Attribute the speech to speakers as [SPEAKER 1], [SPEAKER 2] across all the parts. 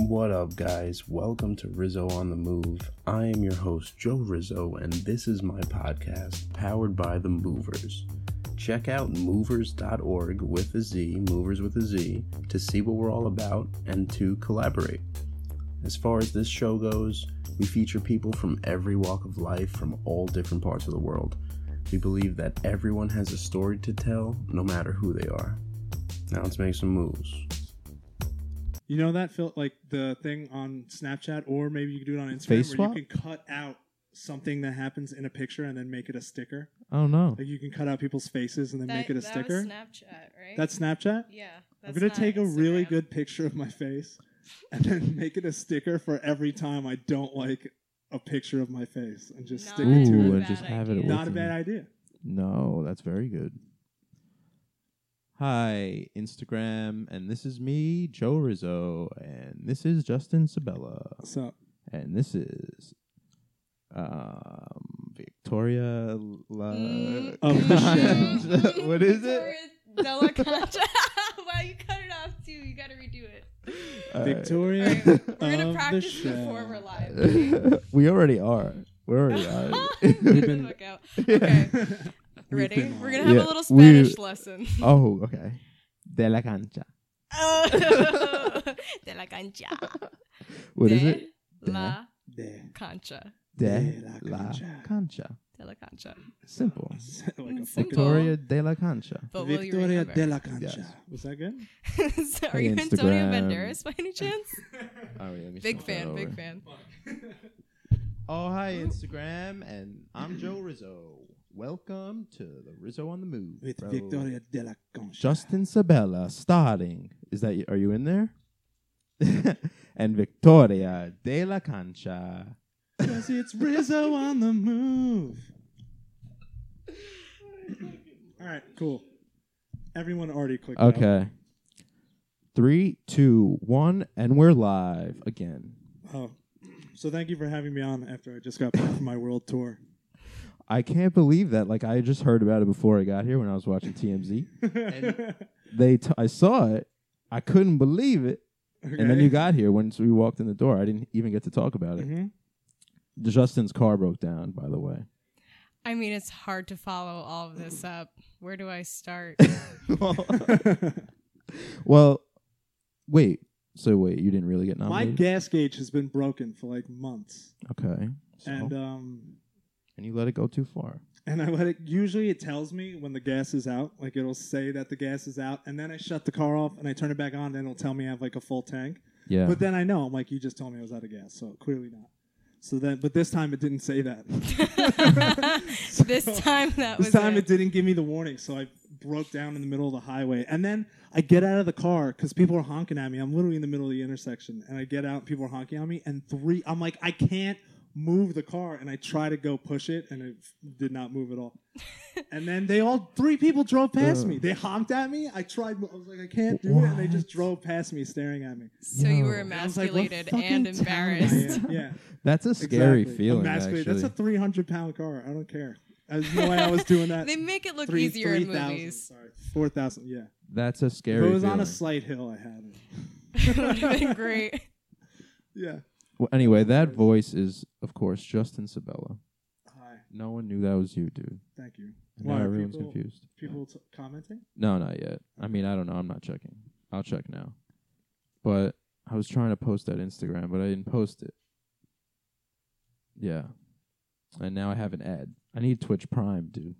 [SPEAKER 1] What up, guys? Welcome to Rizzo on the Move. I am your host, Joe Rizzo, and this is my podcast powered by The Movers. Check out movers.org with a Z, movers with a Z, to see what we're all about and to collaborate. As far as this show goes, we feature people from every walk of life from all different parts of the world. We believe that everyone has a story to tell, no matter who they are. Now let's make some moves.
[SPEAKER 2] You know that felt like the thing on Snapchat, or maybe you could do it on Instagram,
[SPEAKER 3] Face
[SPEAKER 2] where
[SPEAKER 3] swap?
[SPEAKER 2] you can cut out something that happens in a picture and then make it a sticker.
[SPEAKER 3] Oh no.
[SPEAKER 2] Like you can cut out people's faces and then make it a
[SPEAKER 4] that
[SPEAKER 2] sticker.
[SPEAKER 4] Was Snapchat, right?
[SPEAKER 2] that's Snapchat.
[SPEAKER 4] yeah.
[SPEAKER 2] I'm
[SPEAKER 4] That's
[SPEAKER 2] gonna
[SPEAKER 4] not
[SPEAKER 2] take a really
[SPEAKER 4] Instagram.
[SPEAKER 2] good picture of my face and then make it a sticker for every time I don't like a picture of my face and just stick it to
[SPEAKER 3] Ooh, and
[SPEAKER 2] it.
[SPEAKER 4] bad
[SPEAKER 3] just have it
[SPEAKER 4] idea.
[SPEAKER 3] with
[SPEAKER 2] Not a
[SPEAKER 3] you.
[SPEAKER 2] bad idea.
[SPEAKER 3] No, that's very good. Hi, Instagram, and this is me, Joe Rizzo, and this is Justin Sabella,
[SPEAKER 2] So
[SPEAKER 3] and this is um Victoria La
[SPEAKER 4] Mm,
[SPEAKER 2] Of the
[SPEAKER 4] mm,
[SPEAKER 3] what is it?
[SPEAKER 4] Victoria Della Concha. wow, you cut it off too. You gotta redo it.
[SPEAKER 3] All right.
[SPEAKER 2] Victoria,
[SPEAKER 4] Alright, we're We're
[SPEAKER 2] of
[SPEAKER 4] gonna
[SPEAKER 2] the
[SPEAKER 4] practice before
[SPEAKER 2] show.
[SPEAKER 4] we're live.
[SPEAKER 3] we already are. We already are.
[SPEAKER 4] Get the
[SPEAKER 2] been-
[SPEAKER 4] fuck out. Okay,
[SPEAKER 2] We've
[SPEAKER 4] ready?
[SPEAKER 2] been live.
[SPEAKER 4] We're gonna have
[SPEAKER 3] Yeah,
[SPEAKER 4] a little
[SPEAKER 3] we-
[SPEAKER 4] Spanish lesson.
[SPEAKER 3] Oh, okay. De la cancha.
[SPEAKER 4] Oh, de la cancha.
[SPEAKER 3] What is
[SPEAKER 4] de
[SPEAKER 3] it? De-
[SPEAKER 4] La
[SPEAKER 2] There.
[SPEAKER 4] cancha.
[SPEAKER 3] De
[SPEAKER 2] De la
[SPEAKER 3] la
[SPEAKER 2] cancha.
[SPEAKER 3] cancha.
[SPEAKER 4] De la cancha.
[SPEAKER 3] Simple.
[SPEAKER 2] like a
[SPEAKER 4] Simple.
[SPEAKER 2] fucking-
[SPEAKER 3] Victoria de la Cancha.
[SPEAKER 4] But Oh, will you
[SPEAKER 2] Victoria
[SPEAKER 4] remember?
[SPEAKER 2] de la Concha.
[SPEAKER 3] Yes.
[SPEAKER 2] Was that good?
[SPEAKER 4] So Are you
[SPEAKER 3] Hey,
[SPEAKER 4] Antonio
[SPEAKER 3] Instagram.
[SPEAKER 4] Banderas by any chance?
[SPEAKER 3] Oh, wait, let me
[SPEAKER 4] big
[SPEAKER 3] switch that
[SPEAKER 4] fan,
[SPEAKER 3] over.
[SPEAKER 4] big fan.
[SPEAKER 3] Oh, hi, Instagram, and I'm Joe Rizzo. Welcome to the Rizzo on the Move.
[SPEAKER 2] With
[SPEAKER 3] bro.
[SPEAKER 2] Victoria de la Concha.
[SPEAKER 3] Justin Sabella, starting. Is that, y- are you in there? and Victoria de la Cancha.
[SPEAKER 2] Because it's Rizzo on the move. All right, cool. Everyone already clicked. out.
[SPEAKER 3] Okay. Three, two, one, and we're live again.
[SPEAKER 2] Oh, so thank you for having me on after I just got back from my world tour.
[SPEAKER 3] I can't believe that. Like, I just heard about it before I got here when I was watching TMZ. They, t- I saw it. I couldn't believe it. And then you got here once we walked in the door. I didn't even get to talk about it.
[SPEAKER 2] Mhm.
[SPEAKER 3] Justin's car broke down, by the way.
[SPEAKER 4] I mean, it's hard to follow all of this up. Where do I start?
[SPEAKER 2] Mm-hmm.
[SPEAKER 3] well, wait. So wait, you didn't really get
[SPEAKER 2] My
[SPEAKER 3] nominated.
[SPEAKER 2] gas gauge has been broken for like months,
[SPEAKER 3] okay. So,
[SPEAKER 2] and
[SPEAKER 3] and,
[SPEAKER 2] um,
[SPEAKER 3] you let it go too far.
[SPEAKER 2] and I let it. Usually, it tells me when the gas is out. Like it'll say that the gas is out, and then I shut the car off and I turn it back on, and it'll tell me I have like a full tank.
[SPEAKER 3] Yeah.
[SPEAKER 2] But then I know I'm like, you just told me I was out of gas, so clearly not. So then, but this time it didn't say that.
[SPEAKER 4] this time that was
[SPEAKER 2] This time
[SPEAKER 4] it.
[SPEAKER 2] it didn't give me the warning, so I broke down in the middle of the highway. And then I get out of the car because people are honking at me. I'm literally in the middle of the intersection, and I get out, people are honking at me, and three, I'm like, I can't move the car, and I try to go push it, and it f- did not move at all. and then they all three people drove past
[SPEAKER 3] Ugh.
[SPEAKER 2] me. They honked at me. I tried. I was like, I can't do it, and they just drove past me, staring at me.
[SPEAKER 4] so you were
[SPEAKER 3] Yo.
[SPEAKER 2] Oh, I was like, what
[SPEAKER 4] emasculated
[SPEAKER 2] fucking town am
[SPEAKER 4] and
[SPEAKER 2] I in?
[SPEAKER 4] embarrassed.
[SPEAKER 2] Yeah.
[SPEAKER 3] That's a scary
[SPEAKER 2] Exactly.
[SPEAKER 3] feeling.
[SPEAKER 2] Emasculate-
[SPEAKER 3] Actually.
[SPEAKER 2] That's a 300 pound car. I don't care. There's no way I was doing that.
[SPEAKER 4] they make it look
[SPEAKER 2] Three-
[SPEAKER 4] easier in
[SPEAKER 2] 3,000,
[SPEAKER 4] movies.
[SPEAKER 2] Sorry, 4,000. Yeah.
[SPEAKER 3] That's a
[SPEAKER 2] If
[SPEAKER 3] scary.
[SPEAKER 2] it was
[SPEAKER 3] feeling.
[SPEAKER 2] on a slight hill, I had it.
[SPEAKER 4] it would have been great.
[SPEAKER 2] Yeah.
[SPEAKER 3] Well, anyway, that voice is, of course, Justin Sabella.
[SPEAKER 2] Hi.
[SPEAKER 3] No one knew that was you, dude.
[SPEAKER 2] Thank you.
[SPEAKER 3] And now
[SPEAKER 2] Why,
[SPEAKER 3] everyone's
[SPEAKER 2] people-
[SPEAKER 3] confused.
[SPEAKER 2] People t- commenting?
[SPEAKER 3] No, not yet. I mean, I don't know. I'm not checking. I'll check now. But I was trying to post that Instagram, but I didn't post it. Yeah. And now I have an ad. I need Twitch Prime, dude.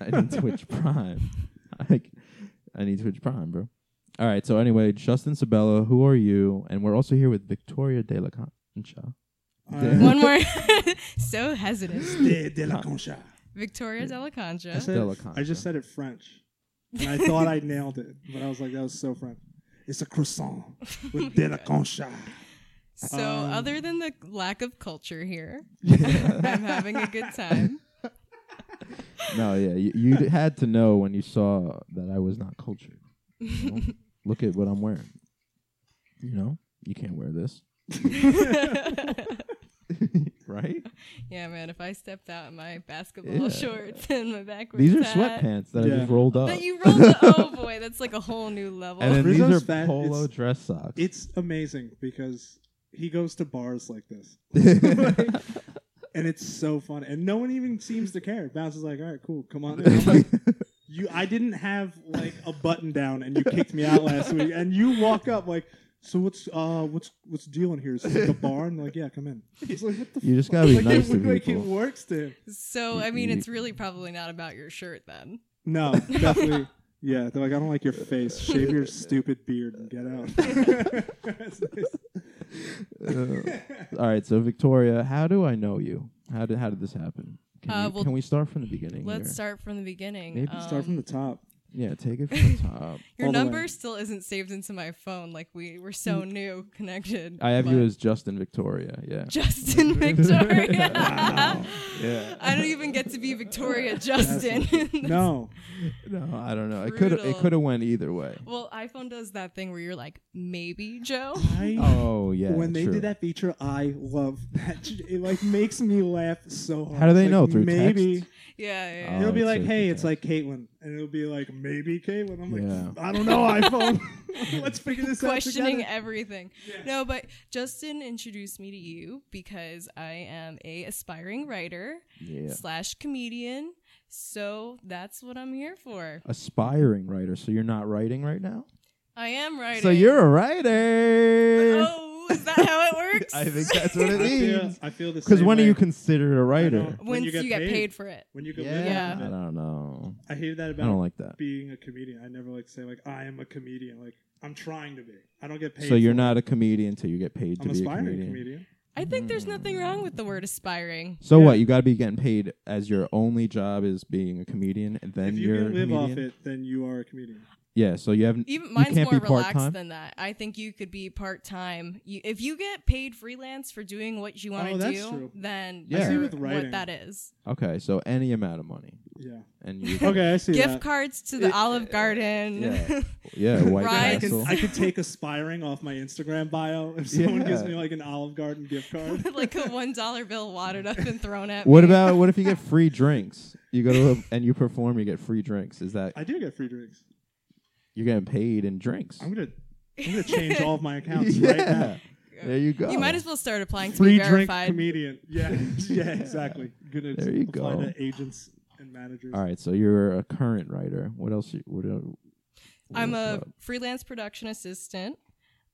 [SPEAKER 3] I need Twitch Prime. Like, I need Twitch Prime, bro. All right. So anyway, Justin Sabella, who are you? And we're also here with Victoria De La Concha.
[SPEAKER 2] I-
[SPEAKER 4] One more. so hesitant.
[SPEAKER 2] Uh, De, de la Concha.
[SPEAKER 4] Victoria Della
[SPEAKER 2] I,
[SPEAKER 4] Concha.
[SPEAKER 2] said,
[SPEAKER 3] De la
[SPEAKER 2] I
[SPEAKER 3] Concha.
[SPEAKER 2] just said it French. And I thought I nailed it, but I was like, that was so French. It's a croissant with De La Concha.
[SPEAKER 4] So,
[SPEAKER 2] Um,
[SPEAKER 4] other than the lack of culture here, I'm having a good time.
[SPEAKER 3] No, yeah, you, you had to know when you saw that I was not cultured. you know? Look at what I'm wearing. You know, you can't wear this, right?
[SPEAKER 4] Yeah, man. If I stepped out in my basketball
[SPEAKER 3] Yeah.
[SPEAKER 4] shorts and my backwards
[SPEAKER 3] These are
[SPEAKER 4] hat,
[SPEAKER 3] sweatpants that I
[SPEAKER 2] Yeah.
[SPEAKER 3] just rolled up.
[SPEAKER 4] That you rolled. The, oh boy, that's like a whole new level.
[SPEAKER 3] and then
[SPEAKER 2] Rizzo's
[SPEAKER 3] these are
[SPEAKER 2] fat-
[SPEAKER 3] polo
[SPEAKER 2] it's-
[SPEAKER 3] dress socks.
[SPEAKER 2] It's amazing because he goes to bars like this. and it's so fun. And no one even seems to care. Bounce is like, all right, cool, come on. in." I'm like, you, I didn't have like a button down, and you kicked me out last week. And you walk up like, so what's uh what's what's the deal in here? Is this like a bar? And they're like, yeah, come in. It's like, what the
[SPEAKER 3] You just
[SPEAKER 2] fuck?"
[SPEAKER 3] gotta be
[SPEAKER 2] like,
[SPEAKER 3] nice
[SPEAKER 2] it,
[SPEAKER 3] to
[SPEAKER 2] looked like it
[SPEAKER 3] people.
[SPEAKER 2] works to him.
[SPEAKER 4] so I mean, it's really probably not about your shirt then.
[SPEAKER 2] No, definitely. Yeah, they're like, I don't like your face. Shave your stupid beard and get out. That's
[SPEAKER 3] Uh,
[SPEAKER 2] nice.
[SPEAKER 3] all right, so Victoria, how do I know you? How did how did this happen? Can,
[SPEAKER 4] Uh,
[SPEAKER 3] you-
[SPEAKER 4] well,
[SPEAKER 3] can we start from the beginning?
[SPEAKER 4] Let's
[SPEAKER 3] here?
[SPEAKER 4] start from the beginning. Um,
[SPEAKER 3] Maybe
[SPEAKER 2] Start from the top.
[SPEAKER 3] Yeah, take it from the top.
[SPEAKER 4] Your
[SPEAKER 2] all the way. Mm.
[SPEAKER 4] number still isn't saved into my phone. Like we were so new connected.
[SPEAKER 3] I have
[SPEAKER 4] but-
[SPEAKER 3] you as Justin Victoria. Yeah.
[SPEAKER 4] Justin Victoria.
[SPEAKER 2] Wow.
[SPEAKER 3] Yeah.
[SPEAKER 4] I don't even get to be Victoria Justin.
[SPEAKER 2] No.
[SPEAKER 3] No, I don't know. It could it
[SPEAKER 4] Brutal.
[SPEAKER 3] could have went either way.
[SPEAKER 4] Well, iPhone does that thing where you're like, maybe Joe.
[SPEAKER 2] I,
[SPEAKER 3] Oh yeah.
[SPEAKER 2] when they
[SPEAKER 3] true.
[SPEAKER 2] did that feature, I love that. It like makes me laugh so hard.
[SPEAKER 3] How do they
[SPEAKER 2] It's
[SPEAKER 3] know?
[SPEAKER 2] like,
[SPEAKER 3] Through
[SPEAKER 2] maybe
[SPEAKER 3] text?
[SPEAKER 4] Yeah, yeah. yeah.
[SPEAKER 3] Oh,
[SPEAKER 2] it'll be
[SPEAKER 3] it's
[SPEAKER 2] like,
[SPEAKER 3] through
[SPEAKER 2] hey,
[SPEAKER 3] text.
[SPEAKER 2] it's like Caitlin, and it'll be like maybe Caitlin. I'm like,
[SPEAKER 3] Yeah.
[SPEAKER 2] I don't know, iPhone. Let's figure this
[SPEAKER 4] questioning
[SPEAKER 2] out
[SPEAKER 4] everything.
[SPEAKER 2] Yes.
[SPEAKER 4] No, but Justin introduced me to you because I am a aspiring writer
[SPEAKER 3] Yeah.
[SPEAKER 4] slash comedian. So that's what I'm here for.
[SPEAKER 3] Aspiring writer. So you're not writing right now.
[SPEAKER 4] I am writing.
[SPEAKER 3] So you're a writer.
[SPEAKER 4] Oh, is that how it works?
[SPEAKER 3] I think that's what it
[SPEAKER 2] together. I feel,
[SPEAKER 3] means.
[SPEAKER 2] I feel the
[SPEAKER 3] Because
[SPEAKER 2] same
[SPEAKER 3] when are
[SPEAKER 2] way.
[SPEAKER 3] you considered a writer?
[SPEAKER 2] when
[SPEAKER 4] Once
[SPEAKER 2] you
[SPEAKER 4] you
[SPEAKER 2] get
[SPEAKER 4] get,
[SPEAKER 2] paid.
[SPEAKER 4] paid. for it.
[SPEAKER 2] when you go
[SPEAKER 3] Yeah.
[SPEAKER 4] Yeah.
[SPEAKER 3] I don't know.
[SPEAKER 2] I hate that
[SPEAKER 3] I
[SPEAKER 2] about
[SPEAKER 3] don't like that.
[SPEAKER 2] being a comedian. I never like to say like I am a comedian. Like I'm trying to be. I don't get paid.
[SPEAKER 3] So you're
[SPEAKER 2] for it.
[SPEAKER 3] not a comedian till you get paid
[SPEAKER 2] I'm
[SPEAKER 3] to be a
[SPEAKER 2] aspiring
[SPEAKER 3] comedian.
[SPEAKER 2] comedian.
[SPEAKER 4] I think
[SPEAKER 3] Mm.
[SPEAKER 4] there's nothing wrong with the word aspiring.
[SPEAKER 3] So
[SPEAKER 2] Yeah.
[SPEAKER 3] what? You got to be getting paid as your only job is being a comedian, and then
[SPEAKER 2] If you
[SPEAKER 3] you're
[SPEAKER 2] can
[SPEAKER 3] a
[SPEAKER 2] live
[SPEAKER 3] comedian?
[SPEAKER 2] off it, then you are a comedian.
[SPEAKER 3] Yeah. So you haven't.
[SPEAKER 4] Even
[SPEAKER 3] you
[SPEAKER 4] mine's
[SPEAKER 3] can't
[SPEAKER 4] more
[SPEAKER 3] be
[SPEAKER 4] relaxed
[SPEAKER 3] part-time?
[SPEAKER 4] than that. I think you could be part time. You, if you get paid freelance for doing what you want
[SPEAKER 2] Oh,
[SPEAKER 4] to
[SPEAKER 2] that's
[SPEAKER 4] do,
[SPEAKER 2] true.
[SPEAKER 4] then
[SPEAKER 3] I see
[SPEAKER 4] you're
[SPEAKER 2] with writing.
[SPEAKER 4] what that is.
[SPEAKER 3] Okay. So any amount of money,
[SPEAKER 2] Yeah.
[SPEAKER 3] and you.
[SPEAKER 2] Okay, I see
[SPEAKER 4] Gift
[SPEAKER 2] that.
[SPEAKER 4] cards to the
[SPEAKER 3] It-
[SPEAKER 4] Olive Garden.
[SPEAKER 3] yeah. Yeah. White
[SPEAKER 4] Rides.
[SPEAKER 2] I
[SPEAKER 3] Castle.
[SPEAKER 2] can, I can take aspiring off my Instagram bio if someone
[SPEAKER 3] Yeah.
[SPEAKER 2] gives me like an Olive Garden gift card.
[SPEAKER 4] like a one dollar bill wadded up and thrown at
[SPEAKER 3] What
[SPEAKER 4] me.
[SPEAKER 3] about what if you get free drinks? You go to a, and you perform, you get free drinks. Is that
[SPEAKER 2] I do get free drinks.
[SPEAKER 3] you're getting paid in drinks?
[SPEAKER 2] I'm gonna I'm gonna change all of my accounts
[SPEAKER 3] yeah.
[SPEAKER 2] right now.
[SPEAKER 3] There you go.
[SPEAKER 4] You might as well start applying to
[SPEAKER 2] Free
[SPEAKER 4] be
[SPEAKER 2] drink
[SPEAKER 4] verified.
[SPEAKER 2] comedian. Yeah, yeah, exactly. Gonna
[SPEAKER 3] There you
[SPEAKER 2] apply
[SPEAKER 3] go.
[SPEAKER 2] to agents and managers.
[SPEAKER 3] All right. So you're a current writer. What else? You, what? el- what
[SPEAKER 4] I'm
[SPEAKER 3] else
[SPEAKER 4] a
[SPEAKER 3] up?
[SPEAKER 4] freelance production assistant.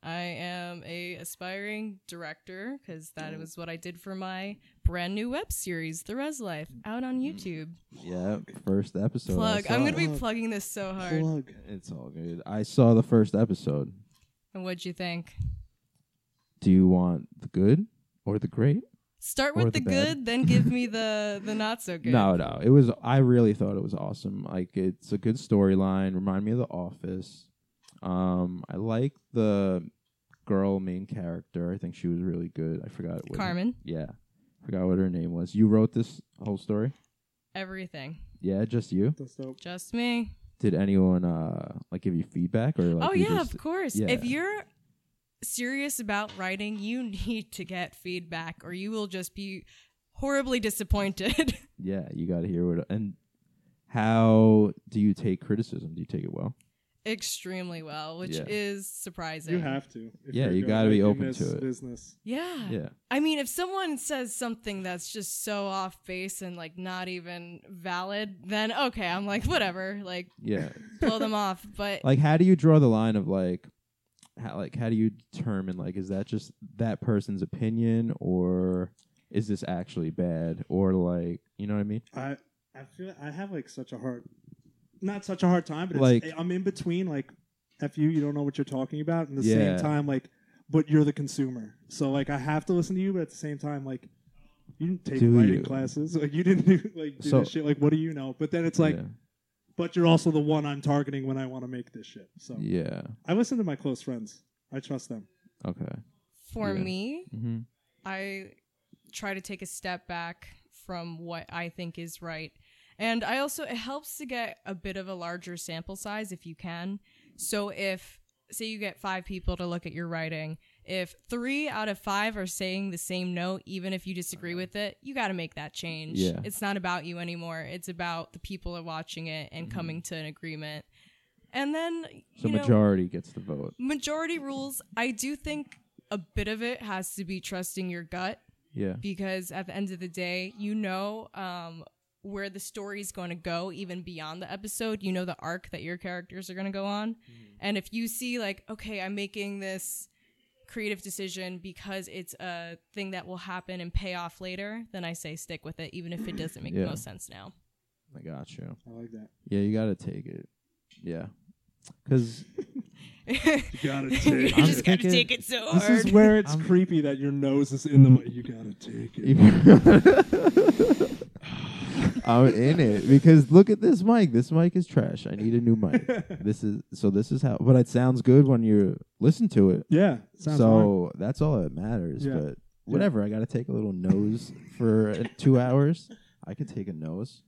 [SPEAKER 4] I am a aspiring director because that was what I did for my brand new web series, The Res Life, out on YouTube.
[SPEAKER 3] yeah first episode. Mm. I
[SPEAKER 4] Plug.
[SPEAKER 3] saw.
[SPEAKER 4] I'm gonna be
[SPEAKER 2] Plug.
[SPEAKER 4] plugging this so hard.
[SPEAKER 2] Plug.
[SPEAKER 3] It's all good. I saw the first episode.
[SPEAKER 4] And what'd you think?
[SPEAKER 3] Do you want the good or the great?
[SPEAKER 4] Start
[SPEAKER 3] Or
[SPEAKER 4] with
[SPEAKER 3] the
[SPEAKER 4] the,
[SPEAKER 3] bad.
[SPEAKER 4] good, then give me the the not so good.
[SPEAKER 3] No, no. It was. I really thought it was awesome. Like it's a good storyline. Remind me of The Office. Um, I like the girl main character. I think she was really good. I forgot what. her-
[SPEAKER 4] Carmen,
[SPEAKER 3] yeah, forgot what her name was. You wrote this whole story.
[SPEAKER 4] everything.
[SPEAKER 3] Yeah, just you.
[SPEAKER 2] That's dope.
[SPEAKER 4] Just me.
[SPEAKER 3] Did anyone uh like give you feedback or like?
[SPEAKER 4] oh
[SPEAKER 3] you
[SPEAKER 4] yeah,
[SPEAKER 3] just-
[SPEAKER 4] of course.
[SPEAKER 3] yeah.
[SPEAKER 4] If you're serious about writing, you need to get feedback or you will just be horribly disappointed.
[SPEAKER 3] yeah. You got to hear what and. How do you take criticism? Do you take it well?
[SPEAKER 4] extremely well, which
[SPEAKER 3] Yeah.
[SPEAKER 4] is surprising.
[SPEAKER 2] You have to. if
[SPEAKER 3] Yeah,
[SPEAKER 2] you're
[SPEAKER 3] you
[SPEAKER 2] going,
[SPEAKER 3] gotta be
[SPEAKER 2] like, in
[SPEAKER 3] open
[SPEAKER 2] this
[SPEAKER 3] to it.
[SPEAKER 2] Business.
[SPEAKER 4] yeah.
[SPEAKER 3] Yeah.
[SPEAKER 4] I mean, if someone says something that's just so off base and like not even valid, then okay, I'm like whatever, like
[SPEAKER 3] Yeah.
[SPEAKER 4] blow them off. But
[SPEAKER 3] like how do you draw the line of like how like how do you determine like is that just that person's opinion or is this actually bad or like you know what i mean
[SPEAKER 2] I I feel I have like such a hard, not such a hard time, but
[SPEAKER 3] Like-
[SPEAKER 2] it's, I'm in between like, f you, you don't know what you're talking about, and the same
[SPEAKER 3] Yeah.
[SPEAKER 2] time like, but you're the consumer, so like I have to listen to you, but at the same time like, you didn't take
[SPEAKER 3] Do
[SPEAKER 2] writing
[SPEAKER 3] you?
[SPEAKER 2] classes, like you didn't do like do
[SPEAKER 3] So-
[SPEAKER 2] this shit, like what do you know? But then it's like, but you're also the one I'm targeting when I want to make this shit. So
[SPEAKER 3] yeah, yeah.
[SPEAKER 2] I listen to my close friends. I trust them.
[SPEAKER 3] okay
[SPEAKER 4] for
[SPEAKER 3] Yeah.
[SPEAKER 4] me,
[SPEAKER 3] mm-hmm.
[SPEAKER 4] I try to take a step back from what I think is right. And I also, it helps to get a bit of a larger sample size if you can. So if, say, you get five people to look at your writing If three out of five are saying the same no, even if you disagree with it, you got to make that change.
[SPEAKER 3] Yeah.
[SPEAKER 4] It's not about you anymore. It's about the people are watching it and coming to an agreement. And then,
[SPEAKER 3] Mm-hmm. So
[SPEAKER 4] you know,
[SPEAKER 3] majority gets the vote.
[SPEAKER 4] majority rules. I do think a bit of it has to be trusting your gut
[SPEAKER 3] Yeah.
[SPEAKER 4] because at the end of the day, you know um, where the story's going to go, even beyond the episode. You know the arc that your characters are going to go on. And if you see, like, okay, I'm making this creative decision because it's a thing that will happen and pay off later, then I say stick with it, even if it doesn't make
[SPEAKER 3] Yeah.
[SPEAKER 4] the most sense now.
[SPEAKER 3] I got you.
[SPEAKER 2] I like that.
[SPEAKER 3] Yeah, you gotta take it. Yeah. Cause
[SPEAKER 2] You gotta
[SPEAKER 4] you
[SPEAKER 2] take.
[SPEAKER 3] I'm
[SPEAKER 4] just got to
[SPEAKER 3] thinking-
[SPEAKER 4] take it so
[SPEAKER 2] This
[SPEAKER 4] hard.
[SPEAKER 2] is where it's
[SPEAKER 3] I'm- Hmm.
[SPEAKER 2] creepy that your nose is in the. mi- You gotta take it.
[SPEAKER 3] I'm in it because look at this mic. This mic is trash. I need a new mic. This is so. This is how. But it sounds good when you listen to it.
[SPEAKER 2] Yeah, sounds fine.
[SPEAKER 3] so that's all that matters.
[SPEAKER 2] Yeah.
[SPEAKER 3] But whatever. I got to take a little nose for uh, two hours. I could take a nose.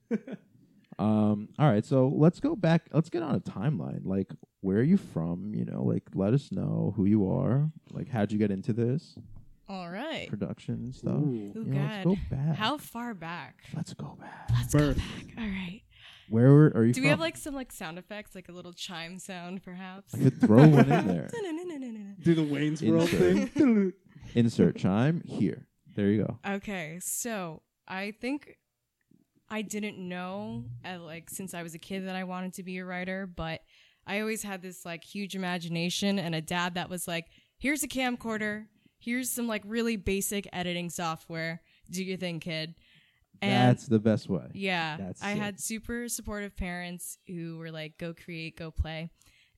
[SPEAKER 3] um. All right. So let's go back. Let's get on a timeline. Like, where are you from? You know, like, let us know who you are. Like, how'd you get into this
[SPEAKER 4] All right.
[SPEAKER 3] production stuff?
[SPEAKER 2] Ooh.
[SPEAKER 4] Oh,
[SPEAKER 3] You know, let's go
[SPEAKER 4] Eh. God.
[SPEAKER 3] back.
[SPEAKER 4] How far back?
[SPEAKER 3] Let's go back.
[SPEAKER 2] Birth.
[SPEAKER 4] All right.
[SPEAKER 3] Where were, are you
[SPEAKER 4] Do
[SPEAKER 3] from?
[SPEAKER 4] we have like some like sound effects, like a little chime sound, perhaps?
[SPEAKER 3] I could throw one in there.
[SPEAKER 2] Do the Wayne's World
[SPEAKER 3] Insert.
[SPEAKER 2] thing.
[SPEAKER 3] Insert chime here. There you go.
[SPEAKER 4] okay, so I think I didn't know, uh like since I was a kid, that I wanted to be a writer, but I always had this like huge imagination and a dad that was like, "Here's a camcorder, here's some like really basic editing software. Do your thing, kid." And
[SPEAKER 3] That's the best way.
[SPEAKER 4] Yeah.
[SPEAKER 3] That's
[SPEAKER 4] I
[SPEAKER 3] sick.
[SPEAKER 4] had super supportive parents who were like, go create, go play.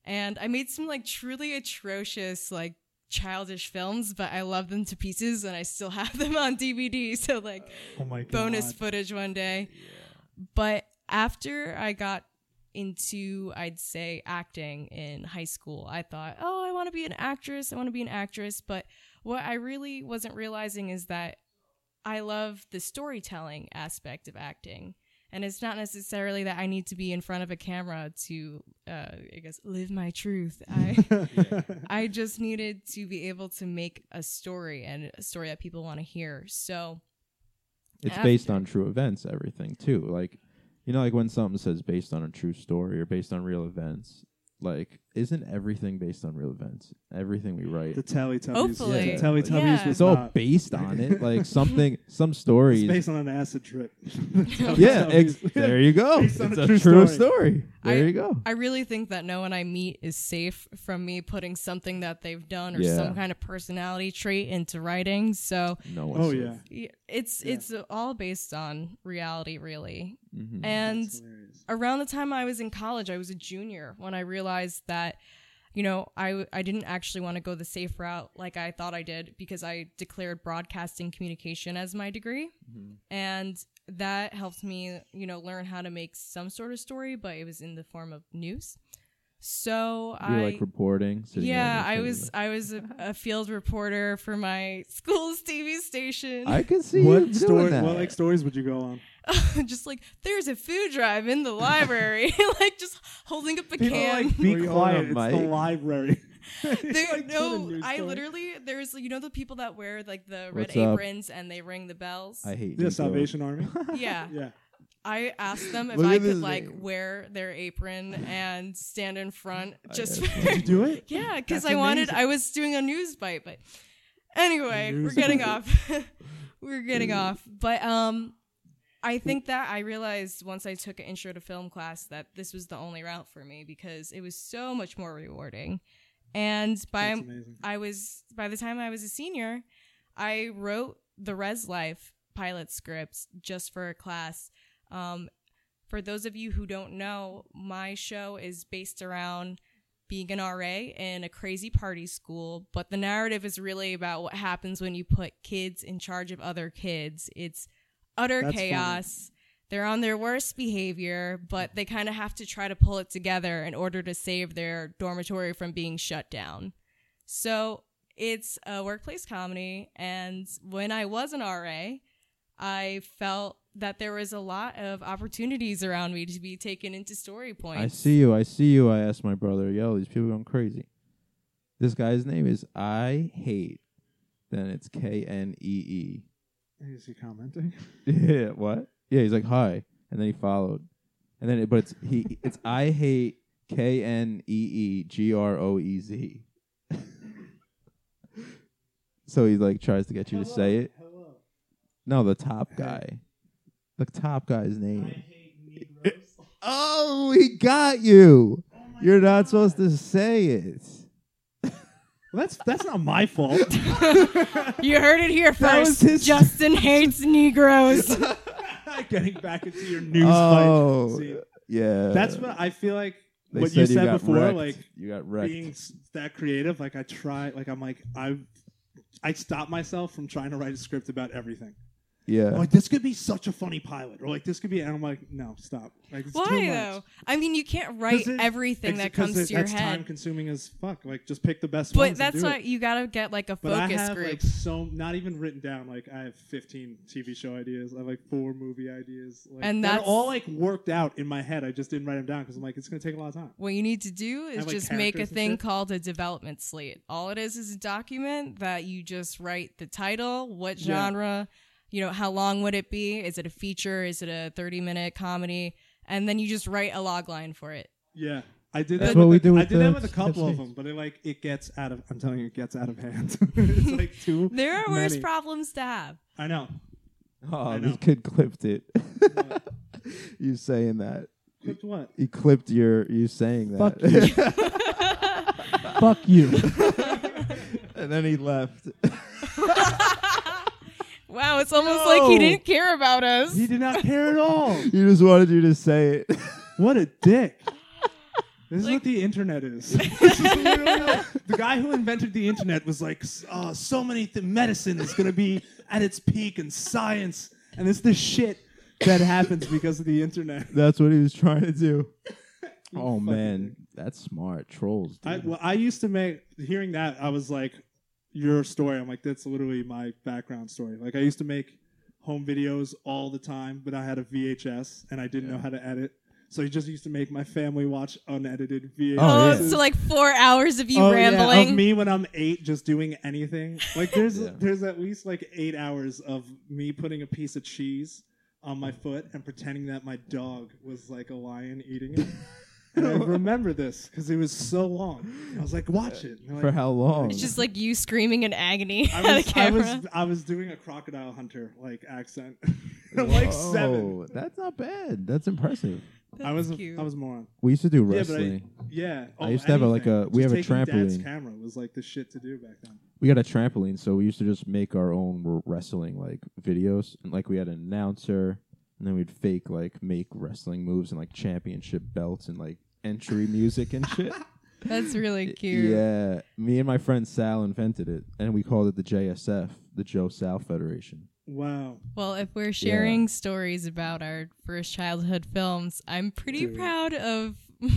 [SPEAKER 4] And I made some like truly atrocious, like childish films, but I love them to pieces and I still have them on DVD. So, like,
[SPEAKER 2] oh my god.
[SPEAKER 4] bonus footage one day. But after I got into, I'd say, acting in high school, I thought, oh, I want to be an actress. I want to be an actress. But what I really wasn't realizing is that I love the storytelling aspect of acting. And it's not necessarily that I need to be in front of a camera to, uh, I guess, live my truth. I. I just needed to be able to make a story and a story that people want to hear. So,
[SPEAKER 3] It's
[SPEAKER 4] after-
[SPEAKER 3] based on true events, everything too. Like, you know, like when something says based on a true story or based on real events, like, isn't everything based on real events? Everything we write.
[SPEAKER 2] The Teletubbies.
[SPEAKER 4] Hopefully.
[SPEAKER 2] The Teletubbies
[SPEAKER 4] Yeah.
[SPEAKER 2] was
[SPEAKER 3] it's all
[SPEAKER 2] not-
[SPEAKER 3] based on it. Like, something, some
[SPEAKER 2] it's
[SPEAKER 3] stories.
[SPEAKER 2] based on an acid trip.
[SPEAKER 3] yeah, ex- there you go.
[SPEAKER 2] Based on
[SPEAKER 3] it's
[SPEAKER 2] a
[SPEAKER 3] a
[SPEAKER 2] true
[SPEAKER 3] true
[SPEAKER 2] story.
[SPEAKER 3] story. There
[SPEAKER 4] I-
[SPEAKER 3] you go.
[SPEAKER 4] I really think that no one I meet is safe from me putting something that they've done or
[SPEAKER 3] Yeah.
[SPEAKER 4] some kind of personality trait into writing. So
[SPEAKER 3] no one
[SPEAKER 2] oh
[SPEAKER 3] said-
[SPEAKER 2] yeah.
[SPEAKER 4] y- it's
[SPEAKER 2] Yeah.
[SPEAKER 4] it's all based on reality, really.
[SPEAKER 3] Mhm.
[SPEAKER 2] Mm,
[SPEAKER 4] And
[SPEAKER 2] That's hilarious.
[SPEAKER 4] around the time I was in college, I was a junior when I realized that, you know, I, I didn't actually want to go the safe route like I thought I did because I declared broadcasting communication as my degree.
[SPEAKER 3] Mhm.
[SPEAKER 4] And that helped me, you know, learn how to make some sort of story, but it was in the form of news. So
[SPEAKER 3] You're
[SPEAKER 4] I.
[SPEAKER 3] like reporting. sitting there
[SPEAKER 4] yeah,
[SPEAKER 3] and
[SPEAKER 4] I
[SPEAKER 3] listening to
[SPEAKER 4] was I was a, a field reporter for my school's TV station.
[SPEAKER 3] I could see you
[SPEAKER 2] What
[SPEAKER 3] doing
[SPEAKER 2] story?
[SPEAKER 3] that.
[SPEAKER 2] What like stories would you go on?
[SPEAKER 4] just like there's a food drive in the library, like just holding up a can.
[SPEAKER 3] be
[SPEAKER 2] Were you on
[SPEAKER 3] quiet,
[SPEAKER 2] a
[SPEAKER 3] it's the
[SPEAKER 2] mic? library.
[SPEAKER 4] There, no, I literally there's you know the people that wear like the red
[SPEAKER 3] What's up?
[SPEAKER 4] aprons and they ring the bells.
[SPEAKER 3] I hate
[SPEAKER 2] The
[SPEAKER 3] you,
[SPEAKER 2] Salvation Army.
[SPEAKER 4] yeah,
[SPEAKER 2] Yeah.
[SPEAKER 4] I asked them if
[SPEAKER 3] Look
[SPEAKER 4] I
[SPEAKER 3] at this
[SPEAKER 4] could like
[SPEAKER 3] name.
[SPEAKER 4] wear their apron and stand in front
[SPEAKER 3] I
[SPEAKER 4] just
[SPEAKER 3] guess.
[SPEAKER 4] for
[SPEAKER 2] Did you do it?
[SPEAKER 4] yeah, because
[SPEAKER 2] That's
[SPEAKER 4] I wanted
[SPEAKER 2] amazing.
[SPEAKER 4] I was doing a news bite, but anyway, we're
[SPEAKER 2] News
[SPEAKER 4] getting
[SPEAKER 2] bite.
[SPEAKER 4] off. we're getting off, but um. I think that I realized once I took an intro to film class that this was the only route for me because it was so much more rewarding. And by
[SPEAKER 2] That's amazing.
[SPEAKER 4] I was by the time I was a senior, I wrote the Res Life pilot scripts just for a class. Um, for those of you who don't know, my show is based around being an RA in a crazy party school, but the narrative is really about what happens when you put kids in charge of other kids. It's utter
[SPEAKER 2] That's funny.
[SPEAKER 4] chaos. They're on their worst behavior, but they kind of have to try to pull it together in order to save their dormitory from being shut down. So it's a workplace comedy. And when I was an RA, I felt that there was a lot of opportunities around me to be taken into story points.
[SPEAKER 3] I see you. I see you. I asked my brother, "Yo, these people going crazy. This guy's name is I Hate. Then it's K N E E.
[SPEAKER 2] Is he commenting?
[SPEAKER 3] Yeah, what? Yeah, he's like hi, and then he followed, and then it, but it's he it's I hate K N E E G R O E Z. So he like tries to get you to say it.
[SPEAKER 2] Hello.
[SPEAKER 3] No, the top guy, the top guy's name.
[SPEAKER 2] hate
[SPEAKER 3] Oh, he got you.
[SPEAKER 2] Oh
[SPEAKER 3] You're not supposed to say it.
[SPEAKER 2] that's that's not my fault.
[SPEAKER 4] You heard it here
[SPEAKER 3] That was
[SPEAKER 4] first.
[SPEAKER 3] his-
[SPEAKER 4] Justin hates Negroes.
[SPEAKER 2] Getting back into your news
[SPEAKER 3] Oh,
[SPEAKER 2] fight. See,
[SPEAKER 3] yeah.
[SPEAKER 2] that's what I feel like.
[SPEAKER 3] They
[SPEAKER 2] what you said
[SPEAKER 3] got
[SPEAKER 2] before,
[SPEAKER 3] wrecked.
[SPEAKER 2] like
[SPEAKER 3] you got wrecked.
[SPEAKER 2] being s- that creative, like I try, like I'm like I, I stop myself from trying to write a script about everything. I'm
[SPEAKER 3] yeah.
[SPEAKER 2] like this could be such a funny pilot, or like this could be, and I'm like, no, stop. Like it's too
[SPEAKER 4] Why
[SPEAKER 2] much.
[SPEAKER 4] though? I mean, you can't write
[SPEAKER 2] 'Cause it-
[SPEAKER 4] everything
[SPEAKER 2] Ex-
[SPEAKER 4] that
[SPEAKER 2] 'cause
[SPEAKER 4] comes
[SPEAKER 2] it-
[SPEAKER 4] to your
[SPEAKER 2] that's time
[SPEAKER 4] head.
[SPEAKER 2] consuming as fuck. Like just pick the best ones.
[SPEAKER 4] But
[SPEAKER 2] and
[SPEAKER 4] that's
[SPEAKER 2] do
[SPEAKER 4] why
[SPEAKER 2] it.
[SPEAKER 4] you gotta get like a
[SPEAKER 2] But I
[SPEAKER 4] focus
[SPEAKER 2] have
[SPEAKER 4] group.
[SPEAKER 2] like so not even written down. Like I have 15 TV show ideas. I have like four movie ideas. Like,
[SPEAKER 4] And
[SPEAKER 2] they're
[SPEAKER 4] that's-
[SPEAKER 2] all like worked out in my head. I just didn't write them down because I'm like it's gonna take a lot of time.
[SPEAKER 4] What you need to do is
[SPEAKER 2] have, like,
[SPEAKER 4] just make a
[SPEAKER 2] characters and
[SPEAKER 4] thing
[SPEAKER 2] shit.
[SPEAKER 4] called a development slate. All it is is a document that you just write the title, what
[SPEAKER 2] Yeah.
[SPEAKER 4] genre, you know, how long would it be? Is it a feature? Is it a 30 minute comedy? And then you just write a log line for it.
[SPEAKER 2] Yeah, I did
[SPEAKER 4] That's
[SPEAKER 2] that.
[SPEAKER 3] what
[SPEAKER 2] with
[SPEAKER 3] we
[SPEAKER 2] the-
[SPEAKER 3] do
[SPEAKER 2] I
[SPEAKER 3] with
[SPEAKER 2] did
[SPEAKER 3] the
[SPEAKER 2] that with a
[SPEAKER 3] Dead
[SPEAKER 2] couple of
[SPEAKER 3] Space.
[SPEAKER 2] them, but it like it gets out of. I'm telling you, it gets out of hand. it's like too.
[SPEAKER 4] There are worse
[SPEAKER 2] many.
[SPEAKER 4] problems to have.
[SPEAKER 2] I know.
[SPEAKER 3] Oh,
[SPEAKER 2] I
[SPEAKER 3] this
[SPEAKER 2] know.
[SPEAKER 3] kid clipped it. you saying that.
[SPEAKER 2] Clipped what?
[SPEAKER 3] He clipped your you saying that.
[SPEAKER 5] Fuck you. Fuck you.
[SPEAKER 3] and then he left.
[SPEAKER 4] Wow, it's almost like he
[SPEAKER 2] No.
[SPEAKER 4] didn't care about us.
[SPEAKER 2] He did not care at all.
[SPEAKER 3] he just wanted you to say it.
[SPEAKER 2] What a dick. This is
[SPEAKER 4] Like-
[SPEAKER 2] what the internet is. This is literally what- the guy who invented the internet was like, "S- uh, so many th- medicine is going to be at its peak and science. And it's the shit that happens because of the internet.
[SPEAKER 3] That's what he was trying to do. oh
[SPEAKER 2] fucking
[SPEAKER 3] man, that's smart. Trolls. Dude.
[SPEAKER 2] I, well, I used to make, hearing that, I was like, your story. I'm like, that's literally my background story. Like, I used to make home videos all the time, but I had a VHS and I didn't know how to edit. So I just used to make my family watch unedited VHS.
[SPEAKER 4] Oh,
[SPEAKER 3] yeah.
[SPEAKER 4] so like four hours of you
[SPEAKER 2] Oh, yeah,
[SPEAKER 4] rambling.
[SPEAKER 2] of me when I'm eight, just doing anything. Like there's
[SPEAKER 3] Yeah.
[SPEAKER 2] there's at least like eight hours of me putting a piece of cheese on my foot and pretending that my dog was like a lion eating it. and I remember this because it was so long. I was like, watch it. And they're
[SPEAKER 3] For
[SPEAKER 2] like-
[SPEAKER 3] how long?
[SPEAKER 4] It's just like you screaming in agony
[SPEAKER 2] I
[SPEAKER 4] at
[SPEAKER 2] was,
[SPEAKER 4] the
[SPEAKER 2] I
[SPEAKER 4] camera.
[SPEAKER 2] was I was doing a crocodile hunter like accent. I'm like seven.
[SPEAKER 3] Whoa, That's not bad. That's impressive.
[SPEAKER 2] I was
[SPEAKER 4] That's cute.
[SPEAKER 2] I was a moron.
[SPEAKER 3] We used to do
[SPEAKER 2] Yeah, but I-
[SPEAKER 3] wrestling.
[SPEAKER 2] Yeah.
[SPEAKER 3] I
[SPEAKER 2] oh,
[SPEAKER 3] used to have a, like,
[SPEAKER 2] anything.
[SPEAKER 3] a- we
[SPEAKER 2] Just
[SPEAKER 3] have a
[SPEAKER 2] taking Dad's
[SPEAKER 3] trampoline.
[SPEAKER 2] camera was like the shit to do back then.
[SPEAKER 3] we got a trampoline, so we used to just make our own r- wrestling like videos, and like we had an announcer, and then we'd fake like make wrestling moves and like championship belts and like entry music and shit.
[SPEAKER 4] That's really cute.
[SPEAKER 3] yeah, me and my friend Sal invented it, and we called it the JSF, the Joe Sal Federation.
[SPEAKER 2] Wow.
[SPEAKER 4] Well, if we're sharing stories about our first childhood films, I'm pretty
[SPEAKER 2] Dude.
[SPEAKER 4] proud of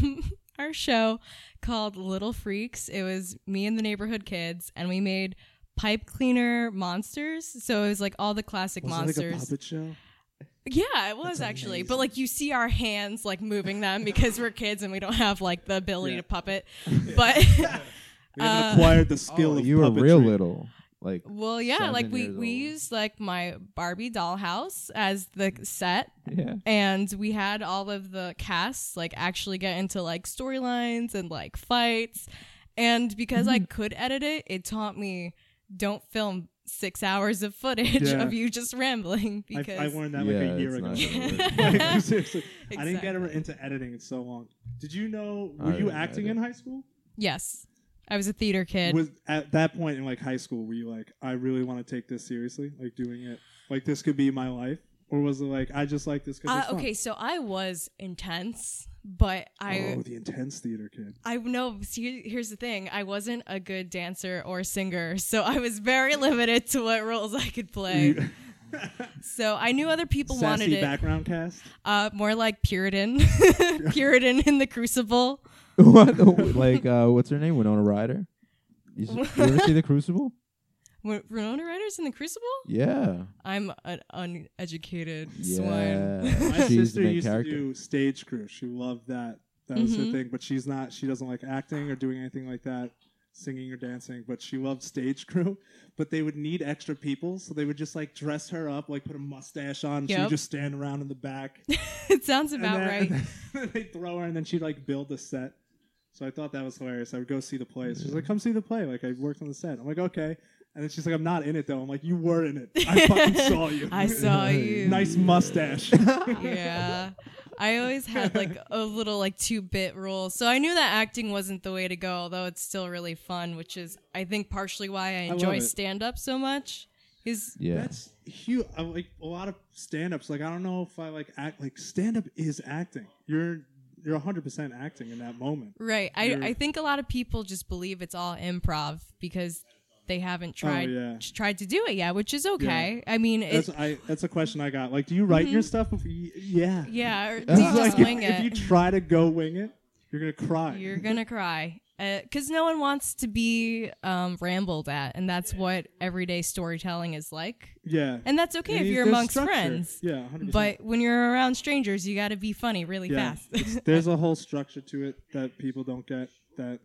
[SPEAKER 4] our show called Little Freaks. It was me and the neighborhood kids, and we made pipe cleaner monsters. So it was like all the classic
[SPEAKER 2] Was it like a
[SPEAKER 4] monsters.
[SPEAKER 2] puppet show?
[SPEAKER 4] yeah, it was actually. But like you see our hands like moving them because we're kids and we don't have like the ability
[SPEAKER 2] Yeah.
[SPEAKER 4] to puppet. But
[SPEAKER 2] We haven't
[SPEAKER 4] Uh,
[SPEAKER 2] acquired the skill
[SPEAKER 3] Oh,
[SPEAKER 2] of
[SPEAKER 3] you were real
[SPEAKER 2] puppetry.
[SPEAKER 3] little, like
[SPEAKER 4] well, yeah, like
[SPEAKER 3] Seven
[SPEAKER 4] we
[SPEAKER 3] years
[SPEAKER 4] we
[SPEAKER 3] old.
[SPEAKER 4] used like my Barbie dollhouse as the set
[SPEAKER 3] yeah.
[SPEAKER 4] and we had all of the casts like actually get into like storylines and like fights and because
[SPEAKER 2] Mm-hmm.
[SPEAKER 4] i could edit it it taught me don't film six hours of footage
[SPEAKER 2] Yeah.
[SPEAKER 4] of you just rambling
[SPEAKER 2] I-
[SPEAKER 4] because
[SPEAKER 2] I, learned that
[SPEAKER 3] Yeah,
[SPEAKER 2] like a year
[SPEAKER 3] it's
[SPEAKER 2] ago.
[SPEAKER 3] not
[SPEAKER 4] gonna work.
[SPEAKER 2] Like, seriously, I didn't get
[SPEAKER 4] Exactly.
[SPEAKER 2] into editing in so long. Did you know?
[SPEAKER 3] I
[SPEAKER 2] Were you
[SPEAKER 3] didn't
[SPEAKER 2] acting in high school?
[SPEAKER 4] yes i was a theater kid
[SPEAKER 2] Was at that point in like high school, were you like, I really want to take this seriously, like doing it, like this could be my life, or was it like I just like this because
[SPEAKER 4] uh,
[SPEAKER 2] it's fun?
[SPEAKER 4] okay so i was intense but i
[SPEAKER 2] oh, the intense theater kid.
[SPEAKER 4] I know. See, here's the thing: I wasn't a good dancer or singer, so I was very limited to what roles I could play.
[SPEAKER 2] You-
[SPEAKER 4] so I knew other people wanted
[SPEAKER 2] Sassy
[SPEAKER 4] it.
[SPEAKER 2] background cast.
[SPEAKER 4] Uh, more like Puritan, Puritan in the Crucible.
[SPEAKER 3] what? Like uh, what's her name? Winona Ryder. You, s- you ever see the Crucible?
[SPEAKER 4] Wi- Winona Ryder's in the Crucible.
[SPEAKER 3] Yeah.
[SPEAKER 4] I'm an uneducated swine.
[SPEAKER 3] Yeah.
[SPEAKER 2] My
[SPEAKER 3] She's
[SPEAKER 2] sister
[SPEAKER 3] the main
[SPEAKER 2] used
[SPEAKER 3] character.
[SPEAKER 2] to do stage crew. She loved that. That was
[SPEAKER 4] Mhm.
[SPEAKER 2] her thing. But she's not. She doesn't like acting or doing anything like that. singing or dancing, but she loved stage crew. But they would need extra people, so they would just like dress her up, like put a mustache on. She
[SPEAKER 4] Yep.
[SPEAKER 2] would just stand around in the back.
[SPEAKER 4] it sounds
[SPEAKER 2] And
[SPEAKER 4] about
[SPEAKER 2] then-
[SPEAKER 4] right.
[SPEAKER 2] and then they'd throw her, and then she'd like build a set. So I thought that was hilarious. I would go see the play. She's like, "Come see the play." Like I worked on the set. I'm like, "Okay." And then she's like, "I'm not in it though." I'm like, "You were in it. I fucking saw you.
[SPEAKER 4] I saw you.
[SPEAKER 2] nice mustache."
[SPEAKER 4] yeah. I always had like a little like two bit rule. So I knew that acting wasn't the way to go, although it's still really fun, which is I think partially why I
[SPEAKER 2] love
[SPEAKER 4] enjoy
[SPEAKER 2] it.
[SPEAKER 4] stand up so much. Is
[SPEAKER 3] Yeah.
[SPEAKER 2] That's huge. I, like a lot of stand-ups. Like I don't know if I like act. Like stand-up is acting. You're you're 100 percent acting in that moment.
[SPEAKER 4] right. I,
[SPEAKER 2] You're-
[SPEAKER 4] I think a lot of people just believe it's all improv because they haven't tried
[SPEAKER 2] Oh, yeah.
[SPEAKER 4] tried to do it yet, which is okay. I mean,
[SPEAKER 2] That's
[SPEAKER 4] it, Mm-hmm.
[SPEAKER 2] I. That's a question I got. Like, do you write your stuff? Before you, yeah.
[SPEAKER 4] yeah, or do
[SPEAKER 2] It's
[SPEAKER 4] you just
[SPEAKER 2] like, if-
[SPEAKER 4] wing
[SPEAKER 2] if,
[SPEAKER 4] it.
[SPEAKER 2] you try to go wing it, you're gonna cry.
[SPEAKER 4] You're gonna cry because no one wants to be um, rambled at, and that's what everyday storytelling is like.
[SPEAKER 2] yeah.
[SPEAKER 4] And that's okay
[SPEAKER 2] You
[SPEAKER 4] if
[SPEAKER 2] need-
[SPEAKER 4] you're
[SPEAKER 2] there's
[SPEAKER 4] amongst
[SPEAKER 2] structure.
[SPEAKER 4] friends.
[SPEAKER 2] Yeah. 100%.
[SPEAKER 4] But when you're around strangers, you got to be funny really
[SPEAKER 2] yeah,
[SPEAKER 4] fast.
[SPEAKER 2] it's- there's a whole structure to it that people don't get. That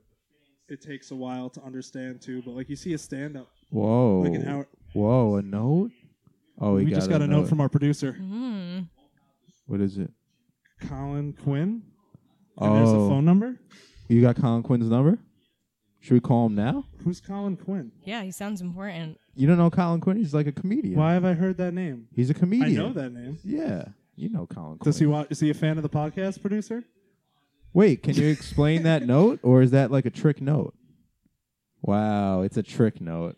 [SPEAKER 2] it takes a while to understand too. But like you see a stand-up,
[SPEAKER 3] Whoa.
[SPEAKER 2] like an hour.
[SPEAKER 3] Whoa, a note? Oh,
[SPEAKER 2] we just got a note from our producer,
[SPEAKER 4] mm.
[SPEAKER 3] What is it?
[SPEAKER 2] Colin Quinn. And
[SPEAKER 3] oh,
[SPEAKER 2] there's a phone number.
[SPEAKER 3] you got Colin Quinn's number? Should we call him now?
[SPEAKER 2] Who's Colin Quinn?
[SPEAKER 4] Yeah, he sounds important.
[SPEAKER 3] You don't know Colin Quinn? He's like a comedian.
[SPEAKER 2] Why have I heard that name?
[SPEAKER 3] He's a comedian.
[SPEAKER 2] I know that name.
[SPEAKER 3] Yeah, you know Colin Quinn.
[SPEAKER 2] Does he wa- is he a fan of the podcast producer?
[SPEAKER 3] Wait, can you explain that note, or is that like a trick note? Wow, it's a trick note.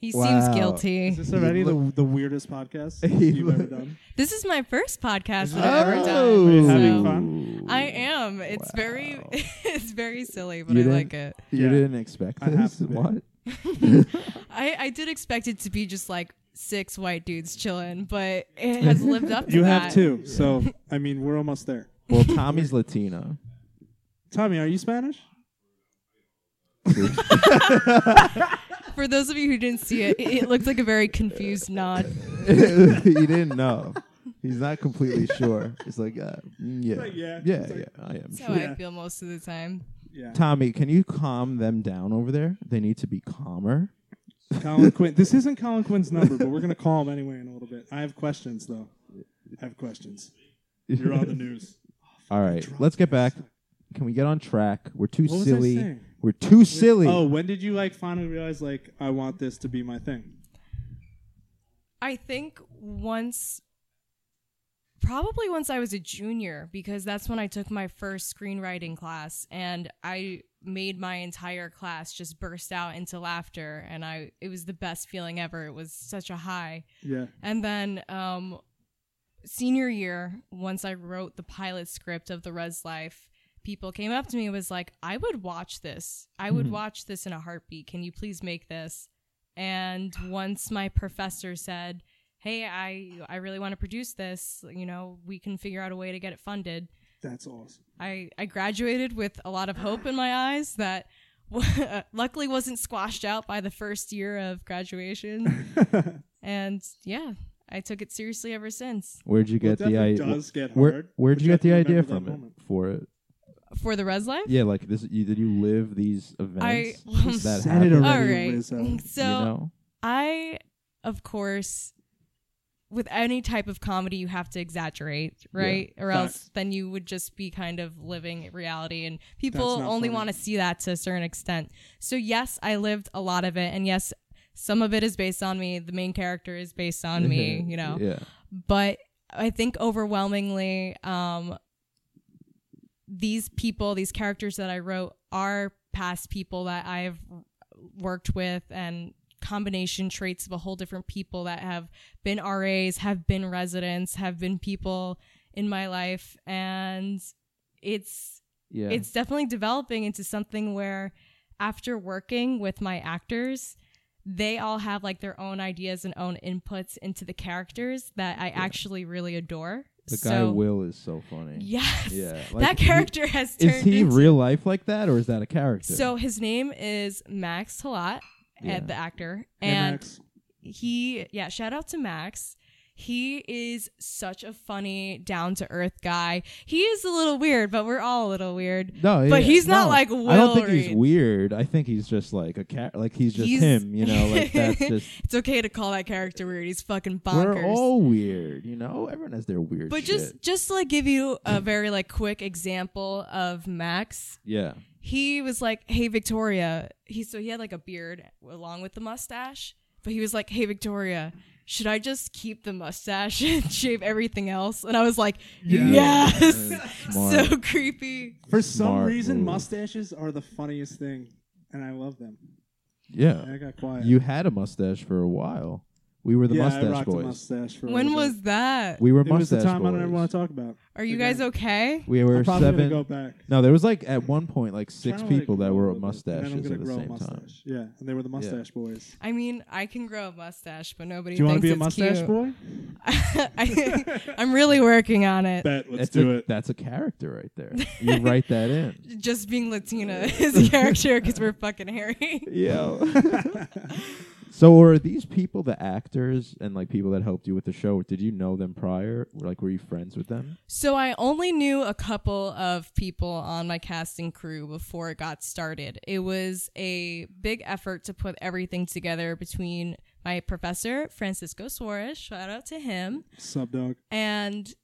[SPEAKER 4] He
[SPEAKER 3] Wow.
[SPEAKER 4] seems guilty.
[SPEAKER 2] Is
[SPEAKER 4] This,
[SPEAKER 2] this already the, the weirdest podcast
[SPEAKER 3] He
[SPEAKER 2] you've
[SPEAKER 3] look-
[SPEAKER 2] ever done?
[SPEAKER 4] is my first podcast that I've ever
[SPEAKER 3] Oh,
[SPEAKER 4] done.
[SPEAKER 2] having
[SPEAKER 4] so-
[SPEAKER 2] fun?
[SPEAKER 4] I am. It's very,
[SPEAKER 3] Wow.
[SPEAKER 4] it's very silly, but
[SPEAKER 3] You
[SPEAKER 4] I
[SPEAKER 3] didn't-
[SPEAKER 4] like it.
[SPEAKER 3] You
[SPEAKER 2] Yeah.
[SPEAKER 3] didn't expect
[SPEAKER 2] I have
[SPEAKER 3] this?
[SPEAKER 2] to be.
[SPEAKER 3] What?
[SPEAKER 4] I, I did expect it to be just like six white dudes chilling, but it has lived up to
[SPEAKER 2] You
[SPEAKER 4] that.
[SPEAKER 2] have two, so I mean we're almost there.
[SPEAKER 3] Well, Tommy's Latino.
[SPEAKER 2] Tommy, are you Spanish?
[SPEAKER 4] For those of you who didn't see it, it, it looked like a very confused nod.
[SPEAKER 3] he didn't know. He's not completely sure. He's like, uh, mm, yeah,
[SPEAKER 2] like, yeah.
[SPEAKER 3] yeah,
[SPEAKER 2] It's like-
[SPEAKER 3] yeah, I am.
[SPEAKER 4] That's how
[SPEAKER 3] sure.
[SPEAKER 2] Yeah.
[SPEAKER 4] I feel most of the time.
[SPEAKER 2] Yeah,
[SPEAKER 3] Tommy, can you calm them down over there? They need to be calmer.
[SPEAKER 2] Colin Quinn. This isn't Colin Quinn's number, but we're gonna call him anyway in a little bit. I have questions though. I have questions. You're on the news.
[SPEAKER 3] All right,
[SPEAKER 2] dropped
[SPEAKER 3] let's get back. Can we get on track? We're too
[SPEAKER 2] What was I
[SPEAKER 3] silly.
[SPEAKER 2] saying?
[SPEAKER 3] We're too silly.
[SPEAKER 2] Oh, when did you like finally realize like I want this to be my thing?
[SPEAKER 4] I think once, probably once I was a junior, because that's when I took my first screenwriting class, and I made my entire class just burst out into laughter, and I it was the best feeling ever. It was such a high.
[SPEAKER 2] Yeah.
[SPEAKER 4] And then um, senior year, once I wrote the pilot script of The Res Life, people came up to me and was like, I would watch this. I would watch this in a heartbeat. Can you please make this? And once my professor said, Hey, I I really want to produce this, you know, we can figure out a way to get it funded.
[SPEAKER 2] That's awesome.
[SPEAKER 4] I, I graduated with a lot of hope in my eyes that uh, luckily wasn't squashed out by the first year of graduation. and yeah, I took it seriously ever since.
[SPEAKER 3] Where'd you
[SPEAKER 2] Well,
[SPEAKER 3] get
[SPEAKER 2] it
[SPEAKER 3] the idea?
[SPEAKER 2] definitely does get
[SPEAKER 3] Where,
[SPEAKER 2] hard,
[SPEAKER 3] where'd
[SPEAKER 2] but
[SPEAKER 3] you get
[SPEAKER 2] have to
[SPEAKER 3] the idea
[SPEAKER 2] remember that
[SPEAKER 3] from it
[SPEAKER 2] moment.
[SPEAKER 3] for it?
[SPEAKER 4] For the res life?
[SPEAKER 3] Yeah, like this. You, did you live these events?
[SPEAKER 4] well,
[SPEAKER 3] that
[SPEAKER 2] Said it
[SPEAKER 3] happened,
[SPEAKER 4] All
[SPEAKER 2] already,
[SPEAKER 4] right.
[SPEAKER 2] Lizzo.
[SPEAKER 4] So
[SPEAKER 3] you know?
[SPEAKER 4] I, of course, with any type of comedy, you have to exaggerate, right? or
[SPEAKER 2] facts.
[SPEAKER 4] else then you would just be kind of living reality, and people
[SPEAKER 2] not
[SPEAKER 4] only
[SPEAKER 2] funny.
[SPEAKER 4] want to see that to a certain extent. So, yes, I lived a lot of it, and yes, some of it is based on me. The main character is based on me, you know?
[SPEAKER 3] Yeah.
[SPEAKER 4] but I think overwhelmingly, um, these people, these characters that I wrote, are past people that I have worked with and combination traits of a whole different people that have been RAs, have been residents, have been people in my life, and it's
[SPEAKER 3] Yeah.
[SPEAKER 4] it's definitely developing into something where after working with my actors they all have like their own ideas and own inputs into the characters that i actually really adore
[SPEAKER 3] the guy
[SPEAKER 4] so
[SPEAKER 3] Will is so funny.
[SPEAKER 4] yes
[SPEAKER 3] Yeah.
[SPEAKER 4] that
[SPEAKER 3] like, he-
[SPEAKER 4] character has turned
[SPEAKER 3] Is he
[SPEAKER 4] into
[SPEAKER 3] real life like that, or is that a character?
[SPEAKER 4] so his name is max Halat,
[SPEAKER 3] Yeah.
[SPEAKER 4] and the actor
[SPEAKER 2] Hey,
[SPEAKER 4] and
[SPEAKER 2] Max.
[SPEAKER 4] he yeah shout out to max He is such a funny, down to earth guy. He is a little weird, but we're all a little weird.
[SPEAKER 3] No, yeah,
[SPEAKER 4] But he's not
[SPEAKER 3] no.
[SPEAKER 4] like
[SPEAKER 3] I don't think
[SPEAKER 4] Will
[SPEAKER 3] he's
[SPEAKER 4] Reed.
[SPEAKER 3] weird. I think he's just like a cat. Like he's just
[SPEAKER 4] He's-
[SPEAKER 3] him. You know, like that's just
[SPEAKER 4] It's okay to call that character weird. He's fucking bonkers.
[SPEAKER 3] we're all weird. You know, everyone has their weird.
[SPEAKER 4] but
[SPEAKER 3] shit.
[SPEAKER 4] just just to like give you a very like quick example of Max.
[SPEAKER 3] yeah,
[SPEAKER 4] he was like, "Hey Victoria," he so he had like a beard along with the mustache, but he was like, "Hey Victoria, should I just keep the mustache and shave everything else?" And I was like,
[SPEAKER 2] Yeah.
[SPEAKER 4] "Yes."
[SPEAKER 3] Smart.
[SPEAKER 4] so creepy.
[SPEAKER 2] For some
[SPEAKER 3] Smart
[SPEAKER 2] reason,
[SPEAKER 3] move.
[SPEAKER 2] mustaches are the funniest thing, and I love them. And
[SPEAKER 3] yeah.
[SPEAKER 2] I got quiet.
[SPEAKER 3] You had a mustache for a while. We were the
[SPEAKER 2] yeah, I
[SPEAKER 3] mustache
[SPEAKER 2] rocked
[SPEAKER 3] boys.
[SPEAKER 2] a mustache for a
[SPEAKER 4] When
[SPEAKER 2] little
[SPEAKER 4] was that?
[SPEAKER 3] we were
[SPEAKER 2] bit. it was the
[SPEAKER 3] mustache
[SPEAKER 2] time
[SPEAKER 3] boys.
[SPEAKER 2] I don't ever want to talk about.
[SPEAKER 4] Are you
[SPEAKER 2] Again.
[SPEAKER 4] guys okay?
[SPEAKER 3] We were
[SPEAKER 2] I'm probably
[SPEAKER 3] seven.
[SPEAKER 2] gonna go back.
[SPEAKER 3] No, there was like at one point like six
[SPEAKER 2] Trying to, like,
[SPEAKER 3] people that
[SPEAKER 2] grow
[SPEAKER 3] were
[SPEAKER 2] a little bit, and then I'm
[SPEAKER 3] mustaches
[SPEAKER 2] gonna
[SPEAKER 3] at the
[SPEAKER 2] grow a
[SPEAKER 3] same time.
[SPEAKER 2] mustache. Yeah, and they were the mustache boys.
[SPEAKER 4] I mean, I can grow a mustache, but nobody
[SPEAKER 2] Do you
[SPEAKER 4] thinks
[SPEAKER 2] want to be a
[SPEAKER 4] it's
[SPEAKER 2] mustache
[SPEAKER 4] cute.
[SPEAKER 2] boy?
[SPEAKER 4] I, I'm really working on it.
[SPEAKER 2] Bet. Let's
[SPEAKER 3] That's
[SPEAKER 2] do
[SPEAKER 3] a-
[SPEAKER 2] it.
[SPEAKER 3] That's a character right there. You write that in.
[SPEAKER 4] Just being Latina is a character because we're fucking hairy.
[SPEAKER 3] Yeah. so were these people the actors and like people that helped you with the show? Did you know them prior? Like were you friends with them?
[SPEAKER 4] So I only knew a couple of people on my casting crew before it got started. It was a big effort to put everything together between my professor, Francisco Suarez, shout out to him,
[SPEAKER 2] Sub dog.
[SPEAKER 4] and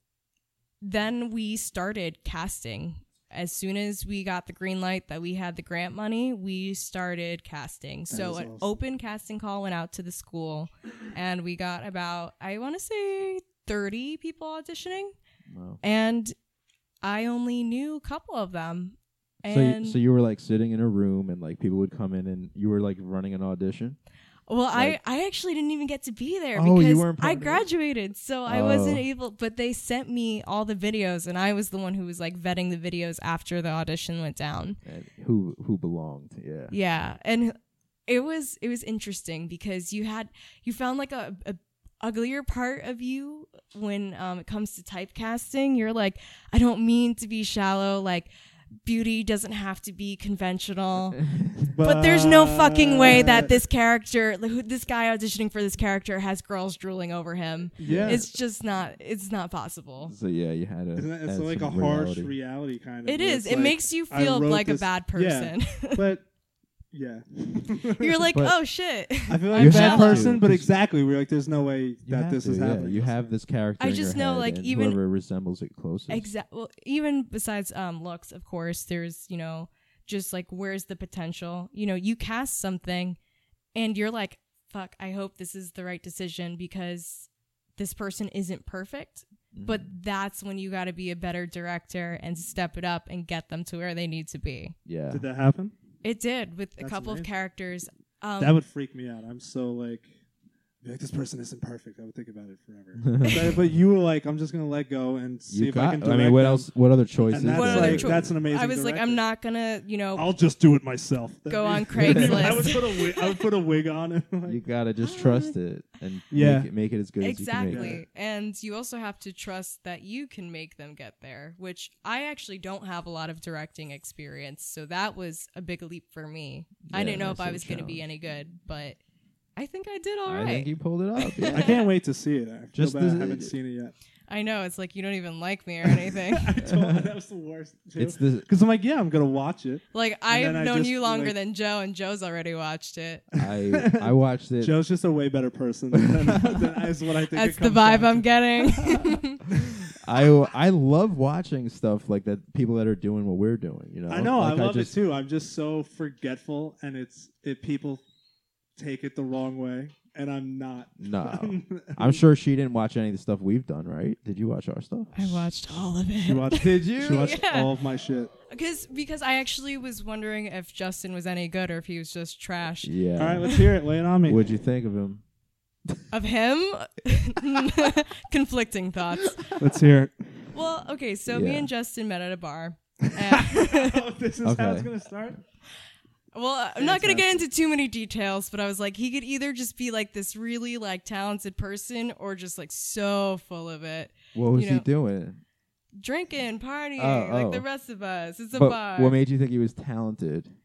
[SPEAKER 4] then we started casting. As soon as we got the green light that we had the grant money, we started casting. So
[SPEAKER 2] is
[SPEAKER 4] an
[SPEAKER 2] awesome.
[SPEAKER 4] open casting call went out to the school and we got about I want to say 30 people auditioning
[SPEAKER 3] Wow.
[SPEAKER 4] and I only knew a couple of them.
[SPEAKER 3] So you,
[SPEAKER 4] And
[SPEAKER 3] so you were like sitting in a room and like people would come in and you were like running an audition.
[SPEAKER 4] well,
[SPEAKER 3] like-
[SPEAKER 4] I I actually didn't even get to be there
[SPEAKER 3] Oh, you
[SPEAKER 4] because
[SPEAKER 3] weren't part
[SPEAKER 4] I
[SPEAKER 3] of it?
[SPEAKER 4] graduated, so I
[SPEAKER 3] Oh.
[SPEAKER 4] wasn't able. But they sent me all the videos, and I was the one who was like vetting the videos after the audition went down.
[SPEAKER 3] And who who belonged? Yeah.
[SPEAKER 4] Yeah, and it was it was interesting because you had you found like a. a uglier part of you when um, it comes to typecasting you're like i don't mean to be shallow like beauty doesn't have to be conventional But there's no fucking way that this character, like, who- this guy auditioning for this character, has girls drooling over him.
[SPEAKER 2] Yeah.
[SPEAKER 4] It's just not. It's not possible.
[SPEAKER 3] so yeah, you had a
[SPEAKER 2] Isn't that-
[SPEAKER 3] add
[SPEAKER 2] it's like a
[SPEAKER 3] some
[SPEAKER 2] harsh
[SPEAKER 3] reality.
[SPEAKER 2] reality kind of.
[SPEAKER 4] It
[SPEAKER 2] where
[SPEAKER 4] is.
[SPEAKER 2] it's
[SPEAKER 4] It
[SPEAKER 2] like,
[SPEAKER 4] makes you
[SPEAKER 2] I
[SPEAKER 4] feel
[SPEAKER 2] wrote
[SPEAKER 4] like
[SPEAKER 2] this-
[SPEAKER 4] a bad
[SPEAKER 2] yeah.
[SPEAKER 4] person.
[SPEAKER 2] but yeah,
[SPEAKER 4] You're like,
[SPEAKER 3] But-
[SPEAKER 4] oh shit.
[SPEAKER 2] I feel
[SPEAKER 4] I'm
[SPEAKER 2] like a bad
[SPEAKER 4] jealous.
[SPEAKER 2] person, but exactly, we're like, there's no way
[SPEAKER 3] You
[SPEAKER 2] that
[SPEAKER 3] have
[SPEAKER 2] this
[SPEAKER 3] to,
[SPEAKER 2] is
[SPEAKER 3] yeah.
[SPEAKER 2] happening.
[SPEAKER 3] You have this character.
[SPEAKER 4] I
[SPEAKER 3] in your
[SPEAKER 4] just know,
[SPEAKER 3] head,
[SPEAKER 4] like,
[SPEAKER 3] and
[SPEAKER 4] even-
[SPEAKER 3] whoever resembles it closest.
[SPEAKER 4] Exactly. Well, even besides um, looks, of course, there's you know just like where's the potential. You know, you cast something, and you're like, fuck. I hope this is the right decision because this person isn't perfect,
[SPEAKER 3] Mhm.
[SPEAKER 4] but that's when you got to be a better director and step it up and get them to where they need to be.
[SPEAKER 3] yeah,
[SPEAKER 2] Did that happen?
[SPEAKER 4] It did with a
[SPEAKER 2] That's
[SPEAKER 4] couple
[SPEAKER 2] amazing.
[SPEAKER 4] of characters. Um,
[SPEAKER 2] that would freak me out. I'm so like, I'd be like this person isn't perfect. I would think about it forever. but, but you were like, I'm just gonna let go and see
[SPEAKER 3] you
[SPEAKER 2] if
[SPEAKER 3] got.
[SPEAKER 2] I can. Direct
[SPEAKER 3] mean, what
[SPEAKER 2] them.
[SPEAKER 3] else? What other choices?
[SPEAKER 2] that's
[SPEAKER 4] What
[SPEAKER 3] are
[SPEAKER 4] other
[SPEAKER 3] there?
[SPEAKER 2] like-
[SPEAKER 4] choi-
[SPEAKER 2] that's an amazing
[SPEAKER 4] I was like,
[SPEAKER 2] director.
[SPEAKER 4] I'm not gonna, you know,
[SPEAKER 2] I'll just do it myself.
[SPEAKER 4] Go on
[SPEAKER 2] I would
[SPEAKER 4] Craigslist.
[SPEAKER 2] put a wig. I would put a wig on and like,
[SPEAKER 3] You gotta just trust it and
[SPEAKER 2] Yeah.
[SPEAKER 3] make, it, make it as good as you can make
[SPEAKER 4] exactly.
[SPEAKER 3] it.
[SPEAKER 4] And you also have to trust that you can make them get there, which I actually don't have a lot of directing experience, so that was a big leap for me. I
[SPEAKER 3] Yeah,
[SPEAKER 4] didn't know
[SPEAKER 3] that's
[SPEAKER 4] if I
[SPEAKER 3] a
[SPEAKER 4] was going to be
[SPEAKER 3] challenge.
[SPEAKER 4] any good, but I think I did all
[SPEAKER 3] I
[SPEAKER 4] right. I,
[SPEAKER 3] think you pulled it off. Yeah.
[SPEAKER 2] I can't wait to see it. I feel
[SPEAKER 3] Just
[SPEAKER 2] bad I
[SPEAKER 3] the-
[SPEAKER 2] haven't seen it yet.
[SPEAKER 4] know it's like you don't even like me or anything.
[SPEAKER 2] I told her that was the worst.
[SPEAKER 3] It's the
[SPEAKER 2] because I'm like, yeah, I'm gonna watch it.
[SPEAKER 4] like
[SPEAKER 2] then I
[SPEAKER 4] I've known
[SPEAKER 2] just,
[SPEAKER 4] you longer
[SPEAKER 2] like-
[SPEAKER 4] than Joe, and Joe's already watched it.
[SPEAKER 3] I I watched it.
[SPEAKER 2] Joe's just a way better person than, than is what I think.
[SPEAKER 4] That's
[SPEAKER 2] it
[SPEAKER 4] the
[SPEAKER 2] comes
[SPEAKER 4] vibe
[SPEAKER 2] down
[SPEAKER 4] I'm
[SPEAKER 2] to.
[SPEAKER 4] getting.
[SPEAKER 3] I I love watching stuff like that. People that are doing what we're doing. You know.
[SPEAKER 2] I know.
[SPEAKER 3] Like,
[SPEAKER 2] I love
[SPEAKER 3] just,
[SPEAKER 2] it too. I'm just so forgetful, and it's it. People take it the wrong way, and I'm not.
[SPEAKER 3] No. I'm sure she didn't watch any of the stuff we've done, right? Did you watch our stuff?
[SPEAKER 4] I watched all of
[SPEAKER 2] she
[SPEAKER 4] it.
[SPEAKER 2] watched.
[SPEAKER 3] Did you?
[SPEAKER 2] She watched
[SPEAKER 4] Yeah.
[SPEAKER 2] all of my shit.
[SPEAKER 4] Because because I actually was wondering if Justin was any good or if he was just trash.
[SPEAKER 2] All
[SPEAKER 3] Yeah.
[SPEAKER 2] right, let's hear it. Lay it on me.
[SPEAKER 3] What'd you think of him?
[SPEAKER 4] Of him, conflicting thoughts.
[SPEAKER 2] Let's hear
[SPEAKER 4] Well, okay, so
[SPEAKER 3] Yeah.
[SPEAKER 4] me and Justin met at a bar.
[SPEAKER 2] it.
[SPEAKER 4] And-
[SPEAKER 2] oh, this is how
[SPEAKER 3] Okay.
[SPEAKER 2] it's gonna start.
[SPEAKER 4] well, I'm not gonna get into too many details, but I was like, he could either just be like this really like talented person or just like so full of it,
[SPEAKER 3] What was
[SPEAKER 4] You
[SPEAKER 3] he
[SPEAKER 4] know,
[SPEAKER 3] doing?
[SPEAKER 4] drinking, partying,
[SPEAKER 3] Oh,
[SPEAKER 4] like
[SPEAKER 3] oh.
[SPEAKER 4] the rest of us. It's a bar.
[SPEAKER 3] But what made you think he was talented?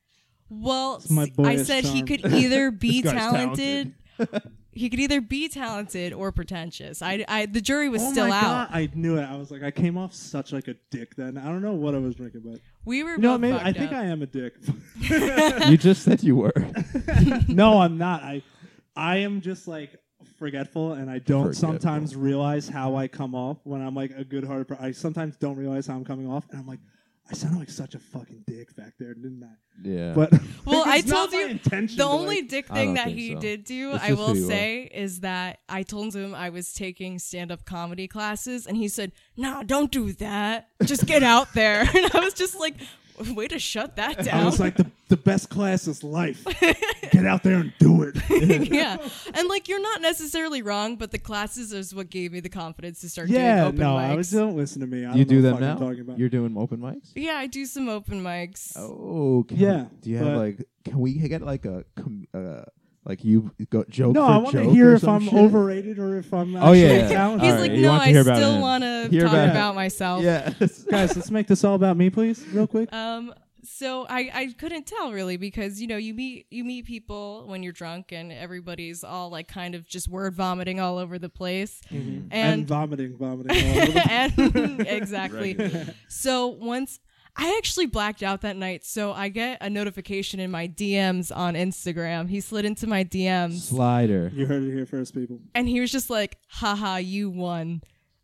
[SPEAKER 4] Well,
[SPEAKER 2] my
[SPEAKER 4] s- I
[SPEAKER 2] boyish
[SPEAKER 4] said he
[SPEAKER 2] charm.
[SPEAKER 4] could either be
[SPEAKER 2] This guy's
[SPEAKER 4] talented,
[SPEAKER 2] talented.
[SPEAKER 4] he could either be talented or pretentious. I, I the jury was
[SPEAKER 2] oh
[SPEAKER 4] still
[SPEAKER 2] my
[SPEAKER 4] out.
[SPEAKER 2] God, I knew it. I was like, I came off such like a dick then. I don't know what I was drinking, but
[SPEAKER 4] We were
[SPEAKER 2] you know, what,
[SPEAKER 4] both
[SPEAKER 2] maybe
[SPEAKER 4] fucked
[SPEAKER 2] I think
[SPEAKER 4] up.
[SPEAKER 2] I am a dick.
[SPEAKER 3] you just said you were.
[SPEAKER 2] no, I'm not. I I am just like forgetful, and I don't
[SPEAKER 3] Forgetful.
[SPEAKER 2] sometimes realize how I come off when I'm like a good hearted. Per- I sometimes don't realize how I'm coming off, and I'm like. I sounded like such a fucking dick back there, didn't I?
[SPEAKER 3] Yeah.
[SPEAKER 2] But
[SPEAKER 4] Well, I
[SPEAKER 2] it's not
[SPEAKER 4] told you,
[SPEAKER 2] my intention
[SPEAKER 4] The
[SPEAKER 2] to, like-
[SPEAKER 4] only dick
[SPEAKER 3] I
[SPEAKER 4] thing
[SPEAKER 3] don't
[SPEAKER 4] that
[SPEAKER 3] think
[SPEAKER 4] he
[SPEAKER 3] so.
[SPEAKER 4] did do,
[SPEAKER 3] It's
[SPEAKER 4] I
[SPEAKER 3] just
[SPEAKER 4] will
[SPEAKER 3] who you are.
[SPEAKER 4] say, is that I told him I was taking stand up comedy classes, and he said, Nah, don't do that. Just get out there. And I was just like, Way to shut that
[SPEAKER 2] I
[SPEAKER 4] down.
[SPEAKER 2] was like, the, the best class is life. Get out there and do it.
[SPEAKER 4] yeah. And like, you're not necessarily wrong, but the classes is what gave me the confidence to start doing
[SPEAKER 2] yeah,
[SPEAKER 4] open
[SPEAKER 2] no,
[SPEAKER 4] mics.
[SPEAKER 2] I was, don't listen to me. I
[SPEAKER 3] you
[SPEAKER 2] don't
[SPEAKER 3] do
[SPEAKER 2] know
[SPEAKER 3] them
[SPEAKER 2] what fuck
[SPEAKER 3] now.
[SPEAKER 2] I'm Talking about.
[SPEAKER 3] You're doing open mics.
[SPEAKER 4] yeah, I do some open mics.
[SPEAKER 3] Oh, can
[SPEAKER 2] Yeah,
[SPEAKER 3] do you have
[SPEAKER 2] but-
[SPEAKER 3] like? Can we get like a com- uh, like you go joke?
[SPEAKER 2] no,
[SPEAKER 3] for
[SPEAKER 2] I want to
[SPEAKER 3] joke
[SPEAKER 2] hear
[SPEAKER 3] or
[SPEAKER 2] if
[SPEAKER 3] some
[SPEAKER 2] I'm
[SPEAKER 3] shit?
[SPEAKER 2] overrated or if I'm.
[SPEAKER 3] Oh, yeah,
[SPEAKER 2] actually
[SPEAKER 3] yeah.
[SPEAKER 2] talented.
[SPEAKER 4] He's
[SPEAKER 3] All
[SPEAKER 4] like,
[SPEAKER 3] right, you
[SPEAKER 4] No,
[SPEAKER 3] want to
[SPEAKER 4] I
[SPEAKER 3] hear about
[SPEAKER 4] still
[SPEAKER 3] him.
[SPEAKER 4] want to
[SPEAKER 3] Hear
[SPEAKER 4] talk
[SPEAKER 3] about
[SPEAKER 4] about,
[SPEAKER 3] him.
[SPEAKER 4] myself.
[SPEAKER 3] Yes.
[SPEAKER 2] guys, let's make this all about me, please, real quick.
[SPEAKER 4] Um, so I, I couldn't tell really because you know you meet you meet people when you're drunk and everybody's all like kind of just word vomiting all over the place
[SPEAKER 2] and,
[SPEAKER 4] and
[SPEAKER 2] vomiting, vomiting. all over the-
[SPEAKER 4] and exactly
[SPEAKER 1] Regular.
[SPEAKER 4] so once I actually blacked out that night so I get a notification in my DMs on Instagram he slid into my DMs
[SPEAKER 3] Slider.
[SPEAKER 2] you heard it here first, people.
[SPEAKER 4] and he was just like haha you won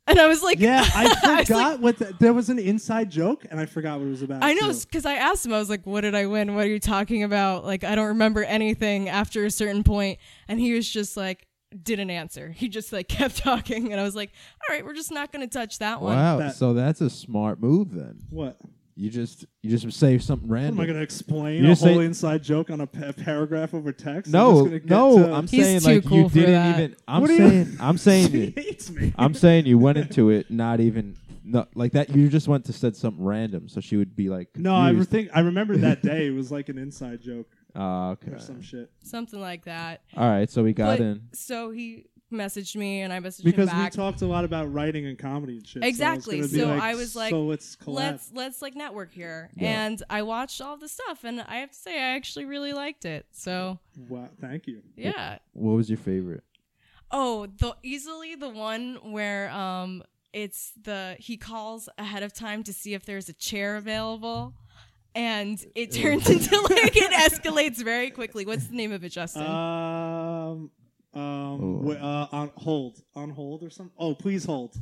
[SPEAKER 4] and I was like
[SPEAKER 2] Yeah, I
[SPEAKER 4] was
[SPEAKER 2] forgot what the, there was an inside joke, and I forgot what it was about.
[SPEAKER 4] I know
[SPEAKER 2] too.
[SPEAKER 4] because I asked him. I was like, "What did I win? What are you talking about?" Like, I don't remember anything after a certain point, and he was just like, didn't answer. He just like kept talking, and I was like, "All right, we're just not going to touch that one."
[SPEAKER 3] Wow.
[SPEAKER 2] That-
[SPEAKER 3] So that's a smart move then.
[SPEAKER 2] What?
[SPEAKER 3] You just you just say something
[SPEAKER 2] Am
[SPEAKER 3] random.
[SPEAKER 2] I going to explain
[SPEAKER 3] You
[SPEAKER 2] a
[SPEAKER 3] just say-
[SPEAKER 2] whole inside joke on a pa- paragraph over text?
[SPEAKER 3] no,
[SPEAKER 2] I'm just gonna
[SPEAKER 3] no.
[SPEAKER 2] get to-
[SPEAKER 3] I'm
[SPEAKER 4] He's
[SPEAKER 3] saying
[SPEAKER 4] too
[SPEAKER 3] like
[SPEAKER 4] cool
[SPEAKER 3] you
[SPEAKER 4] for
[SPEAKER 3] didn't
[SPEAKER 4] that.
[SPEAKER 3] even. I'm
[SPEAKER 2] What do you-
[SPEAKER 3] saying. I'm saying.
[SPEAKER 2] She
[SPEAKER 3] it.
[SPEAKER 2] hates me.
[SPEAKER 3] I'm saying you went into it not even no, like that. You just went to said something random, so she would be like,
[SPEAKER 2] no, I
[SPEAKER 3] confused.
[SPEAKER 2] think I remember that day. It was like an inside joke
[SPEAKER 3] Ah, okay.
[SPEAKER 2] or some shit.
[SPEAKER 4] Something like that.
[SPEAKER 3] All right, so we got
[SPEAKER 4] But-
[SPEAKER 3] in.
[SPEAKER 4] So he messaged me, and I messaged
[SPEAKER 2] Because
[SPEAKER 4] him
[SPEAKER 2] we
[SPEAKER 4] back.
[SPEAKER 2] talked a lot about writing and comedy and shit.
[SPEAKER 4] Exactly.
[SPEAKER 2] So, it's gonna be
[SPEAKER 4] So
[SPEAKER 2] like,
[SPEAKER 4] I was like,
[SPEAKER 2] so let's collab.
[SPEAKER 4] Let's let's like network here,
[SPEAKER 3] Yeah.
[SPEAKER 4] and I watched all the stuff, and I have to say, I actually really liked it. So
[SPEAKER 2] wow, thank you.
[SPEAKER 4] yeah,
[SPEAKER 3] What was your favorite?
[SPEAKER 4] Oh, the easily the one where um it's the he calls ahead of time to see if there's a chair available. And it turns into like it escalates very quickly. What's the name of it, Justin?
[SPEAKER 2] Uh, Um, um,
[SPEAKER 3] Oh.
[SPEAKER 2] wh- uh, on hold, on hold or something. Oh, please hold,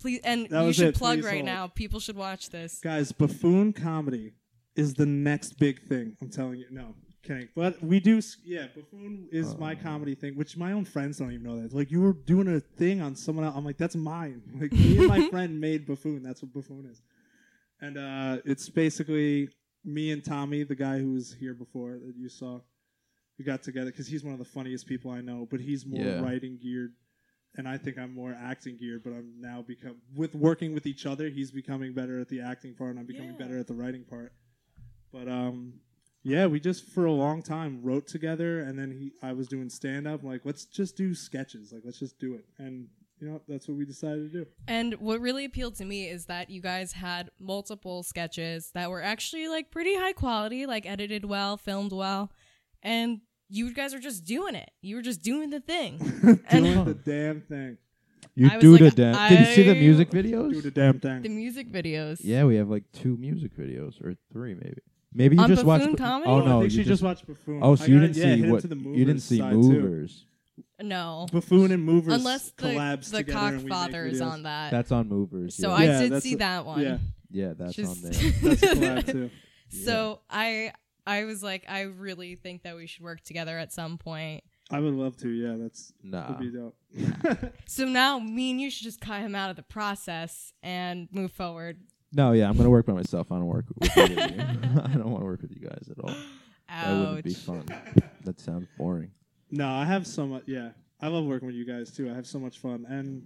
[SPEAKER 4] please, and
[SPEAKER 2] that
[SPEAKER 4] you
[SPEAKER 2] was
[SPEAKER 4] should
[SPEAKER 2] it,
[SPEAKER 4] plug
[SPEAKER 2] please
[SPEAKER 4] right
[SPEAKER 2] hold.
[SPEAKER 4] now. People should watch this.
[SPEAKER 2] guys. Buffoon comedy is the next big thing. I'm telling you. No, kidding. But we do. s- Yeah, buffoon is my comedy thing, which my own friends don't even know that. Like you were doing a thing on someone else. I'm like, that's mine. Like me and my friend made buffoon. That's what buffoon is. And uh, it's basically me and Tommy, the guy who was here before that you saw, we got together because he's one of the funniest people I know. But he's more
[SPEAKER 3] Yeah.
[SPEAKER 2] writing geared, and I think I'm more acting geared. But I'm now become with working with each other. He's becoming better at the acting part, and I'm becoming
[SPEAKER 4] Yeah.
[SPEAKER 2] better at the writing part. But um, yeah, we just for a long time wrote together, and then he, I was doing stand up. Like, let's just do sketches. Like, let's just do it, and you know that's what we decided to do.
[SPEAKER 4] And what really appealed to me is that you guys had multiple sketches that were actually like pretty high quality, like edited well, filmed well, and you guys were just doing it. You were just doing the thing. And-
[SPEAKER 2] Doing the damn thing.
[SPEAKER 3] You
[SPEAKER 4] I was
[SPEAKER 3] do
[SPEAKER 4] like,
[SPEAKER 3] the damn. Did you see the
[SPEAKER 4] I-
[SPEAKER 3] music
[SPEAKER 2] Do the
[SPEAKER 3] videos?
[SPEAKER 2] damn thing.
[SPEAKER 4] The music videos.
[SPEAKER 3] Yeah, we have like two music videos or three maybe. Maybe you
[SPEAKER 4] On
[SPEAKER 3] just watched.
[SPEAKER 4] Buffoon
[SPEAKER 3] Bu-
[SPEAKER 4] Comedy?
[SPEAKER 3] Oh
[SPEAKER 2] Oh,
[SPEAKER 3] no,
[SPEAKER 2] I think
[SPEAKER 3] you
[SPEAKER 2] she just watched Buffoon.
[SPEAKER 3] Oh, so
[SPEAKER 2] I
[SPEAKER 3] you
[SPEAKER 2] gotta-
[SPEAKER 3] didn't
[SPEAKER 2] yeah,
[SPEAKER 3] see
[SPEAKER 2] hit it
[SPEAKER 3] what
[SPEAKER 2] to the movers
[SPEAKER 3] you didn't see
[SPEAKER 2] side, too.
[SPEAKER 3] movers.
[SPEAKER 4] No.
[SPEAKER 2] Buffoon and movers
[SPEAKER 4] Unless the,
[SPEAKER 2] collabs
[SPEAKER 4] the
[SPEAKER 2] together and we make
[SPEAKER 4] cockfather is
[SPEAKER 2] videos.
[SPEAKER 4] on that.
[SPEAKER 3] That's on movers.
[SPEAKER 4] so
[SPEAKER 3] yeah.
[SPEAKER 4] I
[SPEAKER 2] Yeah,
[SPEAKER 4] did
[SPEAKER 2] that's
[SPEAKER 4] see
[SPEAKER 2] a-
[SPEAKER 4] that one.
[SPEAKER 2] yeah.
[SPEAKER 3] yeah, that's
[SPEAKER 4] Just-
[SPEAKER 3] on there.
[SPEAKER 2] That's a collab too.
[SPEAKER 4] so I I was like, I really think that we should work together at some point.
[SPEAKER 2] I would love to. Yeah, that's
[SPEAKER 3] Nah.
[SPEAKER 2] would be dope.
[SPEAKER 4] So now me and you should just cut him out of the process and move forward.
[SPEAKER 3] No, yeah, I'm gonna work by myself. I don't work. With either of you. I don't want to work with you guys at all. That
[SPEAKER 4] Ouch.
[SPEAKER 3] wouldn't be fun. That sounds boring.
[SPEAKER 2] no, I have so much. Yeah, I love working with you guys too. I have so much fun, and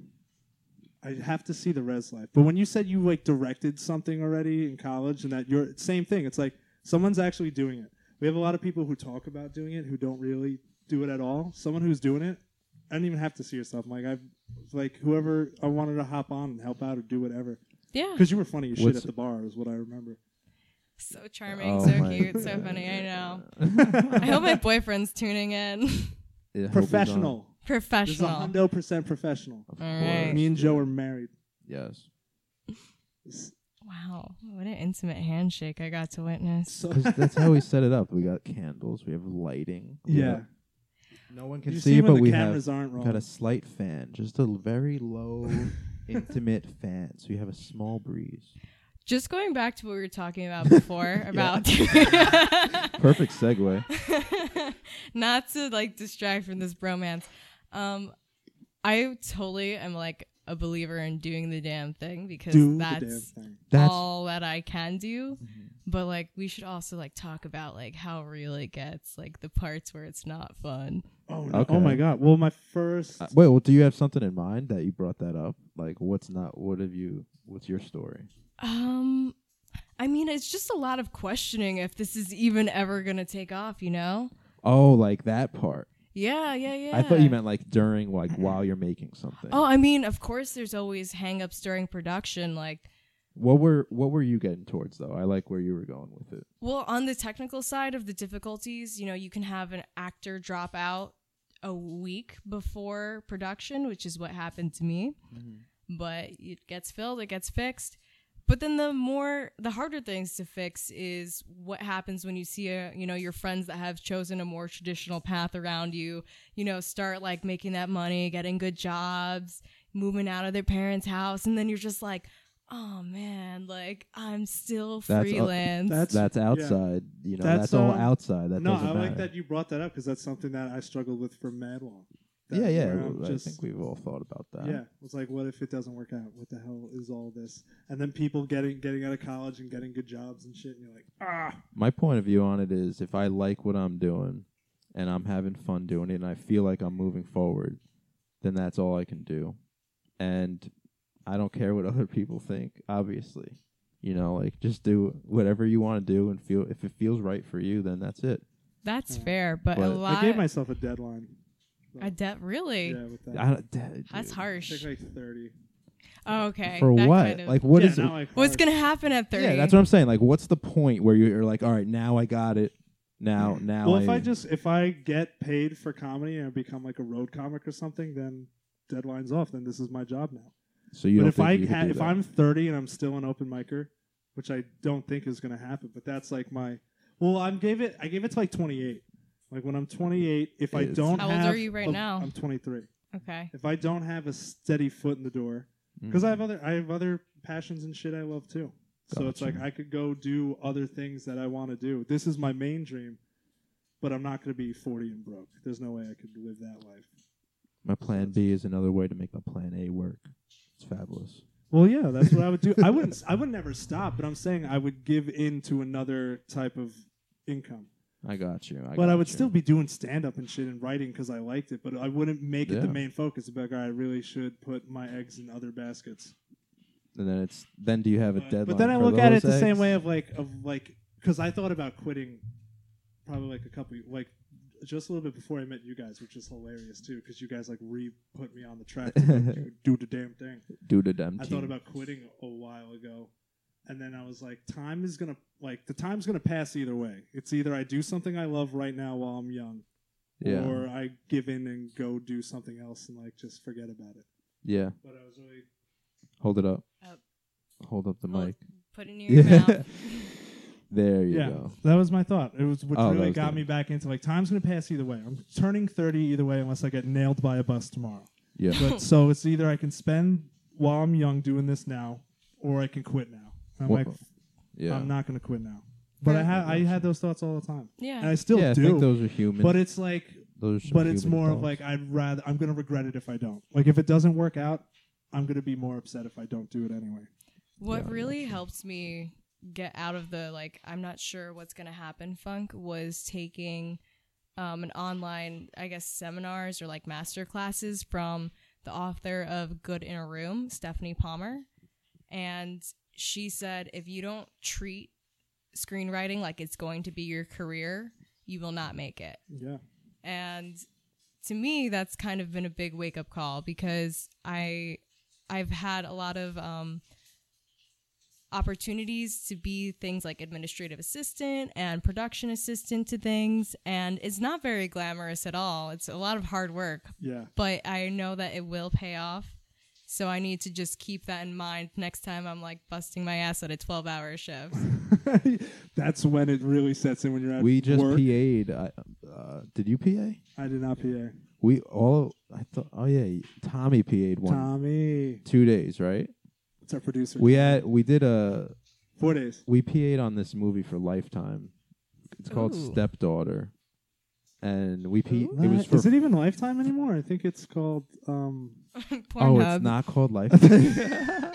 [SPEAKER 2] I have to see the res life. But when you said you like directed something already in college, and that you're same thing. It's like someone's actually doing it. We have a lot of people who talk about doing it who don't really do it at all. Someone who's doing it, I don't even have to see yourself. Like I've like whoever I wanted to hop on and help out or do whatever.
[SPEAKER 4] yeah.
[SPEAKER 2] Because you were funny as shit
[SPEAKER 3] What's-
[SPEAKER 2] at the bar, is what I remember.
[SPEAKER 4] So charming,
[SPEAKER 3] Oh
[SPEAKER 4] so
[SPEAKER 3] my
[SPEAKER 4] cute, so
[SPEAKER 3] God.
[SPEAKER 4] funny. I know. I hope my boyfriend's tuning in.
[SPEAKER 3] it- I hope it's on-
[SPEAKER 2] Professional. This is a
[SPEAKER 4] Professional.
[SPEAKER 2] hundred percent professional.
[SPEAKER 3] Of
[SPEAKER 4] All right.
[SPEAKER 3] course,
[SPEAKER 2] Me and Joe
[SPEAKER 3] dude.
[SPEAKER 2] are married.
[SPEAKER 3] Yes.
[SPEAKER 2] S-
[SPEAKER 4] Wow, what an intimate handshake I got to witness.
[SPEAKER 2] So
[SPEAKER 3] 'Cause that's how we set it up. We got candles. We have lighting. we
[SPEAKER 2] yeah,
[SPEAKER 3] got- no one can
[SPEAKER 2] you
[SPEAKER 3] see,
[SPEAKER 2] when
[SPEAKER 3] but
[SPEAKER 2] the
[SPEAKER 3] we have
[SPEAKER 2] cameras aren't
[SPEAKER 3] We've
[SPEAKER 2] rolling.
[SPEAKER 3] got a slight fan, just a l- very low, intimate fan. So you have a small breeze.
[SPEAKER 4] Just going back to what we were talking about before about
[SPEAKER 3] Perfect segue. Uh,
[SPEAKER 4] not to like distract from this bromance. Um, I totally am like a believer in doing the damn thing because
[SPEAKER 2] Do the damn
[SPEAKER 4] that's
[SPEAKER 2] thing.
[SPEAKER 3] That's Mm-hmm.
[SPEAKER 4] all that I can do. But like, we should also like talk about like how real it gets, like the parts where it's not fun.
[SPEAKER 2] Oh, no.
[SPEAKER 3] Okay.
[SPEAKER 2] oh my god. Well, my first.
[SPEAKER 3] uh, wait. Well, do you have something in mind that you brought that up? Like, what's not? What have you? What's your story?
[SPEAKER 4] Um, I mean, it's just a lot of questioning if this is even ever gonna take off. You know?
[SPEAKER 3] Oh, like that part.
[SPEAKER 4] Yeah, yeah, yeah.
[SPEAKER 3] I thought you meant like during, like while you're making something.
[SPEAKER 4] Oh, I mean, of course, there's always hangups during production. Like,
[SPEAKER 3] What were What were you getting towards though? I like where you were going with it.
[SPEAKER 4] well, on the technical side of the difficulties, you know, you can have an actor drop out a week before production, which is what happened to me. But it gets filled, it gets fixed. But then the more the harder things to fix is what happens when you see a, you know your friends that have chosen a more traditional path around you, you know, start like making that money, getting good jobs, moving out of their parents' house, and then you're just like, oh man, like I'm still
[SPEAKER 3] That's- uh,
[SPEAKER 4] freelance.
[SPEAKER 2] that's-
[SPEAKER 3] That's
[SPEAKER 2] yeah.
[SPEAKER 3] outside. You know, that's,
[SPEAKER 2] That's,
[SPEAKER 3] all
[SPEAKER 2] um,
[SPEAKER 3] outside. That
[SPEAKER 2] no,
[SPEAKER 3] doesn't
[SPEAKER 2] I
[SPEAKER 3] matter.
[SPEAKER 2] like that you brought that up because that's something that I struggled with for mad long. That
[SPEAKER 3] yeah, yeah.
[SPEAKER 2] where I'm
[SPEAKER 3] I
[SPEAKER 2] just-
[SPEAKER 3] think we've all thought about that.
[SPEAKER 2] Yeah, it was like, what if it doesn't work out? What the hell is all this? And then people getting getting out of college and getting good jobs and shit, and you're like, ah,
[SPEAKER 3] my point of view on it is if I like what I'm doing and I'm having fun doing it and I feel like I'm moving forward, then that's all I can do. And I don't care what other people think, obviously. You know, like just do whatever you want to do and feel if it feels right for you, then that's it.
[SPEAKER 4] That's
[SPEAKER 2] Yeah.
[SPEAKER 4] fair, but, a
[SPEAKER 3] But- I
[SPEAKER 4] lot.
[SPEAKER 2] I gave myself a deadline.
[SPEAKER 4] I de- really.
[SPEAKER 2] Yeah, with that.
[SPEAKER 3] I don't, d-
[SPEAKER 4] That's
[SPEAKER 3] dude.
[SPEAKER 2] I
[SPEAKER 4] harsh.
[SPEAKER 2] think like thirty.
[SPEAKER 4] Oh, okay.
[SPEAKER 3] For
[SPEAKER 4] That
[SPEAKER 3] what?
[SPEAKER 4] kind of-
[SPEAKER 3] like what
[SPEAKER 2] yeah,
[SPEAKER 3] is
[SPEAKER 2] not
[SPEAKER 3] it?
[SPEAKER 2] like
[SPEAKER 4] what's
[SPEAKER 2] hard.
[SPEAKER 4] gonna happen at thirty?
[SPEAKER 3] Yeah, that's what I'm saying. Like what's the point where you're like, all right, now I got it. Now, now.
[SPEAKER 2] Well, if I just if I get paid for comedy and I become like a road comic or something, then deadline's off. Then this is my job now.
[SPEAKER 3] so you
[SPEAKER 2] but
[SPEAKER 3] don't
[SPEAKER 2] if
[SPEAKER 3] think
[SPEAKER 2] I
[SPEAKER 3] you could
[SPEAKER 2] ha-
[SPEAKER 3] do
[SPEAKER 2] if
[SPEAKER 3] that.
[SPEAKER 2] I'm 30 and I'm still an open micer, which I don't think is going to happen, but that's like my well, I'm gave it I gave it to like 28. Like when I'm 28, if I
[SPEAKER 3] It's-
[SPEAKER 2] don't
[SPEAKER 4] How old
[SPEAKER 2] have
[SPEAKER 4] are you right
[SPEAKER 2] a-
[SPEAKER 4] now?
[SPEAKER 2] I'm 23.
[SPEAKER 4] okay.
[SPEAKER 2] If I don't have a steady foot in the door,
[SPEAKER 3] Mm-hmm.
[SPEAKER 2] because I have other I have other passions and shit I love too. So it's
[SPEAKER 3] Gotcha.
[SPEAKER 2] like I could go do other things that I want to do. This is my main dream, but I'm not going to be 40 and broke. There's no way I could live that life.
[SPEAKER 3] My plan B is another way to make my plan A work. It's fabulous.
[SPEAKER 2] Well, yeah, that's what I would do. I wouldn't. I would never stop, but I'm saying I would give in to another type of income.
[SPEAKER 3] I got you. I
[SPEAKER 2] but I
[SPEAKER 3] got
[SPEAKER 2] would
[SPEAKER 3] you.
[SPEAKER 2] still be doing stand up and shit and writing because I liked it. But I wouldn't make it the
[SPEAKER 3] Yeah.
[SPEAKER 2] main focus. I'd be like, "All right, I really should put my eggs in other baskets.
[SPEAKER 3] And then it's then do you have a deadline?
[SPEAKER 2] But, but then I
[SPEAKER 3] for
[SPEAKER 2] look at it
[SPEAKER 3] those
[SPEAKER 2] the same
[SPEAKER 3] eggs?
[SPEAKER 2] way of like of like because I thought about quitting probably like a couple like just a little bit before I met you guys, which is hilarious too because you guys like re put me on the track to like, do, do the damn thing.
[SPEAKER 3] do the damn
[SPEAKER 2] I
[SPEAKER 3] team.
[SPEAKER 2] thought about quitting a while ago, and then I was like, time is gonna like the time's gonna pass either way. It's either I do something I love right now while I'm young,
[SPEAKER 3] yeah,
[SPEAKER 2] or I give in and go do something else and like just forget about it.
[SPEAKER 3] yeah.
[SPEAKER 2] But I was really
[SPEAKER 3] Hold it up.
[SPEAKER 4] Up.
[SPEAKER 3] Hold up the
[SPEAKER 4] Oh. Hold-
[SPEAKER 3] mic.
[SPEAKER 4] Put it in your
[SPEAKER 3] Yeah.
[SPEAKER 4] mouth.
[SPEAKER 3] There you
[SPEAKER 2] yeah,
[SPEAKER 3] go.
[SPEAKER 2] that was my thought. It was which
[SPEAKER 3] Oh, that
[SPEAKER 2] really
[SPEAKER 3] was
[SPEAKER 2] got
[SPEAKER 3] good.
[SPEAKER 2] me back into like time's gonna pass either way. I'm turning thirty either way unless I get nailed by a bus tomorrow.
[SPEAKER 3] Yeah.
[SPEAKER 2] But so it's either I can spend while I'm young doing this now, or I can quit now. I'm
[SPEAKER 3] What-
[SPEAKER 2] like,
[SPEAKER 3] yeah.
[SPEAKER 2] I'm not gonna quit now. But I ha- I had those thoughts all the time. And
[SPEAKER 4] Yeah.
[SPEAKER 2] I still
[SPEAKER 3] yeah, I think
[SPEAKER 2] do.
[SPEAKER 3] those are human.
[SPEAKER 2] But it's like,
[SPEAKER 3] those are
[SPEAKER 2] but it's
[SPEAKER 3] human
[SPEAKER 2] more of like
[SPEAKER 3] thoughts.
[SPEAKER 2] I'd rather I'm gonna regret it if I don't. Like if it doesn't work out, I'm gonna be more upset if I don't do it anyway.
[SPEAKER 4] What
[SPEAKER 3] Yeah,
[SPEAKER 4] really helps me get out of the like I'm not sure what's gonna happen funk was taking um, an online I guess seminars or like master classes from the author of Good in a Room, Stephanie Palmer, and she said if you don't treat screenwriting like it's going to be your career, you will not make it.
[SPEAKER 2] Yeah.
[SPEAKER 4] and to me that's kind of been a big wake up call because i i've had a lot of um opportunities to be things like administrative assistant and production assistant to things. And it's not very glamorous at all. It's a lot of hard work,
[SPEAKER 2] Yeah.
[SPEAKER 4] but I know that it will pay off. So I need to just keep that in mind next time I'm like busting my ass at a 12 hour shift.
[SPEAKER 3] Oh,
[SPEAKER 2] That's when it really sets in when you're at
[SPEAKER 3] We just
[SPEAKER 2] work.
[SPEAKER 3] PA'd. I, uh, did you PA?
[SPEAKER 2] I did not PA.
[SPEAKER 3] We all. I thought. Oh yeah, Tommy PA'd one
[SPEAKER 2] Tommy.
[SPEAKER 3] two days, right?
[SPEAKER 2] It's our producer.
[SPEAKER 3] We had we did a
[SPEAKER 2] Four days.
[SPEAKER 3] we PA'd on this movie for Lifetime. It's called
[SPEAKER 4] Ooh.
[SPEAKER 3] Stepdaughter, and we P.
[SPEAKER 4] Ooh.
[SPEAKER 3] It was for
[SPEAKER 2] Is it even Lifetime anymore? I think it's called. Um,
[SPEAKER 3] oh,
[SPEAKER 4] Pornhub.
[SPEAKER 3] it's not called Lifetime.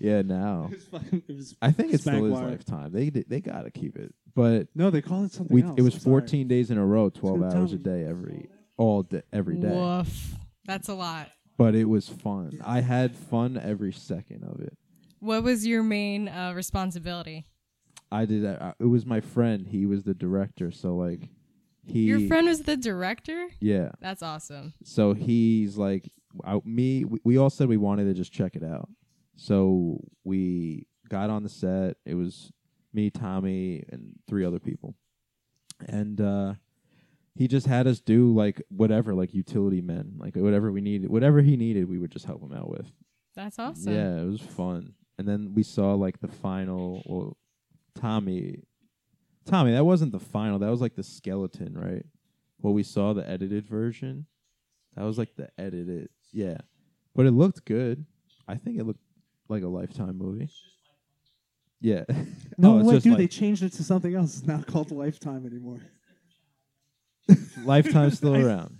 [SPEAKER 3] yeah, now
[SPEAKER 2] it was fucking, it was,
[SPEAKER 3] I think it still is
[SPEAKER 2] Spankwire.
[SPEAKER 3] Lifetime. They did- they gotta keep it, but
[SPEAKER 2] no, they call it something
[SPEAKER 3] we
[SPEAKER 2] else.
[SPEAKER 3] it was
[SPEAKER 2] I'm sorry.
[SPEAKER 3] 14 days in a row, 12
[SPEAKER 2] gonna
[SPEAKER 3] hours
[SPEAKER 2] tell me.
[SPEAKER 3] a day every all day, every day.
[SPEAKER 4] Woof. That's a lot.
[SPEAKER 3] But it was fun. I had fun every second of it.
[SPEAKER 4] What was your main uh, responsibility?
[SPEAKER 3] I did. I, it was my friend. He was the director, so like he
[SPEAKER 4] Your friend was the director?
[SPEAKER 3] Yeah.
[SPEAKER 4] That's awesome.
[SPEAKER 3] So he's like, I, me. We, we all said we wanted to just check it out. So we got on the set. It was me, Tommy, and three other people, and uh, he just had us do like whatever, like utility men, like whatever we needed, whatever he needed, we would just help him out with.
[SPEAKER 4] That's awesome.
[SPEAKER 3] Yeah, it was fun. And then we saw like the final. Well, Tommy, Tommy, that wasn't the final. That was like the skeleton, right? Well, we saw the edited version. That was like the edited, yeah. But it looked good. I think it looked like a lifetime movie. Yeah.
[SPEAKER 2] No,
[SPEAKER 3] Oh, it's
[SPEAKER 2] wait,
[SPEAKER 3] just
[SPEAKER 2] dude,
[SPEAKER 3] like
[SPEAKER 2] they changed it to something else. It's not called Lifetime anymore.
[SPEAKER 3] lifetime's still
[SPEAKER 2] I-
[SPEAKER 3] around.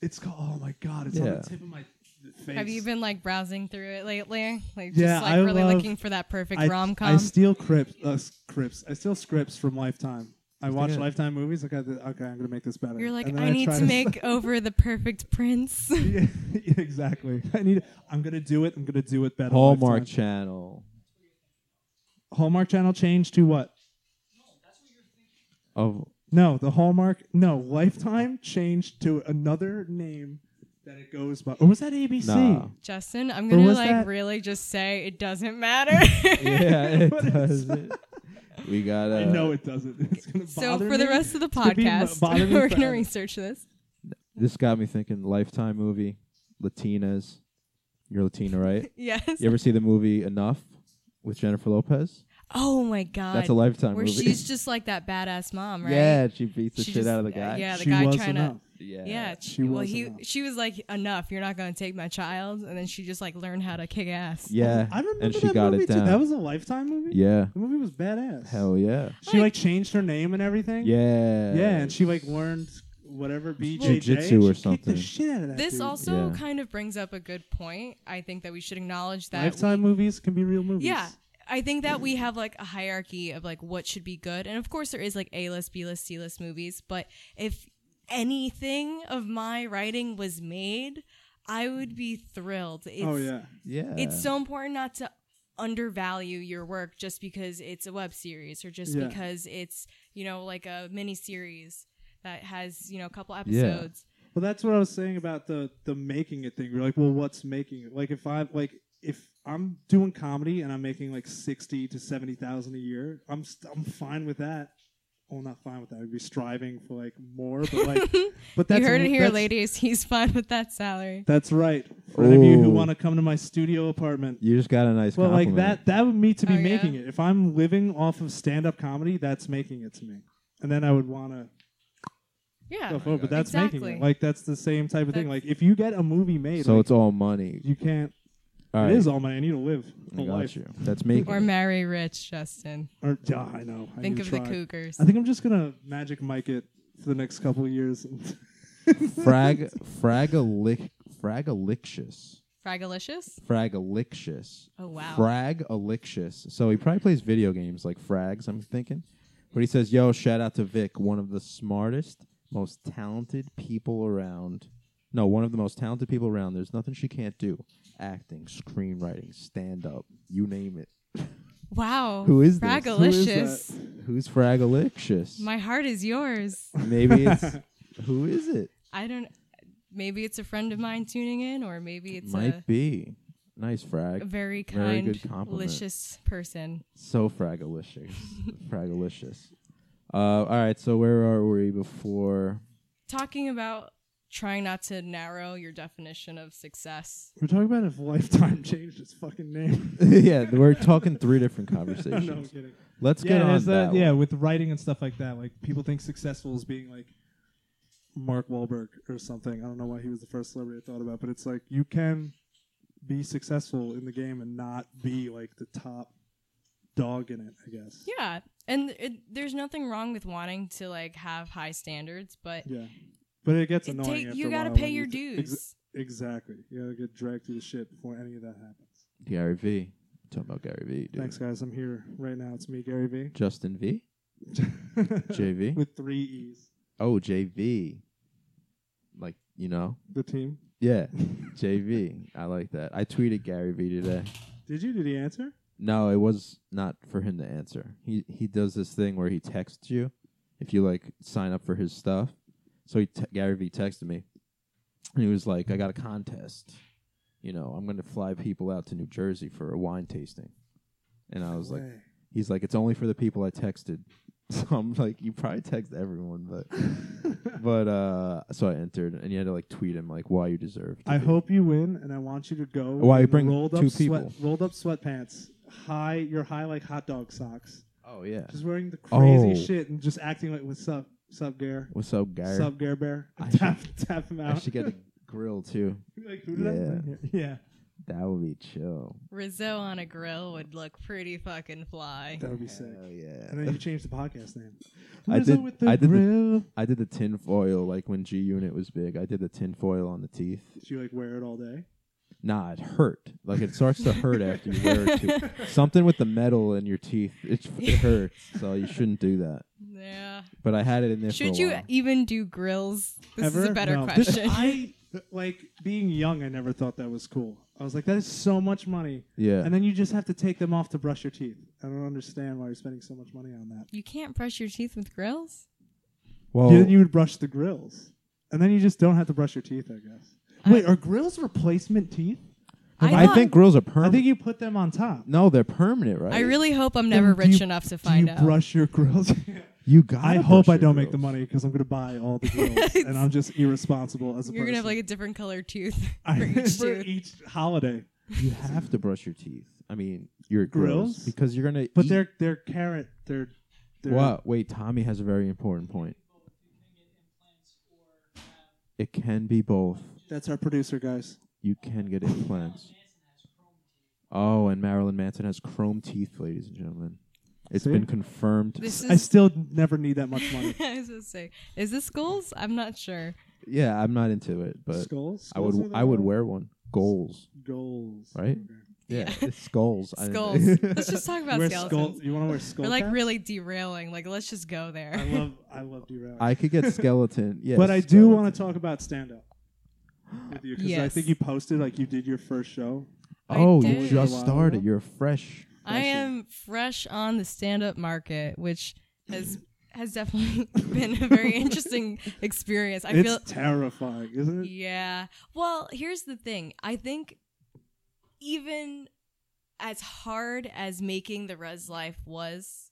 [SPEAKER 2] It's called. Oh my god! It's on
[SPEAKER 3] Yeah.
[SPEAKER 2] the tip of my face.
[SPEAKER 4] Have you been like browsing through it lately? Like just
[SPEAKER 2] Yeah,
[SPEAKER 4] like
[SPEAKER 2] I
[SPEAKER 4] really
[SPEAKER 2] love-
[SPEAKER 4] looking for that perfect
[SPEAKER 2] I,
[SPEAKER 4] rom
[SPEAKER 2] I
[SPEAKER 4] com.
[SPEAKER 2] steal crypts, uh, s- crypts. I steal scripts from Lifetime. I watch
[SPEAKER 3] good.
[SPEAKER 2] Lifetime movies. I got the, okay. I'm gonna make this better.
[SPEAKER 4] You're like,
[SPEAKER 2] And then
[SPEAKER 4] I need
[SPEAKER 2] try
[SPEAKER 4] to make over the perfect prince.
[SPEAKER 2] yeah, yeah, exactly. I need. I'm gonna do it. I'm gonna do it better.
[SPEAKER 3] Hallmark
[SPEAKER 2] Lifetime.
[SPEAKER 3] Channel
[SPEAKER 2] Hallmark Channel changed to what?
[SPEAKER 3] of
[SPEAKER 2] No, the Hallmark. No, Lifetime changed to another name that it goes by. Or was that ABC?
[SPEAKER 3] Nah.
[SPEAKER 4] Justin, I'm
[SPEAKER 2] But
[SPEAKER 4] gonna
[SPEAKER 2] was
[SPEAKER 4] like
[SPEAKER 2] that-
[SPEAKER 4] really just say it doesn't matter.
[SPEAKER 3] yeah. It
[SPEAKER 2] What is
[SPEAKER 3] does.
[SPEAKER 2] that?
[SPEAKER 3] It. We got.
[SPEAKER 2] I
[SPEAKER 3] Uh,
[SPEAKER 2] know it doesn't. It's gonna
[SPEAKER 4] so
[SPEAKER 2] bother
[SPEAKER 4] for the
[SPEAKER 2] me.
[SPEAKER 4] rest of the
[SPEAKER 2] It's gonna be
[SPEAKER 4] podcast,
[SPEAKER 2] bo- bother me
[SPEAKER 4] we're gonna
[SPEAKER 2] forever.
[SPEAKER 4] research this.
[SPEAKER 3] This got me thinking. Lifetime movie, Latinas. You're Latina, right?
[SPEAKER 4] Yes.
[SPEAKER 3] you ever see the movie Enough with Jennifer Lopez?
[SPEAKER 4] Oh my god.
[SPEAKER 3] That's a Lifetime
[SPEAKER 4] Where
[SPEAKER 3] movie.
[SPEAKER 4] she's just like that badass mom, right?
[SPEAKER 3] Yeah, she beats the
[SPEAKER 4] She
[SPEAKER 3] shit
[SPEAKER 4] just-
[SPEAKER 3] out of the guy.
[SPEAKER 4] yeah, the
[SPEAKER 2] She
[SPEAKER 4] guy
[SPEAKER 2] was
[SPEAKER 4] trying
[SPEAKER 2] enough.
[SPEAKER 3] yeah.
[SPEAKER 4] Yeah,
[SPEAKER 2] she
[SPEAKER 4] well,
[SPEAKER 2] was
[SPEAKER 4] he
[SPEAKER 2] enough.
[SPEAKER 4] she was like, "Enough! You're not going to take my child." And then she just like learned how to kick ass.
[SPEAKER 3] Yeah,
[SPEAKER 2] I remember
[SPEAKER 3] and she
[SPEAKER 2] that
[SPEAKER 3] got
[SPEAKER 2] movie
[SPEAKER 3] it
[SPEAKER 2] too.
[SPEAKER 3] down.
[SPEAKER 2] That was a Lifetime movie.
[SPEAKER 3] yeah,
[SPEAKER 2] the movie was badass.
[SPEAKER 3] hell yeah,
[SPEAKER 2] She like changed her name and everything.
[SPEAKER 3] yeah,
[SPEAKER 2] Yeah, and she like learned whatever BJJ.
[SPEAKER 3] Jiu-jitsu
[SPEAKER 2] She
[SPEAKER 3] or
[SPEAKER 2] kicked
[SPEAKER 3] something.
[SPEAKER 2] The shit out of that
[SPEAKER 4] This
[SPEAKER 2] dude.
[SPEAKER 4] also
[SPEAKER 3] Yeah.
[SPEAKER 4] kind of brings up a good point. I think that we should acknowledge that.
[SPEAKER 2] Lifetime movies can be real movies.
[SPEAKER 4] yeah, I think that we have like a hierarchy of like what should be good, and of course there is like A list, B list, C list movies. But if anything of my writing was made, I would be thrilled. It's,
[SPEAKER 2] oh yeah.
[SPEAKER 3] yeah.
[SPEAKER 4] it's so important not to undervalue your work just because it's a web series or just
[SPEAKER 2] Yeah.
[SPEAKER 4] because it's you know like a mini series that has you know a couple
[SPEAKER 3] Yeah.
[SPEAKER 4] episodes
[SPEAKER 2] Well, that's what I was saying about the the making it thing. You're like, well, what's making it? Like, if I like, if I'm doing comedy and I'm making like sixty to seventy thousand a year, I'm st- I'm fine with that. Well, not fine with that. I'd be striving for like more, but like, but that's
[SPEAKER 4] you heard it here
[SPEAKER 2] that's-
[SPEAKER 4] ladies he's fine with that salary
[SPEAKER 2] That's right. For any of you who
[SPEAKER 3] Ooh.
[SPEAKER 2] want to come to my studio apartment,
[SPEAKER 3] you just got a nice.
[SPEAKER 2] well, like
[SPEAKER 3] compliment.
[SPEAKER 2] that that would me to be
[SPEAKER 4] Oh, yeah?
[SPEAKER 2] making it. If I'm living off of stand up comedy, that's making it to me. And then I would want to
[SPEAKER 4] yeah
[SPEAKER 3] Oh
[SPEAKER 2] go forward, but that's making
[SPEAKER 4] Exactly.
[SPEAKER 2] it. Like that's the same type of thing.
[SPEAKER 4] That's-
[SPEAKER 2] Like if you get a movie made,
[SPEAKER 3] So
[SPEAKER 2] like,
[SPEAKER 3] it's all money.
[SPEAKER 2] you can't.
[SPEAKER 3] All right,
[SPEAKER 2] It is all mine. I need to live
[SPEAKER 3] I
[SPEAKER 2] a
[SPEAKER 3] got
[SPEAKER 2] life.
[SPEAKER 3] you. That's making.
[SPEAKER 4] or
[SPEAKER 3] it.
[SPEAKER 4] marry rich justin
[SPEAKER 2] Or, yeah, I know. I
[SPEAKER 4] think
[SPEAKER 2] need
[SPEAKER 4] of
[SPEAKER 2] to
[SPEAKER 4] the
[SPEAKER 2] try.
[SPEAKER 4] cougars
[SPEAKER 2] I think I'm just gonna magic mic it for the next couple of years.
[SPEAKER 3] Frag fragalic fragalicious
[SPEAKER 4] fragalicious
[SPEAKER 3] fragalicious.
[SPEAKER 4] oh wow
[SPEAKER 3] Fragalicious. So he probably plays video games like Frags, I'm thinking. But he says, Yo, shout out to Vic, one of the smartest, most talented people around. No, one of the most talented people around. There's nothing she can't do. Acting, screenwriting, stand up, you name it.
[SPEAKER 4] wow
[SPEAKER 3] Who is this? Who
[SPEAKER 4] fragalicious
[SPEAKER 2] is
[SPEAKER 3] Who's Fragalicious?
[SPEAKER 4] my heart is yours
[SPEAKER 3] Maybe it's who is it?
[SPEAKER 4] i don't maybe it's a friend of mine tuning in or maybe it's
[SPEAKER 3] Might
[SPEAKER 4] a
[SPEAKER 3] be. Nice frag. Very
[SPEAKER 4] very kind,
[SPEAKER 3] good compliment.
[SPEAKER 4] delicious person.
[SPEAKER 3] So fragalicious. fragalicious. Uh, all right, so where are we before?
[SPEAKER 4] Talking about trying not to narrow your definition of success.
[SPEAKER 2] We're talking about if Lifetime changed its fucking name.
[SPEAKER 3] yeah, we're talking three different
[SPEAKER 2] no, I'm
[SPEAKER 3] conversations.
[SPEAKER 2] kidding.
[SPEAKER 3] Let's
[SPEAKER 5] yeah,
[SPEAKER 3] get on
[SPEAKER 2] uh,
[SPEAKER 5] there's
[SPEAKER 3] that.
[SPEAKER 5] that- yeah, with writing and stuff like that. Like people think successful is being like
[SPEAKER 2] Mark Wahlberg or something. I don't know why he was the first celebrity I thought about, but it's like you can be successful in the game and not be like the top dog in it. I guess.
[SPEAKER 4] Yeah. And it, there's nothing wrong with wanting to like have high standards, but
[SPEAKER 2] Yeah. But it gets
[SPEAKER 4] it
[SPEAKER 2] annoying.
[SPEAKER 4] take,
[SPEAKER 2] after
[SPEAKER 4] you
[SPEAKER 2] a
[SPEAKER 4] got to
[SPEAKER 2] while
[SPEAKER 4] pay
[SPEAKER 2] when
[SPEAKER 4] your
[SPEAKER 2] you-
[SPEAKER 4] dues.
[SPEAKER 2] ex- exactly. You gotta get dragged through the shit before any of that happens.
[SPEAKER 3] one. Gary V. Talking about Gary V. Dude.
[SPEAKER 2] Thanks, guys. I'm here right now. It's me, Gary V.
[SPEAKER 3] Justin V. JV.
[SPEAKER 2] With three E's.
[SPEAKER 3] Oh, JV. Like you know.
[SPEAKER 2] The team.
[SPEAKER 3] Yeah, JV. I like that. I tweeted Gary V today.
[SPEAKER 2] Did you? Did he answer?
[SPEAKER 3] No, it was not for him to answer. He he does this thing where he texts you if you like sign up for his stuff. So he te- Gary V texted me, and he was like, "I got a contest. You know, I'm going to fly people out to New Jersey for a wine tasting." And I was like,
[SPEAKER 2] Way.
[SPEAKER 3] "He's like, it's only for the people I texted." So I'm like, "You probably text everyone, but but uh." So I entered, and you had to like tweet him like why you deserved. to
[SPEAKER 2] I
[SPEAKER 3] be.
[SPEAKER 2] hope you win, and I want you to go.
[SPEAKER 3] Why,
[SPEAKER 2] in
[SPEAKER 3] bring
[SPEAKER 2] rolled
[SPEAKER 3] two
[SPEAKER 2] up sweat,
[SPEAKER 3] people.
[SPEAKER 2] rolled up sweatpants, high, your high like hot dog socks,
[SPEAKER 3] Oh yeah.
[SPEAKER 2] just wearing the crazy
[SPEAKER 3] Oh.
[SPEAKER 2] shit and just acting like what's up, sup, Gare,
[SPEAKER 3] What's up, Gary?
[SPEAKER 2] sup, Gare Bear,
[SPEAKER 3] I
[SPEAKER 2] tap tap him
[SPEAKER 3] I
[SPEAKER 2] out.
[SPEAKER 3] should get a grill too.
[SPEAKER 2] like, who did I bring here? yeah,
[SPEAKER 3] That would be chill.
[SPEAKER 4] Rizzo on a grill would look pretty fucking fly.
[SPEAKER 2] that would be sick.
[SPEAKER 3] Hell yeah.
[SPEAKER 2] And then you change the podcast name.
[SPEAKER 3] I
[SPEAKER 2] Rizzo
[SPEAKER 3] did-
[SPEAKER 2] With the
[SPEAKER 3] I did the-
[SPEAKER 2] grill.
[SPEAKER 3] I did the tin foil like when G Unit was big. I did the tin foil on the teeth.
[SPEAKER 2] Did you like wear it all day?
[SPEAKER 3] Nah, it hurt. Like it starts to hurt after you wear it. Too. Something with the metal in your teeth. It, it hurts. So you shouldn't do that.
[SPEAKER 4] Yeah.
[SPEAKER 3] But I had it in there.
[SPEAKER 4] Should
[SPEAKER 3] for a
[SPEAKER 4] you e-,
[SPEAKER 3] while.
[SPEAKER 4] even do grills? This is
[SPEAKER 2] Ever?
[SPEAKER 4] a better
[SPEAKER 2] No.
[SPEAKER 4] question.
[SPEAKER 2] I like being young. I never thought that was cool. I was like, that is so much money.
[SPEAKER 3] Yeah.
[SPEAKER 2] And then you just have to take them off to brush your teeth. I don't understand why you're spending so much money on that.
[SPEAKER 4] you can't brush your teeth with grills?
[SPEAKER 3] well,
[SPEAKER 2] Then you would brush the grills, and then you just don't have to brush your teeth. I guess.
[SPEAKER 4] Uh,
[SPEAKER 2] Wait, are grills replacement teeth?
[SPEAKER 3] I
[SPEAKER 4] thought-
[SPEAKER 3] think grills are
[SPEAKER 2] I
[SPEAKER 3] permanent.
[SPEAKER 2] think you put them on top.
[SPEAKER 3] no, they're permanent, right?
[SPEAKER 4] I really hope I'm
[SPEAKER 2] Then
[SPEAKER 4] never
[SPEAKER 2] do
[SPEAKER 4] rich
[SPEAKER 2] you-
[SPEAKER 4] enough to
[SPEAKER 2] Do you
[SPEAKER 4] find out.
[SPEAKER 2] brush your grills?
[SPEAKER 3] You got.
[SPEAKER 2] I hope I don't make the money because I'm going to buy all the grills, and I'm just irresponsible as a
[SPEAKER 4] You're
[SPEAKER 2] person.
[SPEAKER 4] gonna have like a different colored tooth
[SPEAKER 2] I-
[SPEAKER 4] for each
[SPEAKER 2] for
[SPEAKER 4] tooth.
[SPEAKER 2] each holiday.
[SPEAKER 3] You have to brush your teeth. I mean, your grills,
[SPEAKER 2] Grills?
[SPEAKER 3] because you're gonna.
[SPEAKER 2] But
[SPEAKER 3] eat-
[SPEAKER 2] they're they're carrot. They're, they're
[SPEAKER 3] What? Wait, Tommy has a very important point. It can be both.
[SPEAKER 2] That's our producer, guys.
[SPEAKER 3] You can get implants. Oh, and Marilyn Manson has chrome teeth, ladies and gentlemen. It's
[SPEAKER 2] See?
[SPEAKER 3] been confirmed.
[SPEAKER 4] This
[SPEAKER 2] I
[SPEAKER 4] is
[SPEAKER 2] still never need that much money.
[SPEAKER 4] I was gonna say, is this goals? I'm not sure.
[SPEAKER 3] yeah, I'm not into it, but
[SPEAKER 2] skulls.
[SPEAKER 3] I would
[SPEAKER 2] Skulls are
[SPEAKER 3] I would
[SPEAKER 2] the-
[SPEAKER 3] wear one. Goals,
[SPEAKER 2] goals.
[SPEAKER 3] right? Yeah, it's skulls. I
[SPEAKER 4] Skulls.
[SPEAKER 3] didn't-
[SPEAKER 4] let's just talk about
[SPEAKER 2] wear
[SPEAKER 4] skeletons.
[SPEAKER 2] skull. You want to wear skull?
[SPEAKER 4] We're like
[SPEAKER 2] caps?
[SPEAKER 4] really derailing. Like let's just go
[SPEAKER 2] I
[SPEAKER 4] there.
[SPEAKER 2] love. I love derailing.
[SPEAKER 3] I could get skeleton. Yeah,
[SPEAKER 2] but I do want to talk about stand up with you because I
[SPEAKER 4] Yes.
[SPEAKER 2] think you posted like you did your first show.
[SPEAKER 4] I
[SPEAKER 3] Oh,
[SPEAKER 4] did.
[SPEAKER 3] you just
[SPEAKER 2] Wow.
[SPEAKER 3] started. You're fresh.
[SPEAKER 4] I am fresh on the stand-up market, which has has definitely been a very interesting experience. I
[SPEAKER 2] it's
[SPEAKER 4] feel
[SPEAKER 2] terrifying, isn't it?
[SPEAKER 4] Yeah. Well, here's the thing. I think even as hard as making the res life was,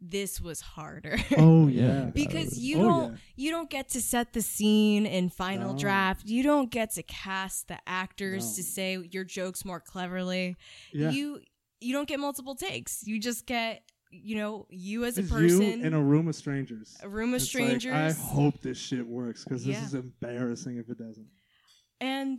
[SPEAKER 4] this was harder.
[SPEAKER 2] Oh
[SPEAKER 3] yeah.
[SPEAKER 4] because you
[SPEAKER 2] Oh,
[SPEAKER 4] don't
[SPEAKER 2] yeah.
[SPEAKER 4] you don't get to set the scene in final
[SPEAKER 2] No.
[SPEAKER 4] draft. You don't get to cast the actors
[SPEAKER 2] No.
[SPEAKER 4] to say your jokes more cleverly.
[SPEAKER 2] yeah.
[SPEAKER 4] You you don't get multiple takes. You just get, you know, you as a
[SPEAKER 2] It's
[SPEAKER 4] person
[SPEAKER 2] you in a room of strangers.
[SPEAKER 4] a room of
[SPEAKER 2] It's like,
[SPEAKER 4] strangers.
[SPEAKER 2] I hope this shit works because this
[SPEAKER 4] Yeah.
[SPEAKER 2] is embarrassing if it doesn't.
[SPEAKER 4] And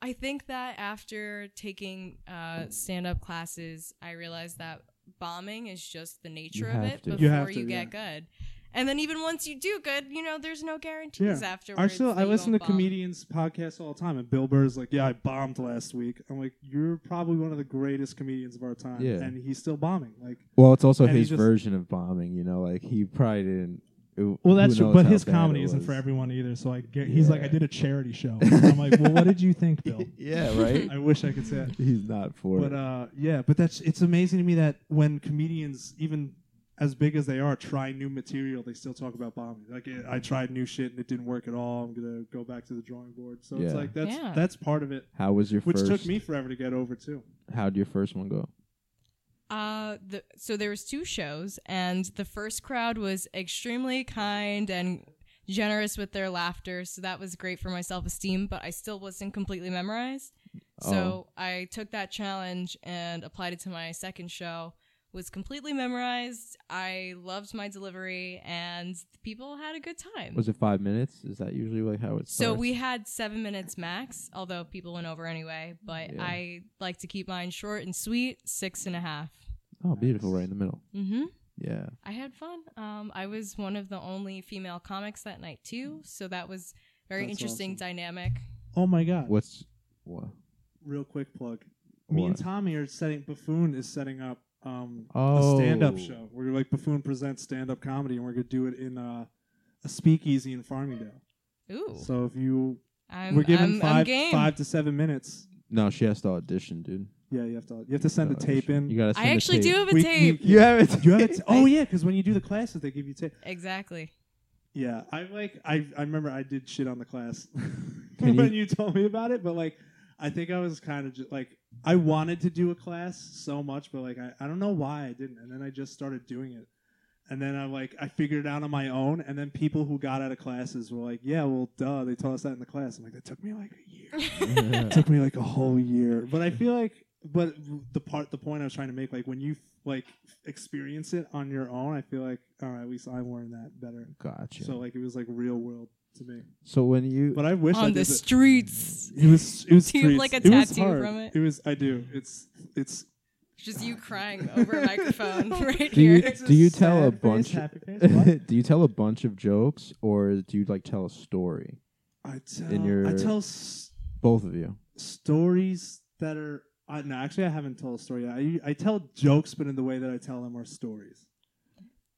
[SPEAKER 4] I think that after taking uh, stand up classes, I realized that bombing is just the nature of
[SPEAKER 3] have
[SPEAKER 4] it
[SPEAKER 3] to.
[SPEAKER 4] before
[SPEAKER 2] You
[SPEAKER 4] you,
[SPEAKER 2] have to,
[SPEAKER 4] get good. And then even once you do good, you know, there's no guarantees
[SPEAKER 2] Yeah. I
[SPEAKER 4] afterwards.
[SPEAKER 2] still
[SPEAKER 4] that
[SPEAKER 2] I
[SPEAKER 4] you
[SPEAKER 2] listen to
[SPEAKER 4] won't bomb.
[SPEAKER 2] comedians podcasts all the time, and Bill Burr's like, "Yeah, I bombed last week." I'm like, "You're probably one of the greatest comedians of our time,"
[SPEAKER 3] Yeah.
[SPEAKER 2] and he's still bombing. Like,
[SPEAKER 3] Well, it's also
[SPEAKER 2] And he
[SPEAKER 3] his
[SPEAKER 2] just-
[SPEAKER 3] version of bombing. You know, like he probably didn't. it-
[SPEAKER 5] Well,
[SPEAKER 3] who
[SPEAKER 5] that's true,
[SPEAKER 3] knows
[SPEAKER 5] but
[SPEAKER 3] how
[SPEAKER 5] his
[SPEAKER 3] bad it
[SPEAKER 5] comedy isn't
[SPEAKER 3] was.
[SPEAKER 5] for everyone either. So I get, he's like,
[SPEAKER 3] Yeah.
[SPEAKER 5] I did a charity show. I'm like, well, what did you think, Bill?
[SPEAKER 3] Yeah, right.
[SPEAKER 2] I wish I could say that.
[SPEAKER 3] He's not for
[SPEAKER 2] But
[SPEAKER 3] it.
[SPEAKER 2] uh, yeah, but that's it's amazing to me that when comedians, even as big as they are, trying new material, they still talk about bombing. Like eh, I tried new shit and it didn't work at all. I'm gonna go back to the drawing board. So
[SPEAKER 3] Yeah.
[SPEAKER 2] it's like that's
[SPEAKER 4] Yeah.
[SPEAKER 2] that's part of it,
[SPEAKER 3] How was your
[SPEAKER 2] which
[SPEAKER 3] first?
[SPEAKER 2] took me forever to get over too.
[SPEAKER 3] How'd your first one go?
[SPEAKER 4] Uh, the, so there was two shows, and the first crowd was extremely kind and generous with their laughter, so that was great for my self esteem. But I still wasn't completely memorized,
[SPEAKER 3] Oh.
[SPEAKER 4] so I took that challenge and applied it to my second show. Was completely memorized. I loved my delivery, and the people had a good time.
[SPEAKER 3] Was it five minutes? Is that usually like how it
[SPEAKER 4] So
[SPEAKER 3] starts?
[SPEAKER 4] we had seven minutes max, although people went over anyway. But
[SPEAKER 3] Yeah.
[SPEAKER 4] I like to keep mine short and sweet, six and a half.
[SPEAKER 3] oh beautiful right in the middle.
[SPEAKER 4] Mm-hmm.
[SPEAKER 3] Yeah.
[SPEAKER 4] I had fun. Um, I was one of the only female comics that night too, so that was very
[SPEAKER 2] That's
[SPEAKER 4] interesting
[SPEAKER 2] awesome.
[SPEAKER 4] dynamic.
[SPEAKER 2] Oh my god!
[SPEAKER 3] What's what?
[SPEAKER 2] Real quick plug. Me and
[SPEAKER 3] What?
[SPEAKER 2] Tommy are setting. Buffoon is setting up um,
[SPEAKER 3] Oh.
[SPEAKER 2] a stand-up show. We're like Buffoon presents stand-up comedy, and we're gonna do it in uh, a speakeasy in Farmingdale.
[SPEAKER 4] Ooh,
[SPEAKER 2] So if you,
[SPEAKER 4] I'm,
[SPEAKER 2] we're given
[SPEAKER 4] I'm,
[SPEAKER 2] 5
[SPEAKER 4] I'm game.
[SPEAKER 2] five to seven minutes.
[SPEAKER 3] No, she has to audition, dude.
[SPEAKER 2] Yeah, you have to you have to send
[SPEAKER 3] To
[SPEAKER 2] a tape
[SPEAKER 3] audition.
[SPEAKER 2] in.
[SPEAKER 3] Uh, You gotta.
[SPEAKER 4] I
[SPEAKER 3] send a
[SPEAKER 4] actually do
[SPEAKER 3] tape.
[SPEAKER 4] have a
[SPEAKER 2] We-
[SPEAKER 4] tape.
[SPEAKER 2] we-
[SPEAKER 3] You have it.
[SPEAKER 2] You have it. oh yeah, because when you do the classes, they give you tape.
[SPEAKER 4] exactly.
[SPEAKER 2] Yeah, I like. I I remember I did shit on the class
[SPEAKER 3] Can
[SPEAKER 2] when
[SPEAKER 3] you-
[SPEAKER 2] you told me about it, but like, I think I was kind of just like I wanted to do a class so much, but like I, I don't know why I didn't, and then I just started doing it, and then I like I figured it out on my own, and then people who got out of classes were like, yeah, well, duh, they taught us that in the class. I'm like, that took me like a year. It took me like a whole year. But I feel like, but the part, the point I was trying to make, like when you like experience it on your own, I feel like, all right, at least I learned that better.
[SPEAKER 3] Gotcha.
[SPEAKER 2] So
[SPEAKER 3] So,
[SPEAKER 2] like it was like real world to me.
[SPEAKER 3] when you
[SPEAKER 2] But I wish I
[SPEAKER 4] On the
[SPEAKER 2] did it.
[SPEAKER 4] streets,
[SPEAKER 2] It was it was
[SPEAKER 4] Do you have,
[SPEAKER 2] streets.
[SPEAKER 4] like, a
[SPEAKER 2] It was
[SPEAKER 4] tattoo
[SPEAKER 2] hard.
[SPEAKER 4] from it?
[SPEAKER 2] It was I do. It's it's
[SPEAKER 4] just you crying over a microphone right
[SPEAKER 3] do you
[SPEAKER 4] here.
[SPEAKER 2] It's
[SPEAKER 3] do
[SPEAKER 2] a
[SPEAKER 3] you tell a
[SPEAKER 2] sad face,
[SPEAKER 3] bunch?
[SPEAKER 2] happy face, what?
[SPEAKER 3] do you tell a bunch of jokes or do you like tell a story?
[SPEAKER 2] I tell
[SPEAKER 3] your-
[SPEAKER 2] I tell s-
[SPEAKER 3] Both of you.
[SPEAKER 2] stories that are I, no actually I haven't told a story. yet. I I tell jokes, but in the way that I tell them are stories.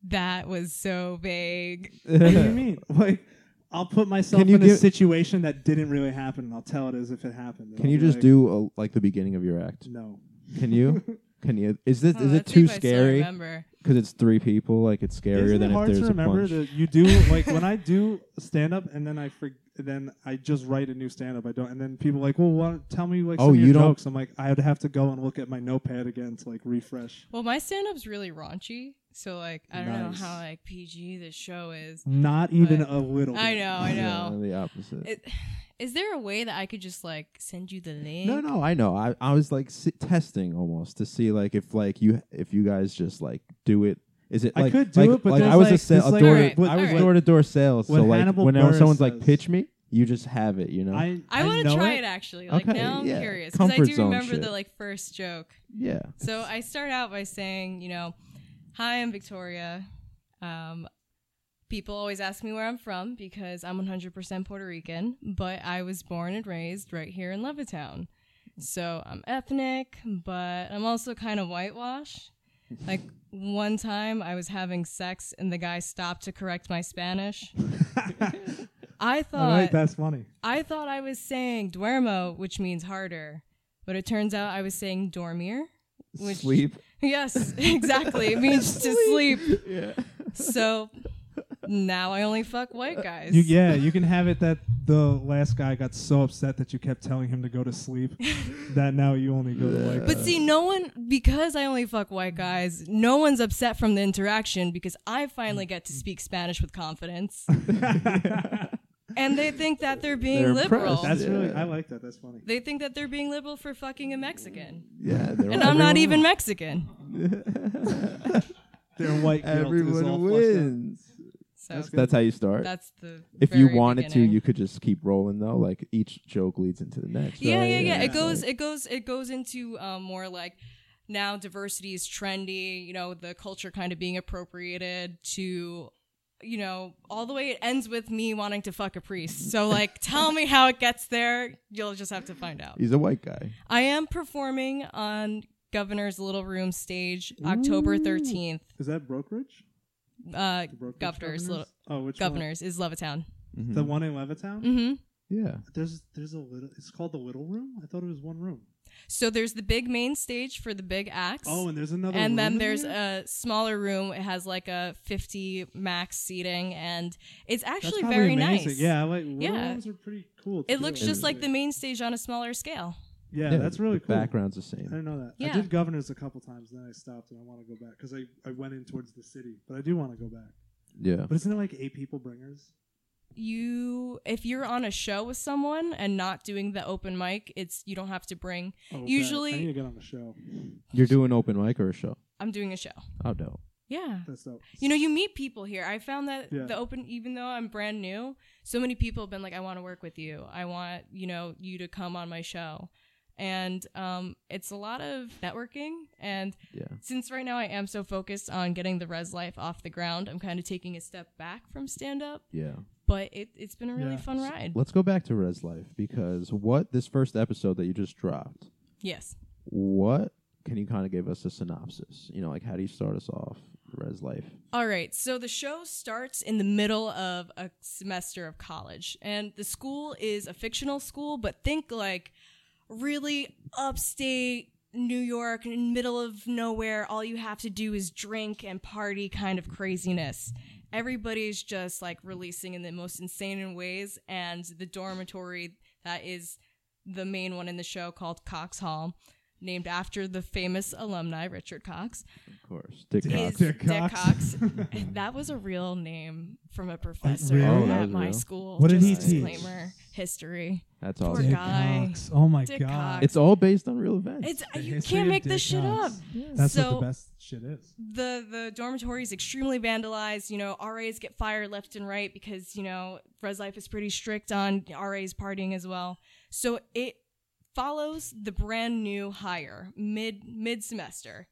[SPEAKER 4] That was so vague.
[SPEAKER 2] what do you mean? Like, I'll put myself
[SPEAKER 3] Can you
[SPEAKER 2] in a
[SPEAKER 3] give-
[SPEAKER 2] situation that didn't really happen, and I'll tell it as if it happened.
[SPEAKER 3] Can
[SPEAKER 2] I'll
[SPEAKER 3] you
[SPEAKER 2] be
[SPEAKER 3] just
[SPEAKER 2] like,
[SPEAKER 3] do a, like the beginning of your act?
[SPEAKER 2] no?
[SPEAKER 3] Can you? Can you? Is this
[SPEAKER 4] Oh,
[SPEAKER 3] is it
[SPEAKER 4] let's see
[SPEAKER 3] too
[SPEAKER 4] if I still
[SPEAKER 3] scary?
[SPEAKER 4] remember.
[SPEAKER 3] Because it's three people. Like it's scarier
[SPEAKER 2] Isn't
[SPEAKER 3] than
[SPEAKER 2] it
[SPEAKER 3] if
[SPEAKER 2] hard
[SPEAKER 3] there's
[SPEAKER 2] to
[SPEAKER 3] a
[SPEAKER 2] remember
[SPEAKER 3] bunch.
[SPEAKER 2] that you do like when I do stand up, and then I for, then I just write a new stand up. I don't, and then people are like, well, why, tell me like
[SPEAKER 3] Oh,
[SPEAKER 2] some of your
[SPEAKER 3] you don't-
[SPEAKER 2] jokes. I'm like, I would have to go and look at my notepad again to like refresh.
[SPEAKER 4] Well, my stand-up's really raunchy, so like I don't
[SPEAKER 2] Nice.
[SPEAKER 4] know how like PG this show is.
[SPEAKER 2] Not even
[SPEAKER 4] But-
[SPEAKER 2] a little.
[SPEAKER 4] I
[SPEAKER 2] bit.
[SPEAKER 4] know, I
[SPEAKER 3] Yeah,
[SPEAKER 4] know.
[SPEAKER 3] the opposite.
[SPEAKER 4] It- Is there a way that I could just like send you the link?
[SPEAKER 3] No, no, I know. I, I was like s- testing almost to see like if like you if you guys just like do it. Is it
[SPEAKER 2] I
[SPEAKER 3] like
[SPEAKER 2] could do
[SPEAKER 3] like,
[SPEAKER 2] it, but
[SPEAKER 3] like I
[SPEAKER 2] there's,
[SPEAKER 3] was a
[SPEAKER 2] like-
[SPEAKER 3] sale,
[SPEAKER 2] there's,
[SPEAKER 3] a
[SPEAKER 2] like,
[SPEAKER 3] door,
[SPEAKER 4] Alright,
[SPEAKER 3] I was
[SPEAKER 4] alright.
[SPEAKER 3] door to door sales.
[SPEAKER 2] What
[SPEAKER 3] So like
[SPEAKER 2] Hannibal
[SPEAKER 3] when
[SPEAKER 2] Buress
[SPEAKER 3] someone's like
[SPEAKER 2] says.
[SPEAKER 3] pitch me, you just have it. You know?
[SPEAKER 2] I
[SPEAKER 4] I, want to
[SPEAKER 2] know
[SPEAKER 4] try
[SPEAKER 2] it.
[SPEAKER 4] it, actually. Like
[SPEAKER 3] Okay,
[SPEAKER 4] now I'm
[SPEAKER 3] yeah.
[SPEAKER 4] curious because I
[SPEAKER 3] Comfort
[SPEAKER 4] do
[SPEAKER 3] zone
[SPEAKER 4] remember
[SPEAKER 3] shit.
[SPEAKER 4] the like first joke.
[SPEAKER 3] yeah.
[SPEAKER 4] So I start out by saying, you know, hi, I'm Victoria. Um, people always ask me where I'm from because I'm 100% Puerto Rican, but I was born and raised right here in Levittown. So I'm ethnic, but I'm also kind of whitewashed. Like one time I was having sex and the guy stopped to correct my Spanish. I
[SPEAKER 2] All
[SPEAKER 4] thought
[SPEAKER 2] right, that's funny.
[SPEAKER 4] I thought I was saying duermo, which means harder, but it turns out I was saying dormir. Which,
[SPEAKER 3] Sleep.
[SPEAKER 4] Yes, exactly. It means to sleep.
[SPEAKER 3] Yeah.
[SPEAKER 4] So now I only fuck white guys.
[SPEAKER 2] You, yeah, you can have it that the last guy got so upset that you kept telling him to go to sleep that now you only go to like.
[SPEAKER 4] But
[SPEAKER 3] uh,
[SPEAKER 4] see, no one, because I only fuck white guys, no one's upset from the interaction because I finally get to speak Spanish with confidence. and they think that they're being
[SPEAKER 3] They're
[SPEAKER 4] liberal.
[SPEAKER 3] impressed.
[SPEAKER 2] that's really
[SPEAKER 3] Yeah.
[SPEAKER 2] I like that. That's funny.
[SPEAKER 4] They think that they're being liberal for fucking a Mexican.
[SPEAKER 3] Yeah.
[SPEAKER 4] And I'm not even Mexican.
[SPEAKER 2] Their white guilt is all
[SPEAKER 3] Everyone
[SPEAKER 2] flushed out.
[SPEAKER 3] wins.
[SPEAKER 4] So
[SPEAKER 2] That's
[SPEAKER 4] that's,
[SPEAKER 2] good.
[SPEAKER 3] That's how you start.
[SPEAKER 4] the.
[SPEAKER 3] if you
[SPEAKER 4] very
[SPEAKER 3] wanted
[SPEAKER 4] beginning.
[SPEAKER 3] to, you could just keep rolling though. Like each joke leads into the next.
[SPEAKER 4] yeah,
[SPEAKER 3] right?
[SPEAKER 4] yeah, yeah. It
[SPEAKER 3] it's
[SPEAKER 4] goes,
[SPEAKER 3] like-
[SPEAKER 4] it goes, it goes into um, more like now diversity is trendy. You know, the culture kind of being appropriated to, you know, all the way. It ends with me wanting to fuck a priest. So, like, tell me how it gets there. You'll just have to find out.
[SPEAKER 3] He's a white guy.
[SPEAKER 4] I am performing on Governor's Little Room stage, October thirteenth.
[SPEAKER 2] Is that brokerage?
[SPEAKER 4] Uh,
[SPEAKER 2] The brokerage
[SPEAKER 4] Governor's Little
[SPEAKER 2] Oh, which
[SPEAKER 4] Governor's is Levittown.
[SPEAKER 3] Hmm.
[SPEAKER 2] One? The one in Levittown.
[SPEAKER 4] hmm
[SPEAKER 3] Mm-hmm. Yeah.
[SPEAKER 2] There's there's a little. It's called the Little Room. I thought it was one room.
[SPEAKER 4] So there's the big main stage for the big acts.
[SPEAKER 5] Oh, and there's another.
[SPEAKER 4] and then
[SPEAKER 5] room in
[SPEAKER 4] there's uh,
[SPEAKER 5] there?
[SPEAKER 4] a smaller room. It has like a 50 max seating, and it's
[SPEAKER 5] That's
[SPEAKER 4] actually
[SPEAKER 5] probably
[SPEAKER 4] very
[SPEAKER 5] amazing.
[SPEAKER 4] nice.
[SPEAKER 5] Yeah, I like little
[SPEAKER 4] Yeah.
[SPEAKER 5] rooms are pretty cool.
[SPEAKER 4] It
[SPEAKER 5] too,
[SPEAKER 4] looks
[SPEAKER 5] I
[SPEAKER 4] just
[SPEAKER 5] would
[SPEAKER 4] like
[SPEAKER 5] say.
[SPEAKER 4] the main stage on a smaller scale.
[SPEAKER 5] Yeah, that's really
[SPEAKER 3] the
[SPEAKER 5] cool.
[SPEAKER 3] Background's the
[SPEAKER 5] I
[SPEAKER 3] same.
[SPEAKER 5] didn't know that.
[SPEAKER 4] Yeah.
[SPEAKER 5] I did governors a couple times, then I stopped, and I want to go back because I, I went in towards the city, but I do want to go back.
[SPEAKER 3] Yeah.
[SPEAKER 5] But isn't it like eight people bringers?
[SPEAKER 4] You, if you're on a show with someone and not doing the open mic, it's you don't have to bring. Usually-
[SPEAKER 5] Oh, I need to get on the show.
[SPEAKER 3] You're doing open mic or a show?
[SPEAKER 4] I'm doing a show.
[SPEAKER 3] Oh no.
[SPEAKER 4] Yeah.
[SPEAKER 5] That's dope.
[SPEAKER 4] You know, you meet people here. I found that
[SPEAKER 5] Yeah.
[SPEAKER 4] the open, even though I'm brand new, so many people have been like, I want to work with you. I want, you know, you to come on my show. And um, it's a lot of networking. And
[SPEAKER 3] Yeah.
[SPEAKER 4] since right now I am so focused on getting the res life off the ground, I'm kind of taking a step back from stand up.
[SPEAKER 3] Yeah.
[SPEAKER 4] But it, it's been a really
[SPEAKER 5] Yeah.
[SPEAKER 4] fun ride.
[SPEAKER 3] Let's go back to Res Life because what this first episode that you just dropped,
[SPEAKER 4] Yes.
[SPEAKER 3] what can you kind of give us a synopsis? You know, like how do you start us off Res Life?
[SPEAKER 4] All right, so the show starts in the middle of a semester of college, and the school is a fictional school, but think like really upstate New York, in the middle of nowhere. All you have to do is drink and party kind of craziness. Everybody's just like releasing in the most insane ways, and the dormitory that is the main one in the show called Cox Hall, named after the famous alumni Richard Cox
[SPEAKER 3] Of course, Dick
[SPEAKER 4] is
[SPEAKER 3] Cox.
[SPEAKER 5] Dick
[SPEAKER 4] Dick
[SPEAKER 5] Cox.
[SPEAKER 4] Cox. that was a real name from a professor
[SPEAKER 5] really? Oh,
[SPEAKER 3] that
[SPEAKER 4] at
[SPEAKER 3] was
[SPEAKER 4] my
[SPEAKER 3] real?
[SPEAKER 4] school.
[SPEAKER 5] What did
[SPEAKER 4] Just
[SPEAKER 5] he teach?
[SPEAKER 4] disclaimer, History.
[SPEAKER 3] That's
[SPEAKER 4] Poor
[SPEAKER 3] awesome.
[SPEAKER 4] Dick guy. Cox.
[SPEAKER 5] Oh my
[SPEAKER 4] Dick God. Cox.
[SPEAKER 3] It's all based on real events.
[SPEAKER 4] It's
[SPEAKER 5] The
[SPEAKER 4] Uh, you
[SPEAKER 5] history
[SPEAKER 4] can't
[SPEAKER 5] of
[SPEAKER 4] make this
[SPEAKER 5] Dick
[SPEAKER 4] shit
[SPEAKER 5] Cox.
[SPEAKER 4] up.
[SPEAKER 5] That's
[SPEAKER 4] So-
[SPEAKER 5] what the best shit is.
[SPEAKER 4] The the dormitory is extremely vandalized. You know, RAs get fired left and right because you know Res Life is pretty strict on RAs partying as well. So it follows the brand new hire mid mid semester,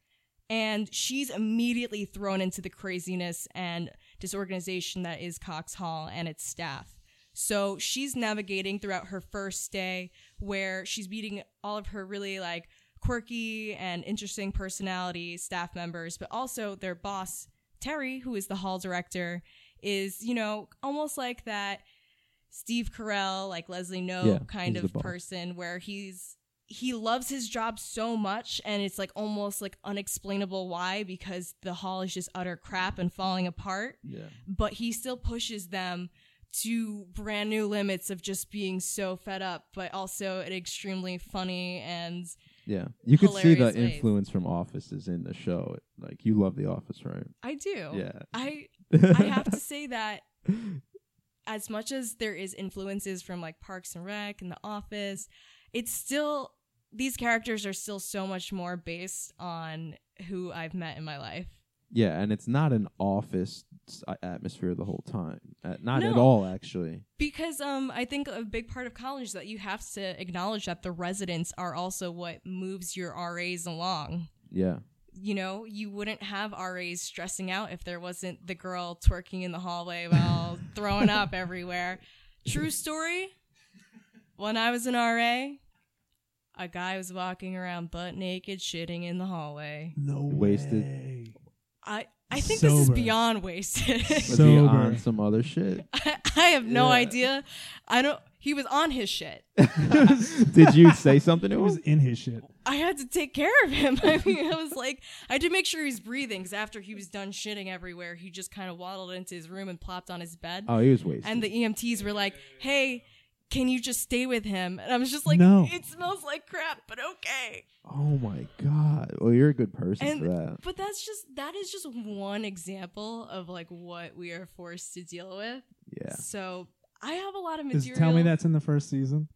[SPEAKER 4] and she's immediately thrown into the craziness and disorganization that is Cox Hall and its staff. So she's navigating throughout her first day where she's meeting all of her really like quirky and interesting personality staff members, but also their boss, Terry, who is the hall director, is, you know, almost like that Steve Carell, like Leslie Knope
[SPEAKER 3] Yeah,
[SPEAKER 4] kind
[SPEAKER 3] he's the
[SPEAKER 4] of
[SPEAKER 3] boss.
[SPEAKER 4] person where he's he loves his job so much and it's like almost like unexplainable why because the hall is just utter crap and falling apart
[SPEAKER 3] yeah.
[SPEAKER 4] but he still pushes them to brand new limits of just being so fed up, but also an extremely funny and
[SPEAKER 3] Yeah. You could see the
[SPEAKER 4] Hilarious ways.
[SPEAKER 3] influence from Office is in the show. Like you love the Office, right?
[SPEAKER 4] I do.
[SPEAKER 3] Yeah.
[SPEAKER 4] I Oh. I have to say that as much as there is influences from like Parks and Rec and The Office, it's still these characters are still so much more based on who I've met in my life.
[SPEAKER 3] Yeah, and it's not an office s- a- atmosphere the whole time. Uh, not at
[SPEAKER 4] No.
[SPEAKER 3] all, actually.
[SPEAKER 4] Because um, I think a big part of college is that you have to acknowledge that the residents are also what moves your RAs along.
[SPEAKER 3] Yeah.
[SPEAKER 4] you know, you wouldn't have RAs stressing out if there wasn't the girl twerking in the hallway while throwing up everywhere. True story. When I was an RA, a guy was walking around butt naked, shitting in the hallway.
[SPEAKER 5] No
[SPEAKER 3] Wasted.
[SPEAKER 5] way.
[SPEAKER 4] I I think this is
[SPEAKER 5] Sober.
[SPEAKER 4] beyond wasted.
[SPEAKER 3] But
[SPEAKER 5] Sober.
[SPEAKER 3] beyond some other shit.
[SPEAKER 4] I, I have no
[SPEAKER 3] Yeah.
[SPEAKER 4] idea. I don't. He was on his shit.
[SPEAKER 3] Did you say something
[SPEAKER 5] It
[SPEAKER 3] to
[SPEAKER 5] was
[SPEAKER 3] him?
[SPEAKER 5] in his shit.
[SPEAKER 4] I had to take care of him. I mean, I was like, I had to make sure he's breathing because after he was done shitting everywhere, he just kind of waddled into his room and plopped on his bed.
[SPEAKER 3] Oh, he was wasted.
[SPEAKER 4] and the EMTs were like, "Hey, can you just stay with him?" And I was just like,
[SPEAKER 5] No.
[SPEAKER 4] "It smells like crap, but okay."
[SPEAKER 3] oh my god. Well, you're a good person
[SPEAKER 4] And
[SPEAKER 3] for that.
[SPEAKER 4] but that's just that is just one example of like what we are forced to deal with.
[SPEAKER 3] Yeah.
[SPEAKER 4] So I have a lot of
[SPEAKER 5] Is,
[SPEAKER 4] material.
[SPEAKER 5] tell me that's in the first season.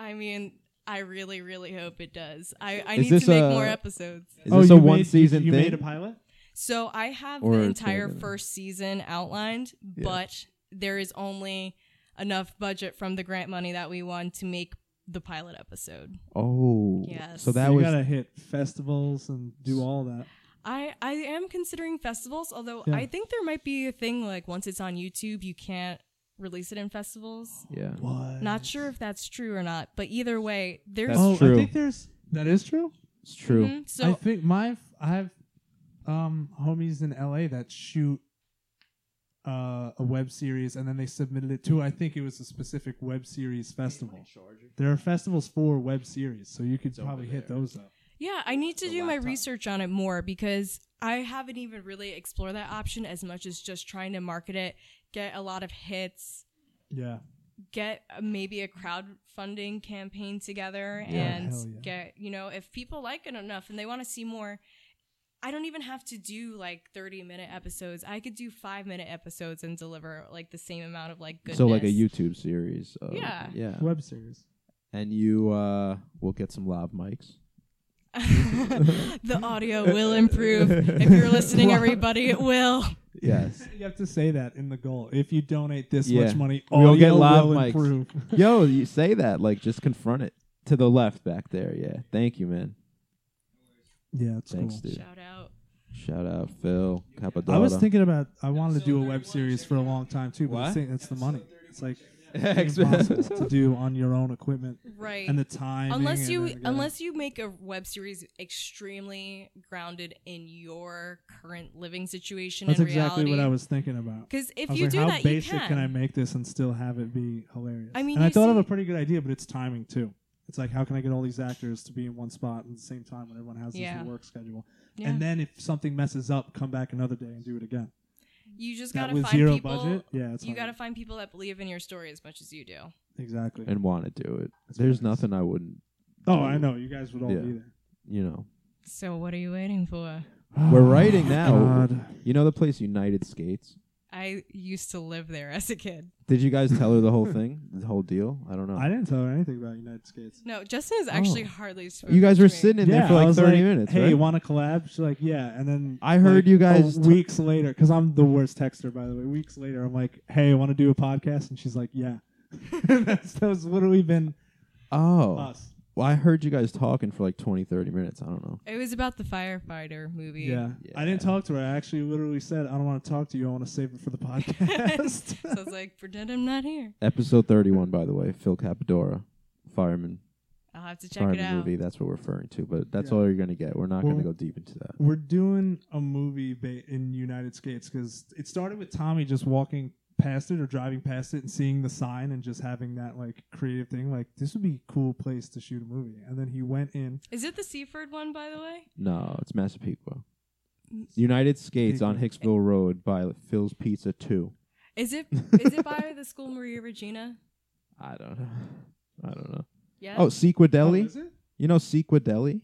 [SPEAKER 4] I mean, I really, really hope it does. I I
[SPEAKER 3] Is
[SPEAKER 4] need
[SPEAKER 3] this
[SPEAKER 4] to make
[SPEAKER 3] a-
[SPEAKER 4] more episodes.
[SPEAKER 3] Is this a
[SPEAKER 5] Oh, you made-
[SPEAKER 3] one season
[SPEAKER 5] you, you
[SPEAKER 3] thing?
[SPEAKER 5] made a pilot?
[SPEAKER 4] So I have
[SPEAKER 3] Or
[SPEAKER 4] the
[SPEAKER 3] it's
[SPEAKER 4] entire
[SPEAKER 3] gonna-
[SPEAKER 4] first season outlined,
[SPEAKER 3] Yeah.
[SPEAKER 4] but there is only enough budget from the grant money that we won to make the pilot episode.
[SPEAKER 3] oh.
[SPEAKER 4] Yes.
[SPEAKER 3] So that
[SPEAKER 5] you
[SPEAKER 3] was
[SPEAKER 5] gotta hit festivals and do all that.
[SPEAKER 4] I I am considering festivals, although
[SPEAKER 5] Yeah.
[SPEAKER 4] I think there might be a thing like once it's on YouTube, you can't release it in festivals.
[SPEAKER 3] yeah.
[SPEAKER 2] Uh,
[SPEAKER 5] What?
[SPEAKER 4] Not sure if that's true or not, but either way, there's
[SPEAKER 3] That's
[SPEAKER 5] oh, I
[SPEAKER 3] true.
[SPEAKER 5] think there's that is true.
[SPEAKER 3] It's true.
[SPEAKER 4] Mhm.
[SPEAKER 5] I
[SPEAKER 4] so
[SPEAKER 5] think my I have um homies in LA that shoot
[SPEAKER 2] uh, a web series, and then they submitted it to I think it was a specific web series festival. There are festivals for web series, so you could
[SPEAKER 6] over
[SPEAKER 2] probably hit
[SPEAKER 6] there.
[SPEAKER 2] those up.
[SPEAKER 4] Yeah, I need to
[SPEAKER 6] The
[SPEAKER 4] do my
[SPEAKER 6] laptop.
[SPEAKER 4] research on it more because I haven't even really explored that option as much as just trying to market it, get a lot of hits,
[SPEAKER 2] Yeah,
[SPEAKER 4] get uh, maybe a crowdfunding campaign together
[SPEAKER 2] Yeah,
[SPEAKER 4] and
[SPEAKER 2] hell yeah.
[SPEAKER 4] get, you know, if people like it enough and they want to see more, I don't even have to do like 30 minute episodes. I could do 5 minute episodes and deliver like the same amount of like goodness.
[SPEAKER 3] So like a YouTube series. Of,
[SPEAKER 4] Yeah.
[SPEAKER 3] Yeah.
[SPEAKER 2] web series.
[SPEAKER 3] And you uh will get some lav mics.
[SPEAKER 4] the audio will improve. If you're listening everybody, it will.
[SPEAKER 3] Yes.
[SPEAKER 2] you have to say that in the goal. If you donate this
[SPEAKER 3] Yeah.
[SPEAKER 2] much money,
[SPEAKER 3] We all
[SPEAKER 2] all
[SPEAKER 3] get
[SPEAKER 2] get
[SPEAKER 3] live
[SPEAKER 2] will
[SPEAKER 3] mics.
[SPEAKER 2] improve.
[SPEAKER 3] Yo, you say that like just confront it to the left back there. Yeah. Thank you, man.
[SPEAKER 2] yeah, it's
[SPEAKER 3] Thanks,
[SPEAKER 2] cool.
[SPEAKER 3] dude.
[SPEAKER 4] Shout out.
[SPEAKER 3] Shout out Phil Capodato.
[SPEAKER 2] I was thinking about I wanted to do a web series for a long time too, but
[SPEAKER 3] What?
[SPEAKER 2] it's, it's the money. It's like
[SPEAKER 3] Ex-
[SPEAKER 2] impossible to do on your own equipment
[SPEAKER 4] Right.
[SPEAKER 2] and the time.
[SPEAKER 4] unless you unless you make a web series extremely grounded in your current living situation
[SPEAKER 2] that's
[SPEAKER 4] and
[SPEAKER 2] exactly what
[SPEAKER 4] reality
[SPEAKER 2] I was thinking about.
[SPEAKER 4] because if
[SPEAKER 2] I was
[SPEAKER 4] you
[SPEAKER 2] like,
[SPEAKER 4] do
[SPEAKER 2] how
[SPEAKER 4] that you
[SPEAKER 2] basic
[SPEAKER 4] can,
[SPEAKER 2] I make this and still have it be hilarious?
[SPEAKER 4] I mean,
[SPEAKER 2] and I
[SPEAKER 4] you
[SPEAKER 2] thought of
[SPEAKER 4] see-
[SPEAKER 2] a pretty good idea, but it's timing too. It's like how can I get all these actors to be in one spot at the same time when everyone has this
[SPEAKER 4] Yeah.
[SPEAKER 2] work schedule?
[SPEAKER 4] yeah.
[SPEAKER 2] And then if something messes up, come back another day and do it again.
[SPEAKER 4] you just
[SPEAKER 2] that
[SPEAKER 4] gotta
[SPEAKER 2] with
[SPEAKER 4] find
[SPEAKER 2] zero
[SPEAKER 4] people
[SPEAKER 2] budget, yeah, it's
[SPEAKER 4] you
[SPEAKER 2] hard.
[SPEAKER 4] gotta find people that believe in your story as much as you do
[SPEAKER 2] exactly.
[SPEAKER 3] and want to do it.
[SPEAKER 2] That's
[SPEAKER 3] There's
[SPEAKER 2] facts.
[SPEAKER 3] nothing I wouldn't,
[SPEAKER 2] Oh, I know you guys would all
[SPEAKER 3] Yeah.
[SPEAKER 2] be there.
[SPEAKER 3] you know.
[SPEAKER 4] so what are you waiting for
[SPEAKER 3] We're writing now.
[SPEAKER 2] Oh, God.
[SPEAKER 3] You know the place United Skates?
[SPEAKER 4] i used to live there as a kid
[SPEAKER 3] Did you guys tell her the whole thing? The whole deal? I don't know.
[SPEAKER 2] I didn't tell her anything about United Skates.
[SPEAKER 4] no justin is actually
[SPEAKER 3] Oh.
[SPEAKER 4] hardly spoken
[SPEAKER 3] you guys
[SPEAKER 4] to
[SPEAKER 3] were
[SPEAKER 4] me.
[SPEAKER 3] sitting in
[SPEAKER 2] yeah,
[SPEAKER 3] there for
[SPEAKER 2] I
[SPEAKER 3] like
[SPEAKER 2] was
[SPEAKER 3] 30
[SPEAKER 2] like,
[SPEAKER 3] minutes,
[SPEAKER 2] Hey,
[SPEAKER 3] right?
[SPEAKER 2] want to collab? She's like, yeah. And then
[SPEAKER 3] I heard
[SPEAKER 2] like,
[SPEAKER 3] you guys
[SPEAKER 2] a-
[SPEAKER 3] t-
[SPEAKER 2] weeks later because I'm the worst texter, by the way. Weeks later, I'm like, hey, want to do a podcast? And she's like, yeah. that's, that's literally been
[SPEAKER 3] oh.
[SPEAKER 2] us.
[SPEAKER 3] Well, I heard you guys talking for like 20, 30 minutes. I don't know.
[SPEAKER 4] it was about the firefighter movie
[SPEAKER 2] Yeah.
[SPEAKER 3] Yeah.
[SPEAKER 2] I didn't talk to her. I actually literally said, I don't want to talk to you. I want to save it for the podcast.
[SPEAKER 4] so i was like pretend i'm not here
[SPEAKER 3] Episode 31, by the way, Phil Capadora, fireman,
[SPEAKER 4] i'll have to check it
[SPEAKER 3] fireman
[SPEAKER 4] out
[SPEAKER 3] movie. That's what we're referring to, but that's
[SPEAKER 2] Yeah.
[SPEAKER 3] all you're going to get. We're not going to
[SPEAKER 2] Well-
[SPEAKER 3] go deep into that.
[SPEAKER 2] We're doing a movie ba- in United States because it started with Tommy just walking past it or driving past it and seeing the sign and just having that like creative thing like this would be a cool place to shoot a movie and then he went in
[SPEAKER 4] is it the seaford one by the way
[SPEAKER 3] No, it's Massapequa.
[SPEAKER 4] Mm.
[SPEAKER 3] United Skates on Hicksville Road by Phil's Pizza 2.
[SPEAKER 4] is it is it by the school maria regina
[SPEAKER 3] I don't know. I don't know.
[SPEAKER 4] yeah
[SPEAKER 3] Oh, Sequa
[SPEAKER 2] Oh,
[SPEAKER 3] Deli?
[SPEAKER 2] is it?
[SPEAKER 3] You know Sequa Deli?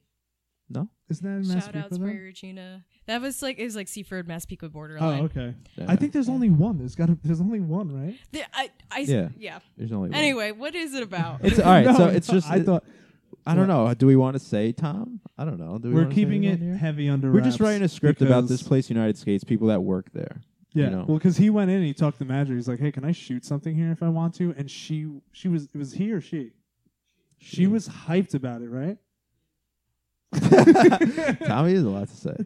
[SPEAKER 3] No?
[SPEAKER 2] Isn't that in
[SPEAKER 4] Shout
[SPEAKER 2] Massapequa?
[SPEAKER 4] outs
[SPEAKER 2] though?
[SPEAKER 4] Maria Regina. That was like it was like Seaford, Massapequa borderline.
[SPEAKER 2] Oh, okay.
[SPEAKER 3] Yeah.
[SPEAKER 2] I think there's only one. There's got to. There's only one, right?
[SPEAKER 4] The- I, I,
[SPEAKER 3] Yeah.
[SPEAKER 4] yeah.
[SPEAKER 3] there's only one.
[SPEAKER 4] Anyway, what is it about?
[SPEAKER 3] It's all right.
[SPEAKER 2] No,
[SPEAKER 3] so it's
[SPEAKER 2] no,
[SPEAKER 3] just
[SPEAKER 2] I thought
[SPEAKER 3] I don't know. Do we want to say Tom? I don't know. Do we
[SPEAKER 2] we are
[SPEAKER 3] wanna say
[SPEAKER 2] keeping it
[SPEAKER 3] on here?
[SPEAKER 2] heavy under.
[SPEAKER 3] We're just
[SPEAKER 2] wraps
[SPEAKER 3] writing a script about
[SPEAKER 2] because-
[SPEAKER 3] this place, United States, people that work there.
[SPEAKER 2] Yeah.
[SPEAKER 3] you know.
[SPEAKER 2] Well, because he went in, and he talked to Madge. He's like, "Hey, can I shoot something here if I want to?" And she, she was, it was he or she. She was hyped about it, right?
[SPEAKER 3] Tommy has a lot to say.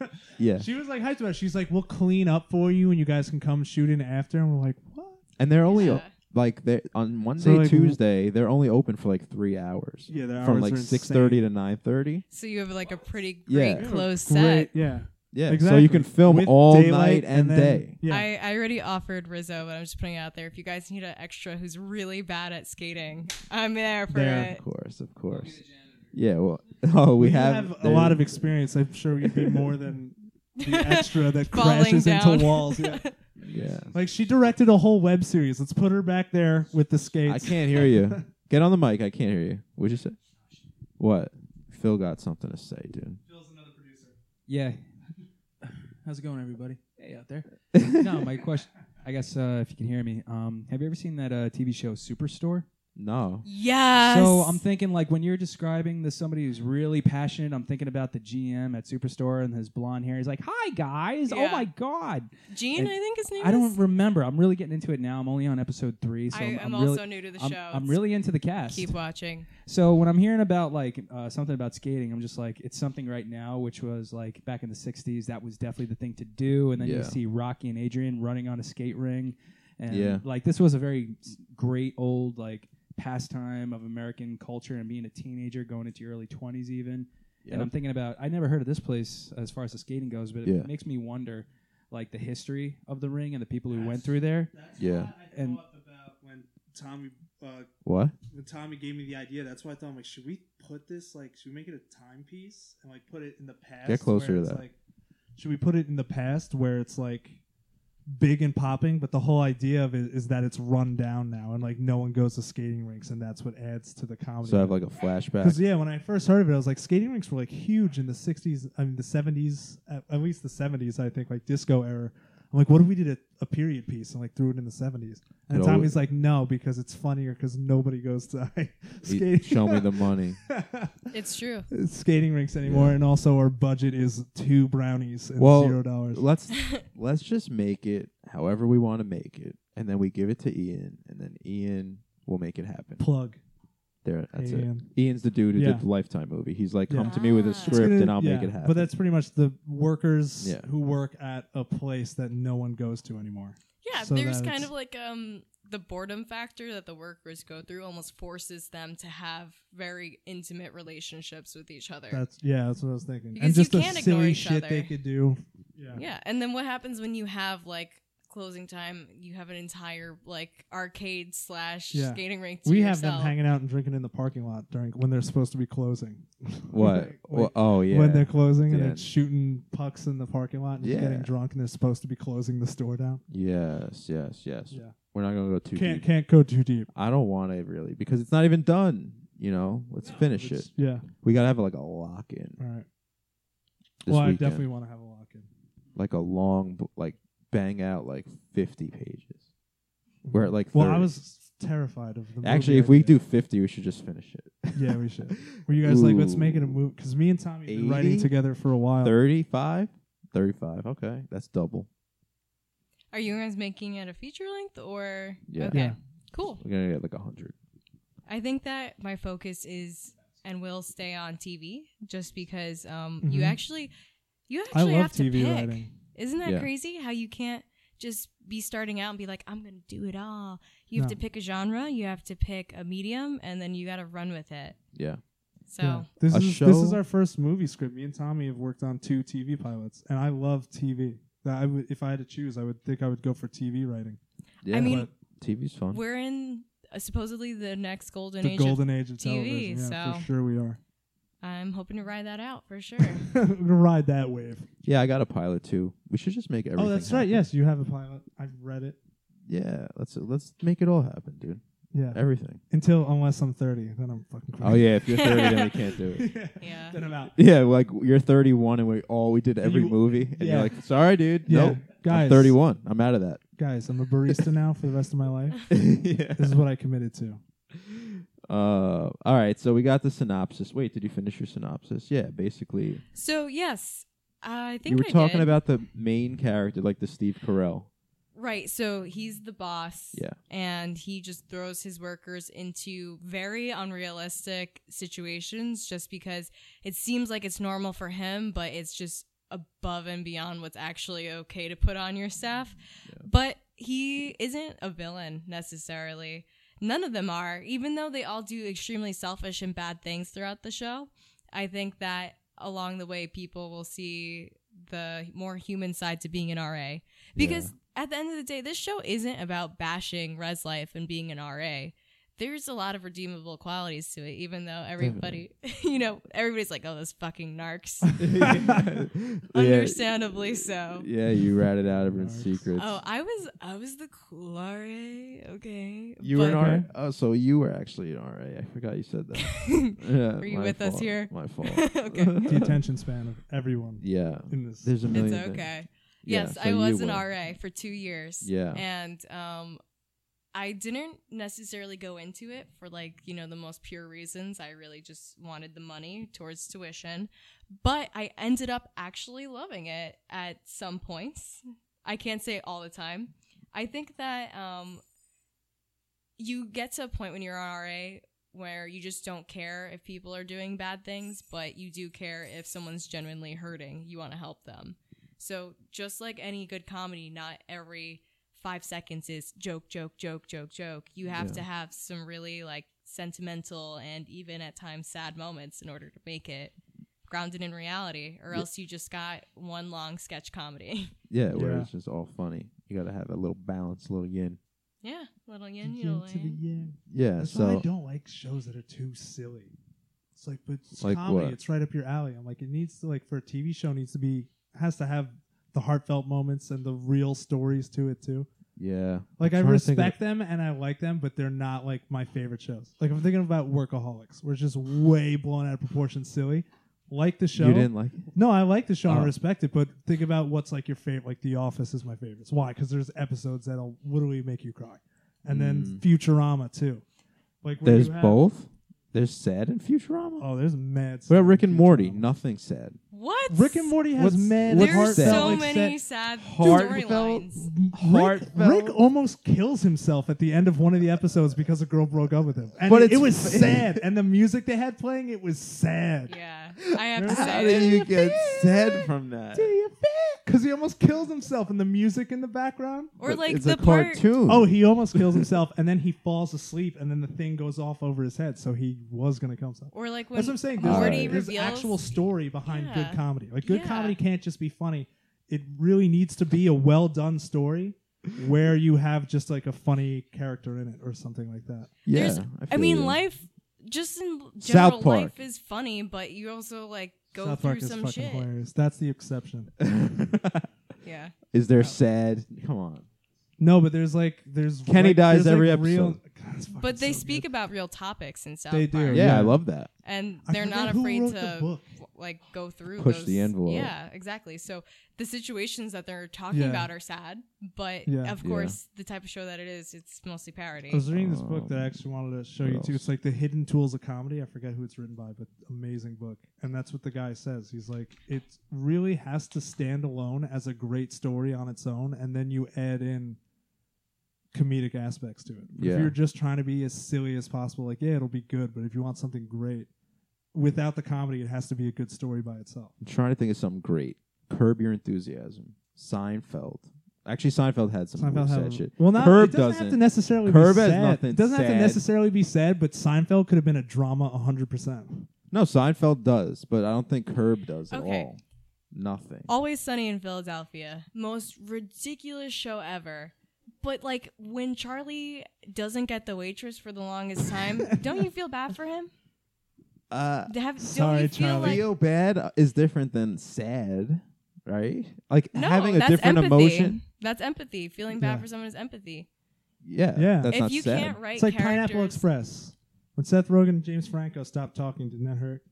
[SPEAKER 3] Yeah,
[SPEAKER 2] She was like hyped about it. She's like, "We'll clean up for you, and you guys can come shoot in after." And we're like, "What?"
[SPEAKER 3] and they're only
[SPEAKER 4] Yeah.
[SPEAKER 3] like they on Monday,
[SPEAKER 2] like, w-
[SPEAKER 3] Tuesday. They're only open for like three hours,
[SPEAKER 2] Yeah, their
[SPEAKER 3] from
[SPEAKER 2] hours
[SPEAKER 3] like
[SPEAKER 2] are
[SPEAKER 3] six thirty to nine thirty.
[SPEAKER 4] so you have like a pretty
[SPEAKER 3] Yeah.
[SPEAKER 4] great closed
[SPEAKER 2] insane.
[SPEAKER 4] set.
[SPEAKER 2] Great, yeah.
[SPEAKER 3] Yeah,
[SPEAKER 2] Exactly.
[SPEAKER 3] so you can film
[SPEAKER 2] With
[SPEAKER 3] all night
[SPEAKER 2] daylight
[SPEAKER 3] and,
[SPEAKER 2] then-
[SPEAKER 3] day.
[SPEAKER 2] Yeah.
[SPEAKER 4] I, I already offered Rizzo, but I'm just putting it out there. If you guys need an extra who's really bad at skating, I'm there for
[SPEAKER 2] There.
[SPEAKER 4] it.
[SPEAKER 3] Of course, of course. Yeah. Well, oh, we,
[SPEAKER 2] we
[SPEAKER 3] have,
[SPEAKER 2] have, a
[SPEAKER 3] there-
[SPEAKER 2] lot of experience. I'm sure we'd be more than the extra that
[SPEAKER 4] Falling
[SPEAKER 2] crashes
[SPEAKER 4] down.
[SPEAKER 2] into walls. Yeah.
[SPEAKER 3] Yeah,
[SPEAKER 2] Like she directed a whole web series. Let's put her back there with the skates.
[SPEAKER 3] I can't hear you. Get on the mic. I can't hear you. What'd you say? What? Phil got something to say, dude.
[SPEAKER 7] Yeah. How's it going, everybody? Hey, out there. no, my question. I guess uh, if you can hear me, um, have you ever seen that uh, TV show Superstore?
[SPEAKER 3] No.
[SPEAKER 4] Yes.
[SPEAKER 7] So I'm thinking, like, when you're describing this somebody who's really passionate, I'm thinking about the GM at Superstore and his blonde hair. He's like, "Hi guys! Oh
[SPEAKER 4] Yeah.
[SPEAKER 7] my god!
[SPEAKER 4] Gene,
[SPEAKER 7] and
[SPEAKER 4] I think his name
[SPEAKER 7] I don't
[SPEAKER 4] is.
[SPEAKER 7] remember. I'm really getting into it now. I'm only on episode three, so
[SPEAKER 4] I,
[SPEAKER 7] am
[SPEAKER 4] am
[SPEAKER 7] really,
[SPEAKER 4] also new to the
[SPEAKER 7] I'm,
[SPEAKER 4] show.
[SPEAKER 7] I'm
[SPEAKER 4] It's-
[SPEAKER 7] really into the cast.
[SPEAKER 4] keep watching.
[SPEAKER 7] So when I'm hearing about like uh, something about skating, I'm just like, it's something right now, which was like back in the '60s, that was definitely the thing to do. And then
[SPEAKER 3] Yeah.
[SPEAKER 7] you see Rocky and Adrian running on a skate ring, and
[SPEAKER 3] Yeah.
[SPEAKER 7] like this was a very s- great old like pastime of American culture and being a teenager going into your early 20s even.
[SPEAKER 3] Yep.
[SPEAKER 7] And I'm thinking about I never heard of this place as far as the skating goes, but it
[SPEAKER 3] Yeah.
[SPEAKER 7] makes me wonder like the history of the ring and the people who went through there.
[SPEAKER 8] That's
[SPEAKER 3] Yeah.
[SPEAKER 8] what I
[SPEAKER 7] And-
[SPEAKER 8] thought about when Tommy uh,
[SPEAKER 3] What?
[SPEAKER 8] when Tommy gave me the idea. That's why I thought I'm like, should we put this like should we make it a timepiece and like put it in the past?
[SPEAKER 3] Get closer
[SPEAKER 8] where
[SPEAKER 3] to
[SPEAKER 8] it's,
[SPEAKER 3] that.
[SPEAKER 8] Like,
[SPEAKER 2] Should we put it in the past where it's like big and popping, but the whole idea of it is that it's run down now and like no one goes to skating rinks and that's what adds to the comedy.
[SPEAKER 3] So I have like a flashback.
[SPEAKER 2] Because yeah, when I first heard of it, I was like, skating rinks were like huge in the '60s. I mean, the '70s, at, at least the '70s, I think, like disco era. I'm like, what if we did a, a period piece and like threw it in the '70s? And
[SPEAKER 3] It
[SPEAKER 2] Tommy's like, no, because it's funnier because nobody goes to
[SPEAKER 3] You
[SPEAKER 2] skating.
[SPEAKER 3] show me the money.
[SPEAKER 4] It's true.
[SPEAKER 2] skating rinks anymore, and also our budget is two brownies and
[SPEAKER 3] Well,
[SPEAKER 2] zero dollars.
[SPEAKER 3] Let's let's just make it however we want to make it, and then we give it to Ian, and then Ian will make it happen.
[SPEAKER 2] Plug.
[SPEAKER 3] There, that's it.
[SPEAKER 2] Ian.
[SPEAKER 3] Ian's the dude who
[SPEAKER 2] Yeah.
[SPEAKER 3] did the Lifetime movie. He's like,
[SPEAKER 2] Yeah.
[SPEAKER 3] come to me with a
[SPEAKER 4] It's
[SPEAKER 3] script,
[SPEAKER 2] It's
[SPEAKER 3] and
[SPEAKER 2] gonna-
[SPEAKER 3] I'll
[SPEAKER 2] yeah,
[SPEAKER 3] make it happen.
[SPEAKER 2] But that's pretty much the workers
[SPEAKER 3] Yeah.
[SPEAKER 2] who work at a place that no one goes to anymore.
[SPEAKER 4] Yeah,
[SPEAKER 2] So
[SPEAKER 4] there's
[SPEAKER 2] that
[SPEAKER 4] kind
[SPEAKER 2] it's-
[SPEAKER 4] of like um the boredom factor that the workers go through almost forces them to have very intimate relationships with each other.
[SPEAKER 2] That's yeah, that's what I was thinking.
[SPEAKER 4] Because
[SPEAKER 2] and
[SPEAKER 4] you
[SPEAKER 2] just the
[SPEAKER 4] can't ignore
[SPEAKER 2] silly
[SPEAKER 4] each
[SPEAKER 2] shit they
[SPEAKER 4] other.
[SPEAKER 2] could do. Yeah.
[SPEAKER 4] yeah, and then what happens when you have like closing time? You have an entire like arcade slash
[SPEAKER 2] Yeah.
[SPEAKER 4] skating rink. To
[SPEAKER 2] We have
[SPEAKER 4] yourself.
[SPEAKER 2] them hanging out and drinking in the parking lot during when they're supposed to be closing.
[SPEAKER 3] what?
[SPEAKER 2] Like,
[SPEAKER 3] Well, oh yeah.
[SPEAKER 2] When they're closing and
[SPEAKER 3] Yeah.
[SPEAKER 2] they're shooting pucks in the parking lot and just
[SPEAKER 3] Yeah.
[SPEAKER 2] getting drunk and they're supposed to be closing the store down.
[SPEAKER 3] yes, yes, yes.
[SPEAKER 2] Yeah.
[SPEAKER 3] We're not gonna go too
[SPEAKER 2] Can't
[SPEAKER 3] deep.
[SPEAKER 2] can't go too deep.
[SPEAKER 3] I don't want to really because it's not even done. You know, let's finish it.
[SPEAKER 2] It's- Yeah.
[SPEAKER 3] We gotta have like a lock in.
[SPEAKER 2] All right.
[SPEAKER 3] This
[SPEAKER 2] well, I
[SPEAKER 3] weekend.
[SPEAKER 2] definitely want to have a lock in.
[SPEAKER 3] like a long, b- like bang out like fifty pages. We're at like 30.
[SPEAKER 2] Well, I was terrified of the. movie
[SPEAKER 3] actually if we
[SPEAKER 2] idea.
[SPEAKER 3] do fifty, we should just finish it.
[SPEAKER 2] Yeah, we should. Were you guys like, let's make it a
[SPEAKER 3] Ooh.
[SPEAKER 2] movie? Because me and Tommy have been
[SPEAKER 3] 80?
[SPEAKER 2] writing together for a
[SPEAKER 3] Oh.
[SPEAKER 2] while.
[SPEAKER 3] 35? 35. Okay, that's double.
[SPEAKER 4] Are you guys making it a feature length or?
[SPEAKER 3] Yeah.
[SPEAKER 4] Okay.
[SPEAKER 2] Yeah.
[SPEAKER 4] Cool.
[SPEAKER 3] We're gonna get like a hundred.
[SPEAKER 4] I think that my focus is and will stay on TV just because um you
[SPEAKER 2] Mhm.
[SPEAKER 4] actually you
[SPEAKER 2] I
[SPEAKER 4] actually
[SPEAKER 2] love
[SPEAKER 4] have to
[SPEAKER 2] TV
[SPEAKER 4] pick.
[SPEAKER 2] writing.
[SPEAKER 4] Isn't that
[SPEAKER 3] Yeah.
[SPEAKER 4] crazy how you can't just be starting out and be like, I'm going to do it all? You have
[SPEAKER 2] No.
[SPEAKER 4] to pick a genre, you have to pick a medium, and then you got to run with it.
[SPEAKER 3] Yeah.
[SPEAKER 4] So,
[SPEAKER 2] Yeah. this
[SPEAKER 3] A
[SPEAKER 2] is this is
[SPEAKER 3] show-
[SPEAKER 2] our first movie script. Me and Tommy have worked on two TV pilots, and I love TV. That I would, if I had to choose, I would think I would go for TV writing.
[SPEAKER 3] Yeah.
[SPEAKER 4] I mean,
[SPEAKER 3] TV's fun.
[SPEAKER 4] we're in uh, supposedly the next golden
[SPEAKER 2] the
[SPEAKER 4] age. of-
[SPEAKER 2] golden age of
[SPEAKER 4] TV,
[SPEAKER 2] television. Yeah,
[SPEAKER 4] so-
[SPEAKER 2] for sure we are.
[SPEAKER 4] I'm hoping to ride that out for sure.
[SPEAKER 2] We're gonna ride that wave.
[SPEAKER 3] Yeah, I got a pilot too. We should just make everything.
[SPEAKER 2] oh, that's right.
[SPEAKER 3] happen.
[SPEAKER 2] Yes, you have a pilot. I've read it.
[SPEAKER 3] Yeah, let's let's make it all happen, dude.
[SPEAKER 2] Yeah.
[SPEAKER 3] Everything.
[SPEAKER 2] Until unless I'm 30, then I'm fucking.
[SPEAKER 3] Oh yeah, if you're 30, then we can't do it.
[SPEAKER 2] yeah.
[SPEAKER 4] Yeah.
[SPEAKER 2] Then I'm out.
[SPEAKER 3] Yeah, like you're 31 and we all we did every
[SPEAKER 2] You-
[SPEAKER 3] movie, and you're
[SPEAKER 2] yeah.
[SPEAKER 3] like, sorry, dude.
[SPEAKER 2] Yeah.
[SPEAKER 3] Nope.
[SPEAKER 2] Guys,
[SPEAKER 3] I'm 31. I'm out of that.
[SPEAKER 2] Guys, I'm a barista now for the rest of my life.
[SPEAKER 3] yeah.
[SPEAKER 2] This is what I committed to.
[SPEAKER 3] Uh, all right. So we got the synopsis. Wait, did you finish your synopsis? Yeah, basically,
[SPEAKER 4] so, yes, I think
[SPEAKER 3] you were
[SPEAKER 4] I
[SPEAKER 3] talking
[SPEAKER 4] did.
[SPEAKER 3] about the main character, like the Steve Carell.
[SPEAKER 4] Right. So he's the boss.
[SPEAKER 3] Yeah.
[SPEAKER 4] And he just throws his workers into very unrealistic situations just because it seems like it's normal for him, but it's just above and beyond what's actually okay to put on your staff. But he isn't a villain necessarily. None of them are, even though they all do extremely selfish and bad things throughout the show. I think that along the way, people will see the more human side to being an RA because at the end of the day, this show isn't about bashing res life and being an RA. There's a lot of redeemable qualities to it, even though everybody, you know, everybody's like, "Oh, those fucking narcs."
[SPEAKER 3] yeah.
[SPEAKER 4] Understandably so.
[SPEAKER 3] Yeah, you ratted out everyone's secrets.
[SPEAKER 4] Oh, I was, I was the cool RA. Okay,
[SPEAKER 3] you were an
[SPEAKER 4] But-
[SPEAKER 3] RA. Oh, so you were actually an RA. I forgot you said that. Yeah,
[SPEAKER 4] Were you
[SPEAKER 3] my
[SPEAKER 4] with us
[SPEAKER 3] fault.
[SPEAKER 4] here?
[SPEAKER 3] My fault.
[SPEAKER 4] Okay.
[SPEAKER 2] The attention span of everyone
[SPEAKER 3] yeah.
[SPEAKER 2] in this.
[SPEAKER 3] There's a
[SPEAKER 4] It's
[SPEAKER 3] million. things.
[SPEAKER 4] okay.
[SPEAKER 3] Yeah,
[SPEAKER 4] Yes,
[SPEAKER 3] so
[SPEAKER 4] I
[SPEAKER 3] you
[SPEAKER 4] was an
[SPEAKER 3] were.
[SPEAKER 4] RA for two years.
[SPEAKER 3] Yeah.
[SPEAKER 4] And um, I didn't necessarily go into it for like, you know, the most pure reasons. I really just wanted the money towards tuition. But I ended up actually loving it at some points. I can't say all the time. I think that um, you get to a point when you're on RA where you just don't care if people are doing bad things, but you do care if someone's genuinely hurting. You want to help them. So just like any good comedy, not every five seconds is joke, joke, joke, joke, joke. You have
[SPEAKER 3] Yeah.
[SPEAKER 4] to have some really like sentimental and even at times sad moments in order to make it grounded in reality, or
[SPEAKER 3] Yeah.
[SPEAKER 4] else you just got one long sketch comedy.
[SPEAKER 3] Yeah, where
[SPEAKER 2] Yeah.
[SPEAKER 3] it's just all funny. You gotta have a little balance, a little yin.
[SPEAKER 4] yeah, little yin, you know.
[SPEAKER 2] To the yin.
[SPEAKER 3] Yeah,
[SPEAKER 2] That's why I
[SPEAKER 3] so
[SPEAKER 2] don't like shows that are too silly. It's like, but it's
[SPEAKER 3] Like
[SPEAKER 2] comedy.
[SPEAKER 3] what?
[SPEAKER 2] It's right up your alley. I'm like, it needs to like for a TV show needs to be has to have the heartfelt moments and the real stories to it too.
[SPEAKER 3] yeah,
[SPEAKER 2] Like I
[SPEAKER 3] I'm trying to think of-
[SPEAKER 2] respect them and I like them, but they're not like my favorite shows. Like I'm thinking about Workaholics, where it's just way blown out of proportion, silly. Like the show.
[SPEAKER 3] you didn't like it.
[SPEAKER 2] No, I like the show and I
[SPEAKER 3] Oh.
[SPEAKER 2] respect it, but think about what's like your favorite. Like The Office is my favorite. Why? Because there's episodes that'll literally make you cry, and then Futurama too. Like where
[SPEAKER 3] There's
[SPEAKER 2] you have-
[SPEAKER 3] both. There's sad and Futurama.
[SPEAKER 2] Oh, there's mad.
[SPEAKER 3] what
[SPEAKER 2] stuff
[SPEAKER 3] about
[SPEAKER 2] in
[SPEAKER 3] Rick and Morty?
[SPEAKER 2] Futurama.
[SPEAKER 3] Nothing sad.
[SPEAKER 4] What?
[SPEAKER 2] Rick and Morty has
[SPEAKER 3] What's-
[SPEAKER 2] mad.
[SPEAKER 3] what's
[SPEAKER 4] There's
[SPEAKER 2] heartfelt,
[SPEAKER 4] so
[SPEAKER 2] like,
[SPEAKER 4] many
[SPEAKER 2] set-
[SPEAKER 4] sad
[SPEAKER 3] Heartfelt-
[SPEAKER 4] storylines.
[SPEAKER 2] Rick,
[SPEAKER 3] Heartfelt.
[SPEAKER 2] Rick almost kills himself at the end of one of the episodes because a girl broke up with him, and
[SPEAKER 3] But
[SPEAKER 2] it, it
[SPEAKER 3] it's
[SPEAKER 2] was
[SPEAKER 3] fa-
[SPEAKER 2] sad. And the music they had playing it was sad.
[SPEAKER 4] Yeah, I have to
[SPEAKER 3] How
[SPEAKER 4] say.
[SPEAKER 3] do Ah, you get sad from that?
[SPEAKER 2] Because he almost kills himself, and the music in the background.
[SPEAKER 4] Or like
[SPEAKER 3] it's
[SPEAKER 4] the
[SPEAKER 3] a
[SPEAKER 4] part.
[SPEAKER 3] cartoon.
[SPEAKER 2] Oh, he almost kills himself, and then he falls asleep, and then the thing goes off over his head, so he was gonna kill himself.
[SPEAKER 4] Or like when
[SPEAKER 2] That's what I'm saying. There's,
[SPEAKER 4] Morty
[SPEAKER 2] there's
[SPEAKER 4] reveals
[SPEAKER 2] actual story behind
[SPEAKER 4] Yeah.
[SPEAKER 2] good comedy. Like good
[SPEAKER 4] Yeah.
[SPEAKER 2] comedy can't just be funny. It really needs to be a well done story where you have just like a funny character in it or something like that.
[SPEAKER 3] yeah.
[SPEAKER 4] There's- I,
[SPEAKER 3] feel
[SPEAKER 4] mean,
[SPEAKER 3] you.
[SPEAKER 4] life just in general,
[SPEAKER 3] Park.
[SPEAKER 4] life is funny, but you also like go
[SPEAKER 2] South
[SPEAKER 4] through
[SPEAKER 2] Park is
[SPEAKER 4] some
[SPEAKER 2] fucking
[SPEAKER 4] shit.
[SPEAKER 2] hilarious. That's the exception.
[SPEAKER 4] Yeah,
[SPEAKER 3] Is there sad? Come on.
[SPEAKER 2] No, but there's like there's
[SPEAKER 3] Kenny
[SPEAKER 2] like-
[SPEAKER 3] dies
[SPEAKER 2] there's, like,
[SPEAKER 3] every
[SPEAKER 2] real-
[SPEAKER 3] episode.
[SPEAKER 2] God, it's fucking
[SPEAKER 4] but they
[SPEAKER 2] so
[SPEAKER 4] speak
[SPEAKER 2] good.
[SPEAKER 4] about real topics in South
[SPEAKER 2] They do,
[SPEAKER 4] Park,
[SPEAKER 3] Yeah,
[SPEAKER 2] Yeah.
[SPEAKER 3] I love that.
[SPEAKER 4] and
[SPEAKER 2] I
[SPEAKER 4] they're
[SPEAKER 2] forget
[SPEAKER 4] not
[SPEAKER 2] who
[SPEAKER 4] afraid
[SPEAKER 2] wrote the
[SPEAKER 4] to
[SPEAKER 2] book.
[SPEAKER 4] like go through
[SPEAKER 3] Push
[SPEAKER 4] those-
[SPEAKER 3] the envelope.
[SPEAKER 4] Yeah, exactly. So the situations that they're talking
[SPEAKER 2] Yeah.
[SPEAKER 4] about are sad, but
[SPEAKER 2] Yeah.
[SPEAKER 4] of
[SPEAKER 3] Yeah.
[SPEAKER 4] course, the type of show that it is, it's mostly parody.
[SPEAKER 2] I was reading this book that I actually wanted to show you
[SPEAKER 3] Um, what
[SPEAKER 2] too.
[SPEAKER 3] else?
[SPEAKER 2] It's like the hidden tools of comedy. I forget who it's written by, but amazing book. And that's what the guy says. He's like, it really has to stand alone as a great story on its own, and then you add in comedic aspects to it.
[SPEAKER 3] Yeah.
[SPEAKER 2] If you're just trying to be as silly as possible, like yeah, it'll be good, but if you want something great, without the comedy, it has to be a good story by itself.
[SPEAKER 3] I'm trying to think of something great. Curb Your Enthusiasm. Seinfeld. Actually, Seinfeld had some
[SPEAKER 2] Seinfeld
[SPEAKER 3] sad
[SPEAKER 2] had a-
[SPEAKER 3] shit.
[SPEAKER 2] Well, not
[SPEAKER 3] Curb
[SPEAKER 2] it doesn't,
[SPEAKER 3] doesn't.
[SPEAKER 2] have to necessarily
[SPEAKER 3] Curb
[SPEAKER 2] be
[SPEAKER 3] has
[SPEAKER 2] sad.
[SPEAKER 3] nothing
[SPEAKER 2] It doesn't have
[SPEAKER 3] sad.
[SPEAKER 2] to necessarily be sad, but Seinfeld could have been a drama 100%.
[SPEAKER 3] no, Seinfeld does, but I don't think Curb does at
[SPEAKER 4] Okay.
[SPEAKER 3] all. Nothing.
[SPEAKER 4] Always Sunny in Philadelphia. Most ridiculous show ever. But like when Charlie doesn't get the waitress for the longest time, don't you feel bad for him?
[SPEAKER 3] Uh,
[SPEAKER 4] To Have,
[SPEAKER 2] Sorry,
[SPEAKER 4] don't you feel
[SPEAKER 2] Charlie.
[SPEAKER 4] like
[SPEAKER 3] feel bad is different than sad, right? Like
[SPEAKER 4] no,
[SPEAKER 3] having a
[SPEAKER 4] that's
[SPEAKER 3] different
[SPEAKER 4] empathy.
[SPEAKER 3] emotion.
[SPEAKER 4] That's empathy. Feeling bad
[SPEAKER 2] Yeah.
[SPEAKER 4] for someone is empathy.
[SPEAKER 3] Yeah,
[SPEAKER 2] Yeah.
[SPEAKER 3] That's
[SPEAKER 4] if
[SPEAKER 3] not
[SPEAKER 4] you
[SPEAKER 3] sad.
[SPEAKER 4] can't write
[SPEAKER 2] It's like Pineapple
[SPEAKER 4] characters-
[SPEAKER 2] Express. When Seth Rogen and James Franco stopped talking, didn't that hurt?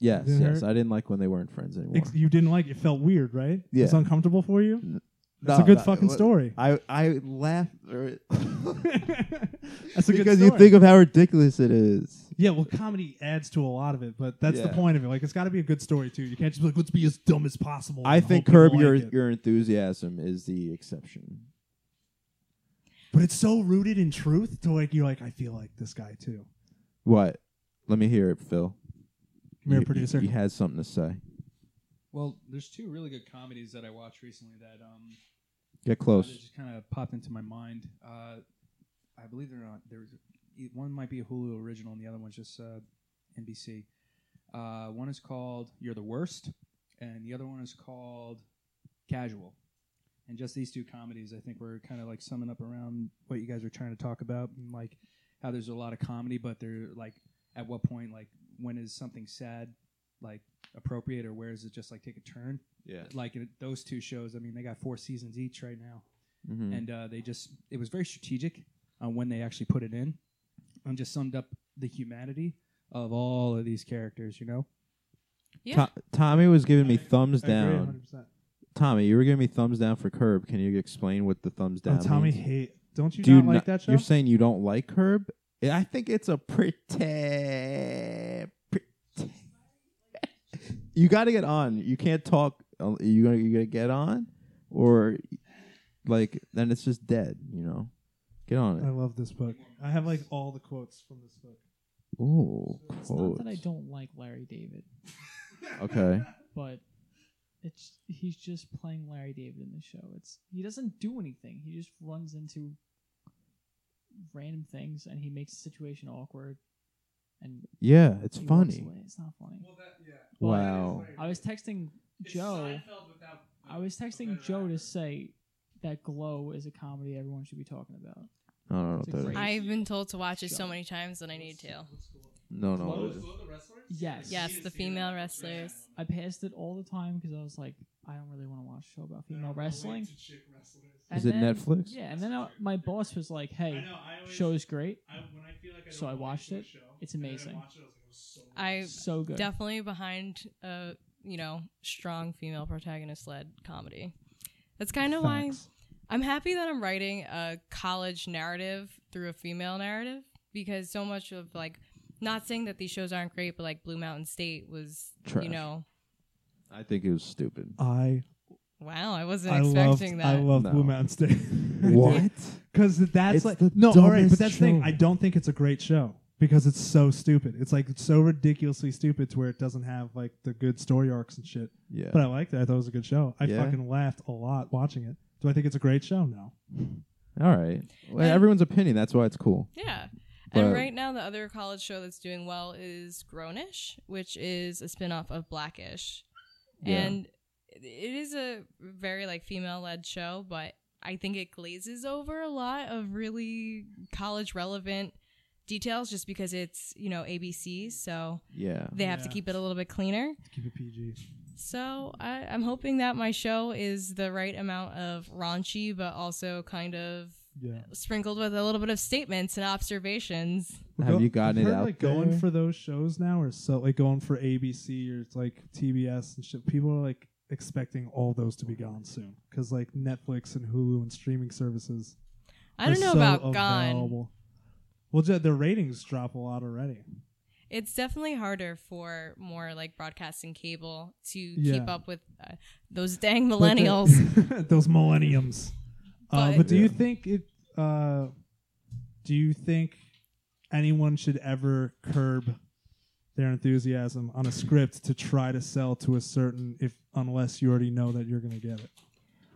[SPEAKER 3] yes,
[SPEAKER 2] Didn't
[SPEAKER 3] yes.
[SPEAKER 2] hurt.
[SPEAKER 3] I didn't like when they weren't friends anymore.
[SPEAKER 2] Ex- you didn't like it. Felt weird, right?
[SPEAKER 3] Yeah.
[SPEAKER 2] It's uncomfortable for you? That's
[SPEAKER 3] No,
[SPEAKER 2] a good
[SPEAKER 3] no,
[SPEAKER 2] fucking
[SPEAKER 3] what-
[SPEAKER 2] story.
[SPEAKER 3] I I laugh or-
[SPEAKER 2] that's a good
[SPEAKER 3] because
[SPEAKER 2] story.
[SPEAKER 3] you think of how ridiculous it is.
[SPEAKER 2] yeah, well, comedy adds to a lot of it, but that's the
[SPEAKER 3] Yeah.
[SPEAKER 2] point of it. Like, it's got to be a good story, too. You can't just be like, let's be as dumb as possible.
[SPEAKER 3] I
[SPEAKER 2] and hope
[SPEAKER 3] think
[SPEAKER 2] people
[SPEAKER 3] curb your
[SPEAKER 2] like it.
[SPEAKER 3] your enthusiasm is the exception.
[SPEAKER 2] But it's so rooted in truth to like, you're like, I feel like this guy, too.
[SPEAKER 3] What? Let me hear it, Phil.
[SPEAKER 2] Come here,
[SPEAKER 3] You-
[SPEAKER 2] producer.
[SPEAKER 3] You had something to say.
[SPEAKER 7] Well, there's two really good comedies that I watched recently that um
[SPEAKER 3] Get
[SPEAKER 7] That
[SPEAKER 3] close.
[SPEAKER 7] just kind of popped into my mind. Uh, I believe they're not. There's e- one might be a Hulu original, and the other one's just uh, NBC. Uh, one is called "You're the Worst," and the other one is called "Casual." And just these two comedies, I think, we're kind of like summing up around what you guys are trying to talk about, and like how there's a lot of comedy, but they're like, at what point, like, when is something sad, like appropriate, or where is it just like take a turn?
[SPEAKER 3] Yeah.
[SPEAKER 7] Like it, those two shows, I mean, they got four seasons each right now
[SPEAKER 3] Mm-hmm.
[SPEAKER 7] and uh, they just it was very strategic on when they actually put it in and just summed up the humanity of all of these characters you know
[SPEAKER 4] Yeah.
[SPEAKER 3] Tommy was giving me thumbs
[SPEAKER 2] I agree
[SPEAKER 3] down.
[SPEAKER 2] 100%.
[SPEAKER 3] Tommy, you were giving me thumbs down for Curb. Can you explain what the thumbs
[SPEAKER 2] Oh,
[SPEAKER 3] down?
[SPEAKER 2] Tommy
[SPEAKER 3] means?
[SPEAKER 2] hate. Don't you
[SPEAKER 3] Do you
[SPEAKER 2] not like
[SPEAKER 3] no-
[SPEAKER 2] that show?
[SPEAKER 3] You're saying you don't like Curb? I think it's a pretty. pretty you got to get on. You can't talk. uh, You gonna you gonna get on, or like then it's just dead. You know, get
[SPEAKER 2] I
[SPEAKER 3] on
[SPEAKER 2] love this book. I have like all the quotes from this book.
[SPEAKER 3] it. Ooh,
[SPEAKER 9] It's
[SPEAKER 3] quotes.
[SPEAKER 9] not that I don't like Larry David,
[SPEAKER 3] Okay,
[SPEAKER 9] but it's he's just playing Larry David in the show. It's he doesn't do anything. He just runs into random things and he makes the situation awkward. And
[SPEAKER 3] yeah, it's
[SPEAKER 9] he walks
[SPEAKER 3] funny.
[SPEAKER 9] away. It's not funny.
[SPEAKER 7] well that yeah
[SPEAKER 9] But
[SPEAKER 3] Wow.
[SPEAKER 9] I was texting Joe. I was texting Joe to say that Glow is a comedy everyone should be talking about.
[SPEAKER 3] I don't know what
[SPEAKER 9] It's a
[SPEAKER 3] that is.
[SPEAKER 9] great-
[SPEAKER 4] I've been told to watch it so many times that I need to.
[SPEAKER 3] No, no.
[SPEAKER 9] Glow
[SPEAKER 3] what it is.
[SPEAKER 9] Yes.
[SPEAKER 4] Yes, the female wrestlers.
[SPEAKER 9] I passed it all the time because I was like, I don't really want to watch a show about female wrestling. And
[SPEAKER 3] Is it
[SPEAKER 9] then-
[SPEAKER 3] Netflix?
[SPEAKER 9] Yeah, and then I, my boss was like, "Hey, show's great." so I watched it. It's amazing.
[SPEAKER 4] I
[SPEAKER 9] so good.
[SPEAKER 4] definitely behind a you know strong female protagonist led comedy. That's kind of why
[SPEAKER 10] Facts.
[SPEAKER 4] I'm happy that I'm writing a college narrative through a female narrative because so much of like not saying that these shows aren't great, but like Blue Mountain State was
[SPEAKER 3] Trash.
[SPEAKER 4] you know
[SPEAKER 3] I think it was stupid.
[SPEAKER 2] I
[SPEAKER 4] wow I wasn't
[SPEAKER 2] I love
[SPEAKER 4] expecting
[SPEAKER 2] I
[SPEAKER 4] that.
[SPEAKER 2] love
[SPEAKER 3] No.
[SPEAKER 2] Blue Mountain State. Because that's It's like the no, all right, but dumbest that's the thing. show. I don't think it's a great show because it's so stupid. It's like so ridiculously stupid to where it doesn't have like the good story arcs and shit.
[SPEAKER 3] Yeah.
[SPEAKER 2] But I liked it. I thought it was a good show. I
[SPEAKER 3] Yeah?
[SPEAKER 2] fucking laughed a lot watching it. Do I think it's a great show? No.
[SPEAKER 3] All right. Well,
[SPEAKER 4] And-
[SPEAKER 3] everyone's opinion. That's why it's cool.
[SPEAKER 4] Yeah.
[SPEAKER 3] But-
[SPEAKER 4] And right now, the other college show that's doing well is Grownish, which is a spinoff of Blackish.
[SPEAKER 3] Yeah.
[SPEAKER 4] And it is a very like female led show, but I think it glazes over a lot of really college relevant details just because it's, you know, ABC. So
[SPEAKER 3] Yeah.
[SPEAKER 4] they have to
[SPEAKER 2] Yeah.
[SPEAKER 4] keep it a little bit cleaner.
[SPEAKER 2] Let's keep it PG.
[SPEAKER 4] So I, I'm hoping that my show is the right amount of raunchy, but also kind of
[SPEAKER 2] Yeah.
[SPEAKER 4] sprinkled with a little bit of statements and observations.
[SPEAKER 2] We're
[SPEAKER 3] Have
[SPEAKER 2] go-
[SPEAKER 3] you gotten
[SPEAKER 2] I've
[SPEAKER 3] it
[SPEAKER 2] heard,
[SPEAKER 3] out
[SPEAKER 2] Like going
[SPEAKER 3] there?
[SPEAKER 2] for those shows now, or so like going for ABC or it's like TBS and shit. People are like expecting all those to be gone soon because like Netflix and Hulu and streaming services.
[SPEAKER 4] I don't
[SPEAKER 2] are
[SPEAKER 4] know
[SPEAKER 2] so
[SPEAKER 4] about Gone.
[SPEAKER 2] available. Well, ju- their ratings drop a lot already.
[SPEAKER 4] It's definitely harder for more like broadcasting cable to
[SPEAKER 2] Yeah.
[SPEAKER 4] keep up with uh, those dang
[SPEAKER 2] But the-
[SPEAKER 4] millennials.
[SPEAKER 2] those millenniums. uh,
[SPEAKER 4] But-
[SPEAKER 2] but do
[SPEAKER 3] Yeah.
[SPEAKER 2] you think it? Uh, do you think anyone should ever curb their enthusiasm on a script to try to sell to a certain if unless you already know that you're going to get it?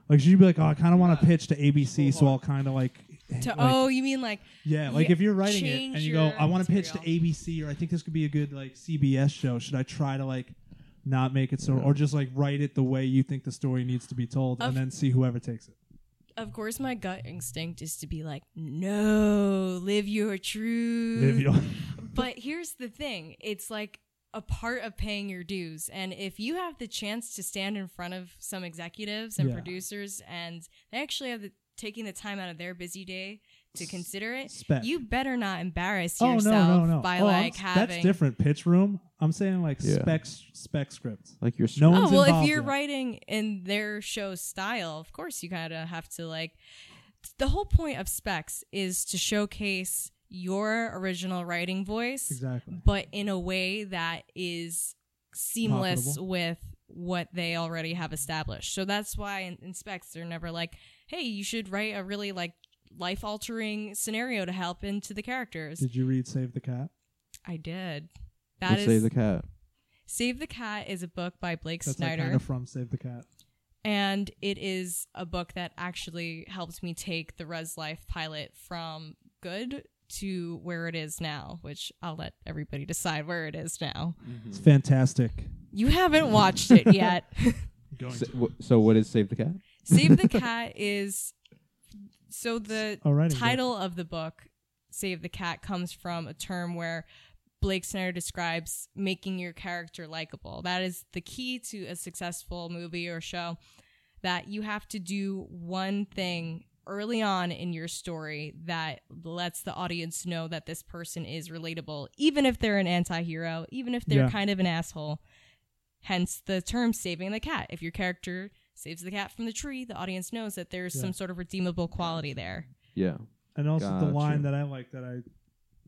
[SPEAKER 2] Like should you be like, oh, I kind of want to pitch to ABC, so I'll kind of like,
[SPEAKER 4] to,
[SPEAKER 2] like-
[SPEAKER 4] oh, you mean like
[SPEAKER 2] yeah, like
[SPEAKER 4] yeah,
[SPEAKER 2] if you're writing it
[SPEAKER 4] change
[SPEAKER 2] and you go,
[SPEAKER 4] your
[SPEAKER 2] I want to pitch to
[SPEAKER 4] material.
[SPEAKER 2] ABC, or I think this could be a good like CBS show. Should I try to like not make it so, or just like write it the way you think the story needs to be told,
[SPEAKER 4] Of-
[SPEAKER 2] and then see whoever takes it.
[SPEAKER 4] of course my gut instinct is to be like no, live your truth.
[SPEAKER 2] If you-
[SPEAKER 4] but here's the thing it's like a part of paying your dues and if you have the chance to stand in front of some executives and
[SPEAKER 2] Yeah.
[SPEAKER 4] producers and they actually have the taking the time out of their busy day to consider it
[SPEAKER 2] Spec.
[SPEAKER 4] you better not embarrass
[SPEAKER 2] Oh
[SPEAKER 4] yourself
[SPEAKER 2] no, no, no!
[SPEAKER 4] by
[SPEAKER 2] oh, I'm
[SPEAKER 4] like
[SPEAKER 2] s- that's
[SPEAKER 4] having
[SPEAKER 2] different. Pitch room. I'm saying like
[SPEAKER 3] Yeah.
[SPEAKER 2] spec spec script.
[SPEAKER 3] Like your
[SPEAKER 2] No
[SPEAKER 4] oh
[SPEAKER 2] one's
[SPEAKER 4] well if
[SPEAKER 2] involved
[SPEAKER 4] you're
[SPEAKER 2] yet.
[SPEAKER 4] writing in their show style of course you kind of have to like the whole point of specs is to showcase your original writing voice
[SPEAKER 2] Exactly.
[SPEAKER 4] but in a way that is seamless
[SPEAKER 2] Profitable.
[SPEAKER 4] with what they already have established. So that's why in, in specs they're never like, "Hey, you should write a really like life altering scenario to help into the characters."
[SPEAKER 2] Did you read Save the Cat?
[SPEAKER 4] I did. That
[SPEAKER 3] Let's
[SPEAKER 4] is
[SPEAKER 3] save the cat.
[SPEAKER 4] Save the Cat is a book by Blake
[SPEAKER 2] That's like
[SPEAKER 4] Snyder,
[SPEAKER 2] kind of from Save the Cat.
[SPEAKER 4] and it is a book that actually helped me take the Res Life pilot from good to where it is now, which I'll let everybody decide where it is now.
[SPEAKER 3] Hmm.
[SPEAKER 2] It's fantastic.
[SPEAKER 4] You haven't watched it yet.
[SPEAKER 3] So, wh- so what is save the cat?
[SPEAKER 4] Save the Cat is so the
[SPEAKER 2] Alrighty.
[SPEAKER 4] title of the book Save the Cat comes from a term where Blake Snyder describes making your character likable. That is the key to a successful movie or show that you have to do one thing early on in your story that lets the audience know that this person is relatable even if they're an anti-hero, even if they're
[SPEAKER 2] Yeah.
[SPEAKER 4] kind of an asshole. Hence the term saving the cat. If your character saves the cat from the tree, the audience knows that there's
[SPEAKER 2] Yeah.
[SPEAKER 4] some sort of redeemable quality there.
[SPEAKER 3] Yeah,
[SPEAKER 2] And also
[SPEAKER 3] Gotcha.
[SPEAKER 2] the line that I like that I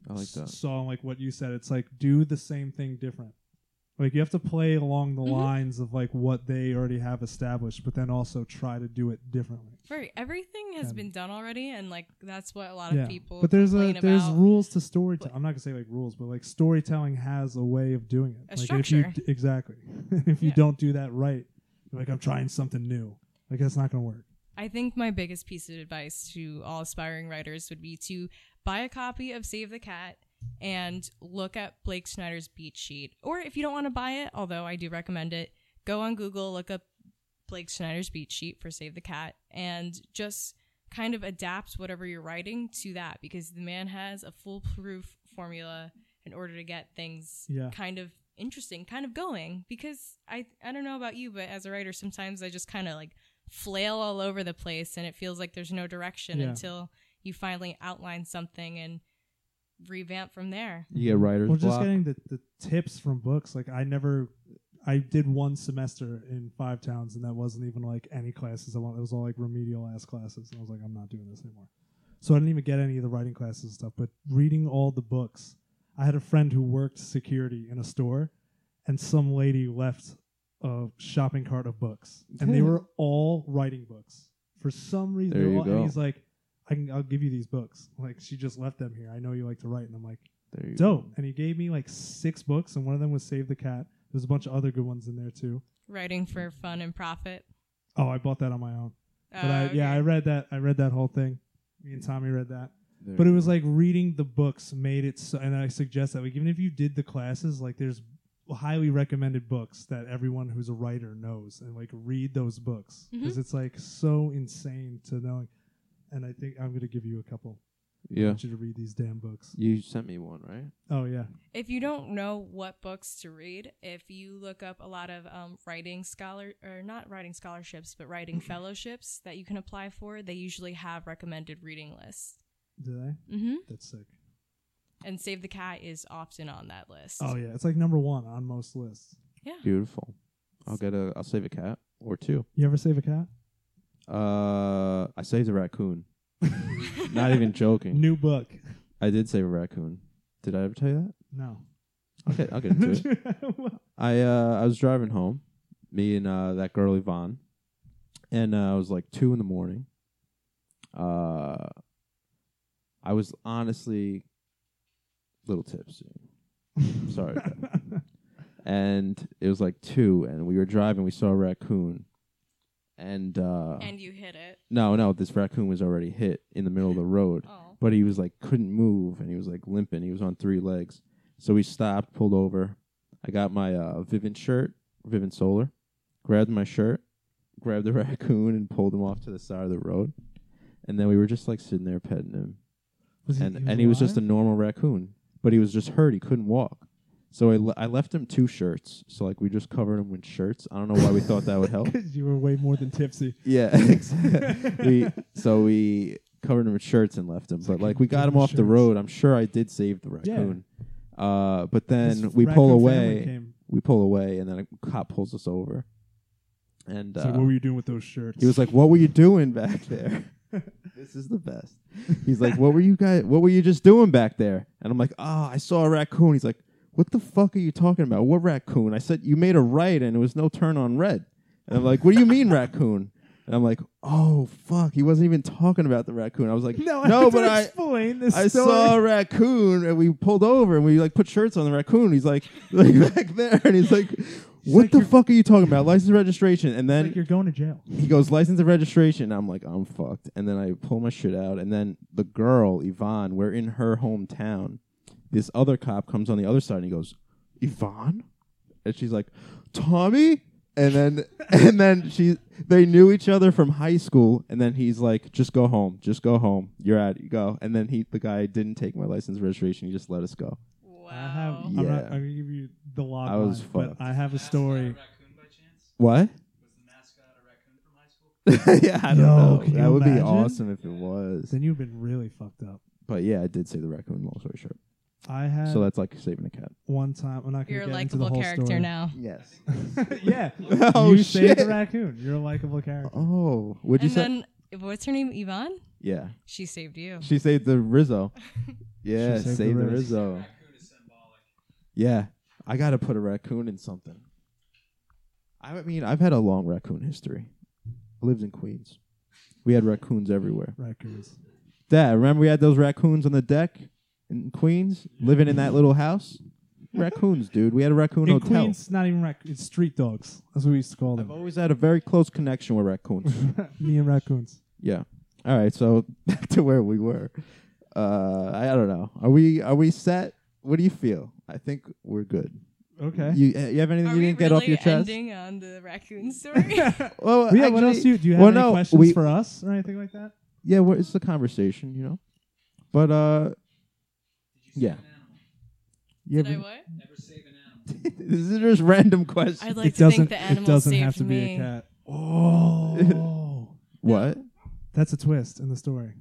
[SPEAKER 3] I like that.
[SPEAKER 2] s- saw like what you said. It's like do the same thing different. Like you have to play along the
[SPEAKER 4] Mhm.
[SPEAKER 2] lines of like what they already have established, but then also try to do it differently.
[SPEAKER 4] Right. Everything has
[SPEAKER 2] Yeah.
[SPEAKER 4] been done already and like that's what a lot of people
[SPEAKER 2] But there's a
[SPEAKER 4] complain
[SPEAKER 2] there's
[SPEAKER 4] about.
[SPEAKER 2] rules to storytelling. I'm not gonna say like rules, but like storytelling has a way of doing it.
[SPEAKER 4] A
[SPEAKER 2] like if you
[SPEAKER 4] structure.
[SPEAKER 2] exactly, if you
[SPEAKER 4] Yeah.
[SPEAKER 2] don't do that right, you're like I'm trying something new. Like that's not gonna work.
[SPEAKER 4] I think my biggest piece of advice to all aspiring writers would be to buy a copy of Save the Cat and look at Blake Snyder's beat sheet. Or if you don't want to buy it, although I do recommend it, go on Google, look up Blake Snyder's beat sheet for Save the Cat, and just kind of adapt whatever you're writing to that because the man has a foolproof formula in order to get things
[SPEAKER 2] Yeah.
[SPEAKER 4] kind of interesting, kind of going. Because I I don't know about you, but as a writer, sometimes I just kind of like flail all over the place, and it feels like there's no direction
[SPEAKER 2] Yeah.
[SPEAKER 4] until you finally outline something and revamp from there.
[SPEAKER 3] You get writer's
[SPEAKER 2] We're just
[SPEAKER 3] block.
[SPEAKER 2] getting the, the tips from books. Like I never, I did one semester in five towns, and that wasn't even like any classes I wanted. It was all like remedial ass classes, and I was like, I'm not doing this anymore. So I didn't even get any of the writing classes and stuff. But reading all the books, I had a friend who worked security in a store, and some lady left a shopping cart of books, and they were all writing books for some reason. they
[SPEAKER 3] There
[SPEAKER 2] were
[SPEAKER 3] you
[SPEAKER 2] all-
[SPEAKER 3] go.
[SPEAKER 2] And he's like, I can, I'll give you these books. Like she just left them here. I know you like to write, and I'm like
[SPEAKER 3] There you
[SPEAKER 2] dope.
[SPEAKER 3] go.
[SPEAKER 2] And he gave me like six books, and one of them was Save the Cat. There's a bunch of other good ones in there too.
[SPEAKER 4] Writing for fun and profit.
[SPEAKER 2] Oh, I bought that on my own. But I,
[SPEAKER 4] Uh,
[SPEAKER 2] yeah,
[SPEAKER 4] okay.
[SPEAKER 2] I read that. I read that whole thing. Me and Tommy read that.
[SPEAKER 3] There
[SPEAKER 2] But it
[SPEAKER 3] you
[SPEAKER 2] was
[SPEAKER 3] go.
[SPEAKER 2] like reading the books made it. So, and I suggest that like even if you did the classes, like there's highly recommended books that everyone who's a writer knows, and like read those books
[SPEAKER 4] Mm-hmm.
[SPEAKER 2] because it's like so insane to know. And I think I'm gonna give you a couple. I
[SPEAKER 3] yeah.
[SPEAKER 2] want you to read these damn books.
[SPEAKER 3] You sent me one, right?
[SPEAKER 2] Oh yeah,
[SPEAKER 4] if you don't know what books to read, if you look up a lot of um, writing scholar or not writing scholarships, but
[SPEAKER 2] Mm-hmm.
[SPEAKER 4] writing fellowships that you can apply for, they usually have recommended reading lists.
[SPEAKER 2] did I?
[SPEAKER 4] Mm-hmm.
[SPEAKER 2] That's sick.
[SPEAKER 4] And Save the Cat is often on that list.
[SPEAKER 2] Oh yeah, it's like number one on most lists.
[SPEAKER 4] yeah.
[SPEAKER 3] Beautiful. I'll get a. I'll save a cat or two.
[SPEAKER 2] You ever save a cat?
[SPEAKER 3] Uh, I saved a raccoon. Not even joking.
[SPEAKER 2] New book.
[SPEAKER 3] I did save a raccoon. Did I ever tell you
[SPEAKER 2] No.
[SPEAKER 3] that? Okay, I'll get into it. I uh, I was driving home, me and uh, that girl Yvonne, and uh, it was like two in the morning. Uh, I was honestly a little tipsy. Sorry. and it was like two, and we were driving. We saw a raccoon, and uh,
[SPEAKER 4] And you hit it.
[SPEAKER 3] no, no, this raccoon was already hit in the middle of the road
[SPEAKER 4] Oh.
[SPEAKER 3] but he was like couldn't move and he was like limping. He was on three legs. So we stopped, pulled over. I got my uh, Vivint shirt, Vivint Solar, grabbed my shirt, grabbed the raccoon and pulled him off to the side of the road. And then we were just like sitting there petting him.
[SPEAKER 2] Was
[SPEAKER 3] and and he was just a
[SPEAKER 2] alive?
[SPEAKER 3] normal raccoon, but he was just hurt. He couldn't walk. So I, le- I left him two shirts. So like we just covered him with shirts. I don't know why we thought that would help.
[SPEAKER 2] 'Cause you were way more than tipsy.
[SPEAKER 3] Yeah, exact- we so we covered him with shirts and left him, but
[SPEAKER 2] like,
[SPEAKER 3] like we got
[SPEAKER 2] give
[SPEAKER 3] him
[SPEAKER 2] him
[SPEAKER 3] off the
[SPEAKER 2] shirts.
[SPEAKER 3] road. I'm sure I did save the
[SPEAKER 2] Yeah.
[SPEAKER 3] raccoon. Uh, but then
[SPEAKER 2] His
[SPEAKER 3] we pull
[SPEAKER 2] raccoon family
[SPEAKER 3] away.
[SPEAKER 2] came.
[SPEAKER 3] We pull away, and then a cop pulls us over, and
[SPEAKER 2] It's
[SPEAKER 3] uh,
[SPEAKER 2] like, what were you doing with those shirts?
[SPEAKER 3] he was like, "What were you doing back there?" this is the best. He's like, "What were you guys? What were you just doing back there?" And I'm like, "Ah, I saw a raccoon." He's like, "What the fuck are you talking about? What raccoon?" I said, "You made a right, and it was no turn on red." And I'm like, "What do you mean raccoon?" And I'm like, "Oh fuck, he wasn't even talking about the raccoon." I was like,
[SPEAKER 2] no,
[SPEAKER 3] "No,
[SPEAKER 2] I have to
[SPEAKER 3] but I."
[SPEAKER 2] explain this
[SPEAKER 3] I
[SPEAKER 2] story.
[SPEAKER 3] saw a raccoon and we pulled over and we like put shirts on the raccoon. He's like, like back there, and he's like, "What
[SPEAKER 2] like,
[SPEAKER 3] the
[SPEAKER 2] "You're-
[SPEAKER 3] fuck are you talking about? License registration?" And then
[SPEAKER 2] like you're going to jail.
[SPEAKER 3] he goes license and registration. I'm like, I'm fucked. And then I pull my shit out, and then the girl Yvonne, we're in her hometown. This other cop comes on the other side and he goes, Yvonne, and she's like, Tommy. And then and then she they knew each other from high school. And then he's like, just go home, just go home. You're out, you go. And then he the guy didn't take my license and registration. He just let us go.
[SPEAKER 2] I have.
[SPEAKER 4] Wow.
[SPEAKER 2] I'm
[SPEAKER 3] Yeah.
[SPEAKER 2] not. I'm gonna give you the log.
[SPEAKER 3] I was
[SPEAKER 2] line,
[SPEAKER 3] fucked.
[SPEAKER 2] But I have a story.
[SPEAKER 3] What? yeah, I
[SPEAKER 2] Yo,
[SPEAKER 3] don't know.
[SPEAKER 2] can you
[SPEAKER 3] That would be
[SPEAKER 2] imagine?
[SPEAKER 3] awesome if it was.
[SPEAKER 2] Then you've been really fucked up.
[SPEAKER 3] But yeah, I did save the raccoon. Long story short.
[SPEAKER 2] I had
[SPEAKER 3] So that's like saving a cat.
[SPEAKER 2] one time. I'm not gonna
[SPEAKER 4] You're a
[SPEAKER 2] get into the
[SPEAKER 4] likable
[SPEAKER 2] whole
[SPEAKER 4] character
[SPEAKER 2] story.
[SPEAKER 4] now.
[SPEAKER 3] Yes.
[SPEAKER 2] yeah.
[SPEAKER 3] oh
[SPEAKER 2] you
[SPEAKER 3] shit.
[SPEAKER 2] saved a raccoon. You're a likable character.
[SPEAKER 3] Oh, would you
[SPEAKER 4] And
[SPEAKER 3] say?
[SPEAKER 4] then what's her name? Yvonne?
[SPEAKER 3] yeah,
[SPEAKER 4] She saved you.
[SPEAKER 3] she saved the Rizzo. Yeah,
[SPEAKER 2] She saved
[SPEAKER 3] saved,
[SPEAKER 2] the
[SPEAKER 3] the
[SPEAKER 2] Riz.
[SPEAKER 3] Rizzo. Yeah, I gotta put a raccoon in something. I mean, I've had a long raccoon history. I lived in Queens. We had raccoons everywhere.
[SPEAKER 2] Raccoons.
[SPEAKER 3] Dad, remember we had those raccoons on the deck in Queens, living in that little house. Raccoons, dude. We had a raccoon
[SPEAKER 2] In
[SPEAKER 3] hotel.
[SPEAKER 2] Queens, not even raccoons. It's street dogs. That's what we used to call
[SPEAKER 3] I've
[SPEAKER 2] them.
[SPEAKER 3] always had a very close connection with raccoons.
[SPEAKER 2] Me and raccoons.
[SPEAKER 3] Yeah. All right. So back to where we were. Uh, I, I don't know. Are we are we set? What do you feel? I think we're good.
[SPEAKER 2] Okay.
[SPEAKER 3] You uh, you have anything
[SPEAKER 4] Are
[SPEAKER 3] you
[SPEAKER 4] we
[SPEAKER 3] didn't
[SPEAKER 4] really
[SPEAKER 3] get off your chest?
[SPEAKER 4] ending on the raccoon story?
[SPEAKER 3] Well,
[SPEAKER 2] Well, yeah, what else
[SPEAKER 3] actually-
[SPEAKER 2] do you do? You have
[SPEAKER 3] well,
[SPEAKER 2] any
[SPEAKER 3] no,
[SPEAKER 2] questions
[SPEAKER 3] we-
[SPEAKER 2] for us or anything like that?
[SPEAKER 3] yeah, well, it's a conversation, you know. But uh, yeah. You have
[SPEAKER 4] Did I
[SPEAKER 3] any-
[SPEAKER 4] what?
[SPEAKER 11] Never save an animal.
[SPEAKER 3] this is just random question.
[SPEAKER 4] I'd like
[SPEAKER 2] it
[SPEAKER 4] to
[SPEAKER 2] doesn't.
[SPEAKER 4] think the
[SPEAKER 2] it
[SPEAKER 4] animal
[SPEAKER 2] doesn't
[SPEAKER 4] saved
[SPEAKER 2] have to
[SPEAKER 4] me.
[SPEAKER 2] be a cat. Oh,
[SPEAKER 3] what?
[SPEAKER 2] that's a twist in the story.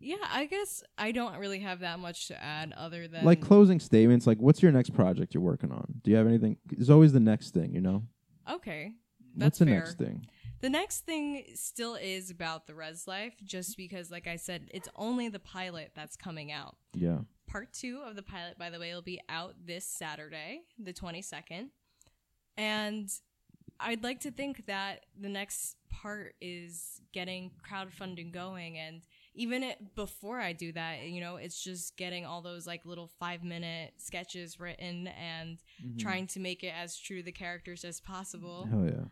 [SPEAKER 4] Yeah, I guess I don't really have that much to add other than
[SPEAKER 3] Like closing statements. Like, what's your next project you're working on? Do you have anything? It's always the next thing, you know.
[SPEAKER 4] okay.
[SPEAKER 3] what's
[SPEAKER 4] That's
[SPEAKER 3] the
[SPEAKER 4] fair.
[SPEAKER 3] next thing?
[SPEAKER 4] The next thing still is about the res life, just because, like I said, it's only the pilot that's coming out.
[SPEAKER 3] Yeah.
[SPEAKER 4] Part two of the pilot, by the way, will be out this Saturday, the 22nd. And I'd like to think that the next part is getting crowdfunding going. And even it, before I do that, you know, it's just getting all those like little five minute sketches written and trying to make it as true to the characters as possible.
[SPEAKER 3] Hell Hmm. yeah.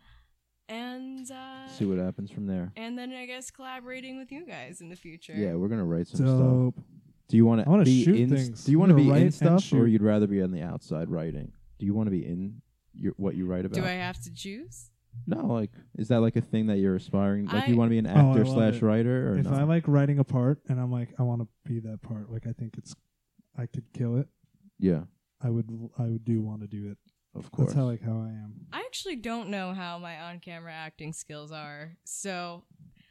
[SPEAKER 4] And uh,
[SPEAKER 3] See what happens from there.
[SPEAKER 4] and then I guess collaborating with you guys in the future.
[SPEAKER 3] Yeah, we're gonna write some stuff.
[SPEAKER 2] Dope.
[SPEAKER 3] Do you want
[SPEAKER 2] I wanna
[SPEAKER 3] to be
[SPEAKER 2] shoot
[SPEAKER 3] in?
[SPEAKER 2] things.
[SPEAKER 3] Do you want to
[SPEAKER 2] I'm
[SPEAKER 3] be
[SPEAKER 2] gonna write
[SPEAKER 3] in
[SPEAKER 2] and
[SPEAKER 3] stuff, or
[SPEAKER 2] shoot.
[SPEAKER 3] you'd rather be on the outside writing? Do you want to be in your what you write about?
[SPEAKER 4] Do I have to choose?
[SPEAKER 3] no, like is that like a thing that you're aspiring? Like you
[SPEAKER 4] I-
[SPEAKER 3] want to be an
[SPEAKER 2] Oh, I
[SPEAKER 3] actor
[SPEAKER 2] love
[SPEAKER 3] slash
[SPEAKER 2] it.
[SPEAKER 3] writer, or
[SPEAKER 2] If
[SPEAKER 3] no?
[SPEAKER 2] I like writing a part and I'm like, I want to be that part. Like, I think it's, I could kill it.
[SPEAKER 3] yeah,
[SPEAKER 2] I would. I would do want to do it.
[SPEAKER 3] of course.
[SPEAKER 2] That's how like how I am.
[SPEAKER 4] I actually don't know how my on-camera acting skills are, so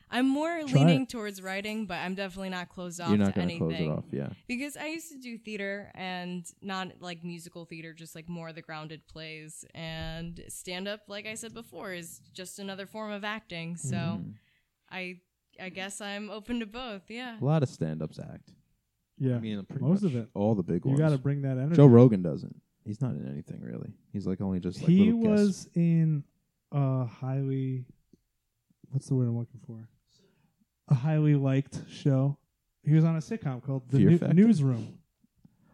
[SPEAKER 4] I'm more
[SPEAKER 2] Try
[SPEAKER 4] leaning towards writing, but I'm definitely not closed off
[SPEAKER 3] you're not
[SPEAKER 4] to
[SPEAKER 3] gonna
[SPEAKER 4] anything
[SPEAKER 3] close it off. Yeah,
[SPEAKER 4] because I used to do theater and not like musical theater, just like more of the grounded plays and stand-up. Like I said before, is just another form of acting. So
[SPEAKER 2] Mm-hmm.
[SPEAKER 3] Mhm.
[SPEAKER 4] I, I guess I'm open to both. Yeah.
[SPEAKER 3] a lot of stand-ups act.
[SPEAKER 2] Yeah.
[SPEAKER 3] I mean, pretty
[SPEAKER 2] most
[SPEAKER 3] much
[SPEAKER 2] of it.
[SPEAKER 3] all the big
[SPEAKER 2] You
[SPEAKER 3] ones.
[SPEAKER 2] got to bring that energy.
[SPEAKER 3] Joe Rogan doesn't. He's not in anything really. He's like only just like
[SPEAKER 2] he
[SPEAKER 3] little
[SPEAKER 2] was
[SPEAKER 3] guest-
[SPEAKER 2] in a highly what's the word I'm looking for? A highly liked show. He was on a sitcom called The
[SPEAKER 3] Fear
[SPEAKER 2] New-
[SPEAKER 3] Factor?
[SPEAKER 2] Newsroom.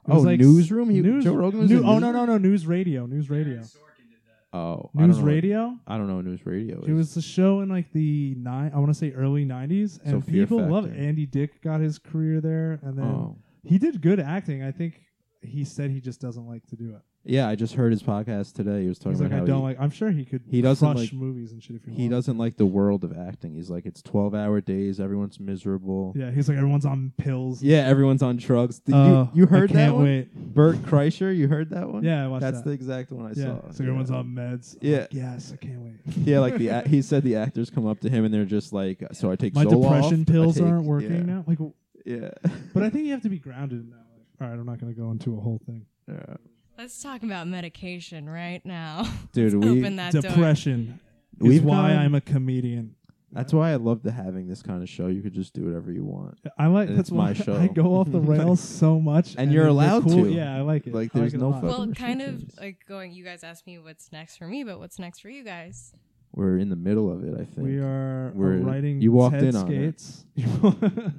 [SPEAKER 2] It
[SPEAKER 3] Oh,
[SPEAKER 2] was like
[SPEAKER 3] Newsroom?
[SPEAKER 2] s-
[SPEAKER 3] He-
[SPEAKER 2] news,
[SPEAKER 3] Joe Rogan was in
[SPEAKER 2] Oh no
[SPEAKER 3] Newsroom?
[SPEAKER 2] no no! News radio. News radio.
[SPEAKER 3] Oh, I don't
[SPEAKER 2] News
[SPEAKER 3] know what-
[SPEAKER 2] radio.
[SPEAKER 3] I don't know what news radio. Is.
[SPEAKER 2] It was the show in like the nine. I want to say early '90s, and
[SPEAKER 3] Fear
[SPEAKER 2] people love it.
[SPEAKER 3] Factor.
[SPEAKER 2] Andy Dick got his career there, and then
[SPEAKER 3] Oh.
[SPEAKER 2] he did good acting. I think he said he just doesn't like to do it.
[SPEAKER 3] Yeah, I just heard his podcast today. He was talking
[SPEAKER 2] He's
[SPEAKER 3] about
[SPEAKER 2] like, I
[SPEAKER 3] how
[SPEAKER 2] don't
[SPEAKER 3] he,
[SPEAKER 2] like. I'm sure he could.
[SPEAKER 3] he doesn't
[SPEAKER 2] crush
[SPEAKER 3] like-
[SPEAKER 2] movies and shit if he,
[SPEAKER 3] he
[SPEAKER 2] wanted.
[SPEAKER 3] doesn't like the world of acting. He's like, it's twelve hour days. Everyone's miserable.
[SPEAKER 2] Yeah, he's like everyone's on pills.
[SPEAKER 3] Yeah, everyone's on drugs. Did
[SPEAKER 2] Oh,
[SPEAKER 3] you, you heard
[SPEAKER 2] I
[SPEAKER 3] that
[SPEAKER 2] can't
[SPEAKER 3] one?
[SPEAKER 2] Wait.
[SPEAKER 3] Bert Kreischer, you heard that one?
[SPEAKER 2] Yeah, I watched
[SPEAKER 3] that's
[SPEAKER 2] that.
[SPEAKER 3] the exact one I
[SPEAKER 2] yeah,
[SPEAKER 3] saw.
[SPEAKER 2] so everyone's on meds. I'm
[SPEAKER 3] Yeah.
[SPEAKER 2] like, yes, I can't wait.
[SPEAKER 3] yeah, like the act he said the actors come up to him and they're just like, so I take
[SPEAKER 2] My
[SPEAKER 3] Zoloft,
[SPEAKER 2] depression
[SPEAKER 3] I
[SPEAKER 2] pills
[SPEAKER 3] take-
[SPEAKER 2] aren't working
[SPEAKER 3] yeah,
[SPEAKER 2] now. Like, w-
[SPEAKER 3] Yeah,
[SPEAKER 2] but I think you have to be grounded in that. Like, all right, I'm not going to go into a whole thing.
[SPEAKER 3] Yeah.
[SPEAKER 4] Let's talk about medication right now.
[SPEAKER 3] dude, we
[SPEAKER 4] Open that door.
[SPEAKER 2] Depression is
[SPEAKER 3] We've
[SPEAKER 2] why
[SPEAKER 3] gone-
[SPEAKER 2] I'm a comedian.
[SPEAKER 3] That's why I love the having this kind of show. You could just do whatever you want.
[SPEAKER 2] I like
[SPEAKER 3] And it's
[SPEAKER 2] that's why
[SPEAKER 3] my show.
[SPEAKER 2] I go off the rails so much,
[SPEAKER 3] And you're
[SPEAKER 2] they're
[SPEAKER 3] allowed
[SPEAKER 2] cool.
[SPEAKER 3] to.
[SPEAKER 2] Yeah, I like it.
[SPEAKER 3] Like,
[SPEAKER 2] I
[SPEAKER 3] there's
[SPEAKER 2] it a
[SPEAKER 3] no
[SPEAKER 2] lot.
[SPEAKER 3] fuck-
[SPEAKER 4] Well,
[SPEAKER 3] Fucking
[SPEAKER 4] kind of
[SPEAKER 3] restrictions.
[SPEAKER 4] like going. You guys asked me what's next for me, but what's next for you guys?
[SPEAKER 3] We're in the middle of it, I think.
[SPEAKER 2] We are
[SPEAKER 3] We're-
[SPEAKER 2] writing.
[SPEAKER 3] you walked
[SPEAKER 2] Ted
[SPEAKER 3] in on it.
[SPEAKER 2] skates. you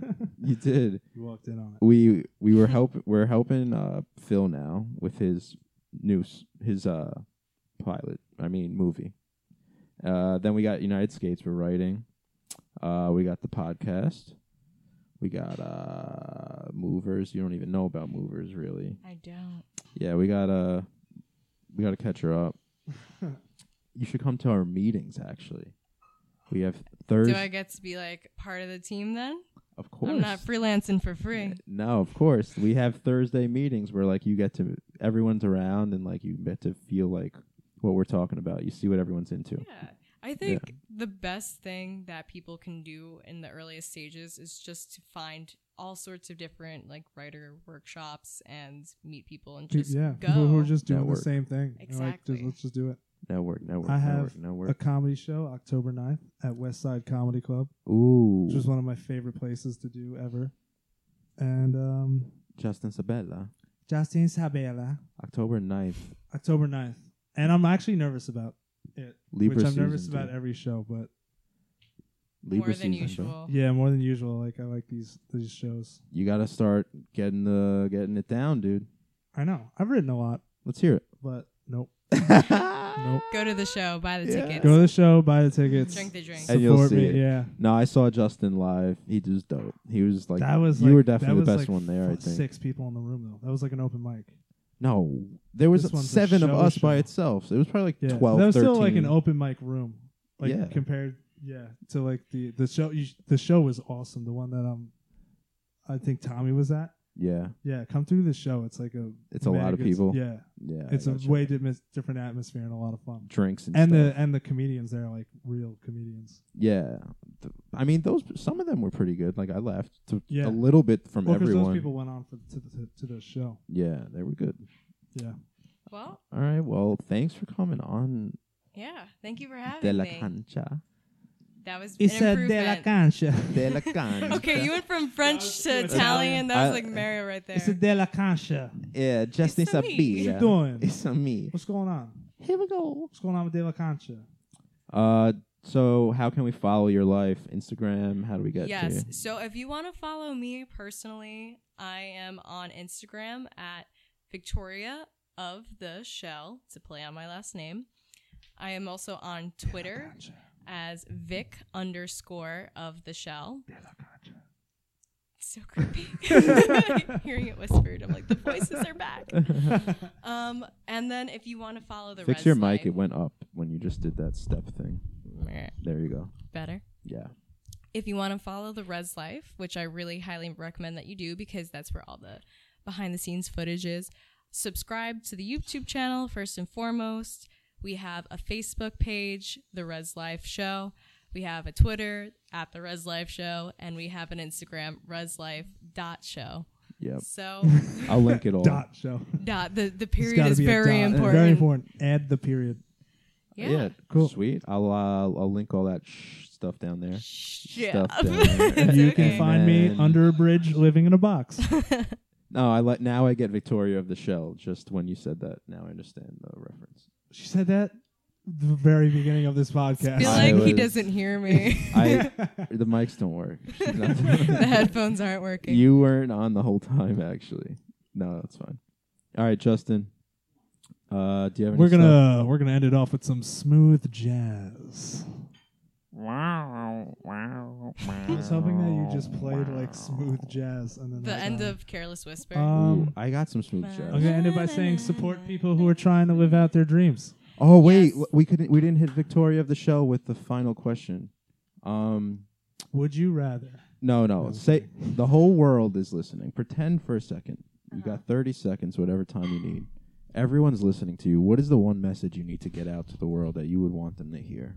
[SPEAKER 3] You did.
[SPEAKER 2] walked in on it.
[SPEAKER 3] We we were help we're helping uh, Phil now with his news his uh pilot. I mean movie. Uh, then we got United Skates. We're writing. Uh, we got the podcast. We got uh movers. You don't even know about movers, really.
[SPEAKER 4] I don't.
[SPEAKER 3] Yeah, we gotta we gotta catch her up. you should come to our meetings. Actually, we have Thursday.
[SPEAKER 4] Do I get to be like part of the team then?
[SPEAKER 3] of course,
[SPEAKER 4] I'm not freelancing for free.
[SPEAKER 3] No, of course we have Thursday meetings where like you get to everyone's around and like you get to feel like what we're talking about. You see what everyone's into.
[SPEAKER 4] Yeah. I think the best thing that people can do in the earliest stages is just to find all sorts of different like writer workshops and meet people and
[SPEAKER 2] Pe-
[SPEAKER 4] just
[SPEAKER 2] yeah,
[SPEAKER 4] go.
[SPEAKER 2] people who are just doing
[SPEAKER 3] Network.
[SPEAKER 2] the same thing. They're Like, just,
[SPEAKER 4] Exactly.
[SPEAKER 2] let's just do it.
[SPEAKER 3] Network, network,
[SPEAKER 2] I
[SPEAKER 3] network,
[SPEAKER 2] have
[SPEAKER 3] network.
[SPEAKER 2] A comedy show October 9th at West Side Comedy Club,
[SPEAKER 3] Ooh,
[SPEAKER 2] which is one of my favorite places to do ever. And um,
[SPEAKER 3] Justin Sabella,
[SPEAKER 2] Justin Sabella,
[SPEAKER 3] October 9th.
[SPEAKER 2] October 9th. And I'm actually nervous about it,
[SPEAKER 3] Libra
[SPEAKER 2] which I'm
[SPEAKER 3] season,
[SPEAKER 2] nervous about
[SPEAKER 3] dude.
[SPEAKER 2] every show, but
[SPEAKER 4] more
[SPEAKER 3] Libra
[SPEAKER 4] than
[SPEAKER 3] season, bro.
[SPEAKER 4] usual.
[SPEAKER 2] yeah, more than usual. Like I like these these shows.
[SPEAKER 3] You gotta start getting the getting it down, dude.
[SPEAKER 2] I know I've written a lot,
[SPEAKER 3] Let's hear it.
[SPEAKER 2] but Nope.
[SPEAKER 4] Go
[SPEAKER 2] Nope.
[SPEAKER 4] to the show, buy the
[SPEAKER 2] Yeah.
[SPEAKER 4] tickets,
[SPEAKER 2] Go to the show, buy the tickets.
[SPEAKER 4] drink the drink.
[SPEAKER 3] And you'll
[SPEAKER 2] support
[SPEAKER 3] see
[SPEAKER 2] me,
[SPEAKER 3] it.
[SPEAKER 2] Yeah.
[SPEAKER 3] No, I saw Justin live. He was dope. He was like
[SPEAKER 2] that was
[SPEAKER 3] you
[SPEAKER 2] like,
[SPEAKER 3] were
[SPEAKER 2] that
[SPEAKER 3] definitely
[SPEAKER 2] was
[SPEAKER 3] the best
[SPEAKER 2] like
[SPEAKER 3] one there. I
[SPEAKER 2] f-
[SPEAKER 3] think
[SPEAKER 2] Six people in the room though. That was like an open mic.
[SPEAKER 3] no, there was
[SPEAKER 2] This one's a
[SPEAKER 3] seven of
[SPEAKER 2] show
[SPEAKER 3] us by
[SPEAKER 2] show.
[SPEAKER 3] itself. So it was probably like
[SPEAKER 2] Yeah.
[SPEAKER 3] twelve.
[SPEAKER 2] that was
[SPEAKER 3] 13.
[SPEAKER 2] still like an open mic room. Like
[SPEAKER 3] Yeah.
[SPEAKER 2] compared yeah to like the the show you, sh- the show was awesome. The one that um I think Tommy was at.
[SPEAKER 3] Yeah,
[SPEAKER 2] Yeah, come through the show. It's like a
[SPEAKER 3] It's a lot of
[SPEAKER 2] mega-
[SPEAKER 3] people.
[SPEAKER 2] Yeah.
[SPEAKER 3] yeah. I
[SPEAKER 2] it's a
[SPEAKER 3] gotcha.
[SPEAKER 2] way dimis- different atmosphere and a lot of fun.
[SPEAKER 3] drinks and,
[SPEAKER 2] And
[SPEAKER 3] stuff.
[SPEAKER 2] the and the comedians there are like real comedians.
[SPEAKER 3] yeah. Th- I mean, those some of them were pretty good. Like I laughed to
[SPEAKER 2] Yeah.
[SPEAKER 3] a little bit from
[SPEAKER 2] Well, because
[SPEAKER 3] everyone.
[SPEAKER 2] those people went on for, to, the, to the show.
[SPEAKER 3] yeah, they were good.
[SPEAKER 2] Yeah.
[SPEAKER 4] Well,
[SPEAKER 3] All right. Well, thanks for coming on
[SPEAKER 4] yeah. Thank you for
[SPEAKER 3] De
[SPEAKER 4] having
[SPEAKER 3] La
[SPEAKER 4] me.
[SPEAKER 3] Cancha.
[SPEAKER 4] That was an improvement.
[SPEAKER 2] cancha.
[SPEAKER 3] De La Cancha.
[SPEAKER 4] Okay, you went from French to Italian. That was
[SPEAKER 3] I-
[SPEAKER 4] like Mario right there.
[SPEAKER 2] de la cancha.
[SPEAKER 3] Yeah, Justin
[SPEAKER 4] It's a me.
[SPEAKER 2] What you
[SPEAKER 3] Sabia.
[SPEAKER 2] doing?
[SPEAKER 3] It's a me.
[SPEAKER 2] What's going on?
[SPEAKER 3] Here we go.
[SPEAKER 2] What's going on with de la cancha?
[SPEAKER 3] Uh, so how can we follow your life? Instagram. How do we get to
[SPEAKER 4] yes.
[SPEAKER 3] you?
[SPEAKER 4] So if you want to follow me personally, I am on Instagram at Victoria of the Shell to play on my last name. I am also on Twitter as Vic underscore of the Shell. So creepy. Hearing it whispered, I'm like, the voices are back. Um, and then if you want to follow the
[SPEAKER 3] Fix
[SPEAKER 4] Res
[SPEAKER 3] your mic.
[SPEAKER 4] Life-
[SPEAKER 3] It went up when you just did that step thing. There you go.
[SPEAKER 4] better.
[SPEAKER 3] Yeah.
[SPEAKER 4] if you want to follow the res life which i really highly recommend that you do because that's where all the behind the scenes footage is subscribe to the youtube channel first and foremost we have a facebook page the res life show we have a twitter at the res life show and we have an instagram reslife.show
[SPEAKER 3] Yep.
[SPEAKER 4] so
[SPEAKER 3] I'll link it all.
[SPEAKER 2] Dot show.
[SPEAKER 4] dot the, the
[SPEAKER 2] It's
[SPEAKER 4] period
[SPEAKER 2] gotta
[SPEAKER 4] is
[SPEAKER 2] be a
[SPEAKER 4] very
[SPEAKER 2] dot.
[SPEAKER 4] important
[SPEAKER 2] Very important. Add the period.
[SPEAKER 4] yeah,
[SPEAKER 2] Cool.
[SPEAKER 3] Sweet. I'll uh, I'll link all that sh- stuff down there.
[SPEAKER 4] Yeah.
[SPEAKER 3] Stuff down there.
[SPEAKER 4] It's
[SPEAKER 2] you
[SPEAKER 4] okay.
[SPEAKER 2] can find me
[SPEAKER 3] And-
[SPEAKER 2] under a bridge, living in a box.
[SPEAKER 3] No, I let now I get Victoria of the Shell. Just when you said that, now I understand the reference.
[SPEAKER 2] she said that the very beginning of this
[SPEAKER 4] I
[SPEAKER 2] podcast.
[SPEAKER 4] feel
[SPEAKER 3] I
[SPEAKER 4] like he
[SPEAKER 3] was-
[SPEAKER 4] doesn't hear me
[SPEAKER 3] I the mics don't work. She's not-
[SPEAKER 4] the headphones aren't working
[SPEAKER 3] You weren't on the whole time, actually. No, that's fine. All right, Justin. Uh, do you have? Any
[SPEAKER 2] we're gonna we're gonna end it off with some smooth jazz.
[SPEAKER 12] Wow, wow, wow.
[SPEAKER 2] I was hoping that you just played like smooth jazz and then
[SPEAKER 4] the
[SPEAKER 2] I was
[SPEAKER 4] end
[SPEAKER 2] on.
[SPEAKER 4] of careless whisper
[SPEAKER 3] Stuff?
[SPEAKER 2] Um,
[SPEAKER 3] Ooh, I got some smooth jazz.
[SPEAKER 2] I'm gonna end it by saying support people who are trying to live out their dreams.
[SPEAKER 3] Oh wait,
[SPEAKER 4] Yes.
[SPEAKER 3] w- we couldn't. We didn't hit Victoria of the Shell with the final question. Um,
[SPEAKER 2] Would you rather?
[SPEAKER 3] no, no.
[SPEAKER 2] Okay.
[SPEAKER 3] Say the whole world is listening. Pretend for a 2nd You
[SPEAKER 4] Uh-huh.
[SPEAKER 3] got 30 seconds, whatever time you need. Everyone's listening to you. What is the one message you need to get out to the world that you would want them to hear?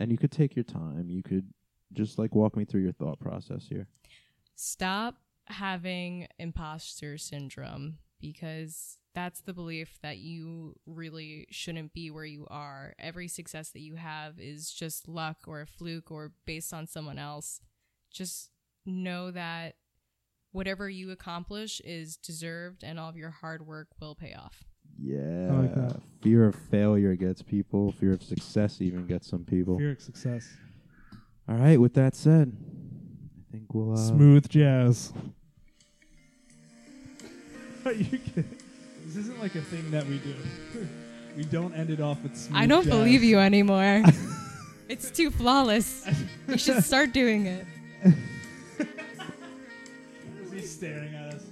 [SPEAKER 3] And you could take your time. You could just like walk me through your thought process here.
[SPEAKER 4] stop having imposter syndrome because that's the belief that you really shouldn't be where you are. Every success that you have is just luck or a fluke or based on someone else. Just know that whatever you accomplish is deserved and all of your hard work will pay off.
[SPEAKER 3] Yeah.
[SPEAKER 2] like that.
[SPEAKER 3] Fear of failure gets people. Fear of success even gets some people.
[SPEAKER 2] Fear of success.
[SPEAKER 3] All right. With that said, I think we'll uh,
[SPEAKER 2] Smooth jazz. Are you kidding? This isn't like a thing that we do. we don't end it off with smooth
[SPEAKER 4] I don't
[SPEAKER 2] jazz.
[SPEAKER 4] believe you anymore. it's too flawless. You should start doing it.
[SPEAKER 2] Is he staring at us?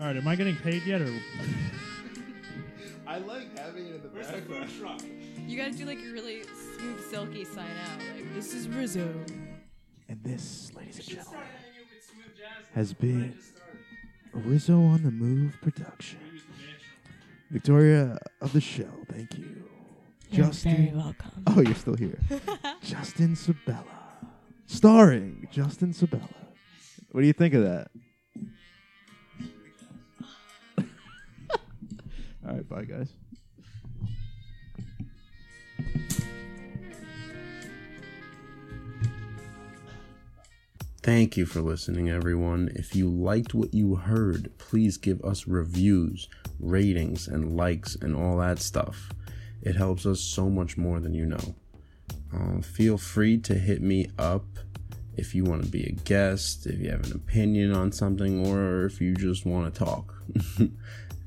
[SPEAKER 2] All right, am I getting paid yet or?
[SPEAKER 3] I like having it in the background.
[SPEAKER 4] You gotta do like a really smooth, silky sign out. Like, this is Rizzo.
[SPEAKER 3] And this, ladies and gentlemen, has been a Rizzo on the Move production. Victoria of the Shell, thank you. Justin.
[SPEAKER 4] welcome.
[SPEAKER 3] Oh, you're still here. Justin Sabella. Starring Justin Sabella. What do you think of that? All right, bye, guys.
[SPEAKER 1] Thank you for listening, everyone. If you liked what you heard, please give us reviews, ratings, and likes, and all that stuff. It helps us so much more than you know. Uh, feel free to hit me up if you want to be a guest, if you have an opinion on something, or if you just want to talk.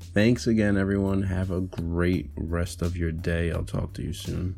[SPEAKER 1] Thanks again, everyone. Have a great rest of your day. I'll talk to you soon.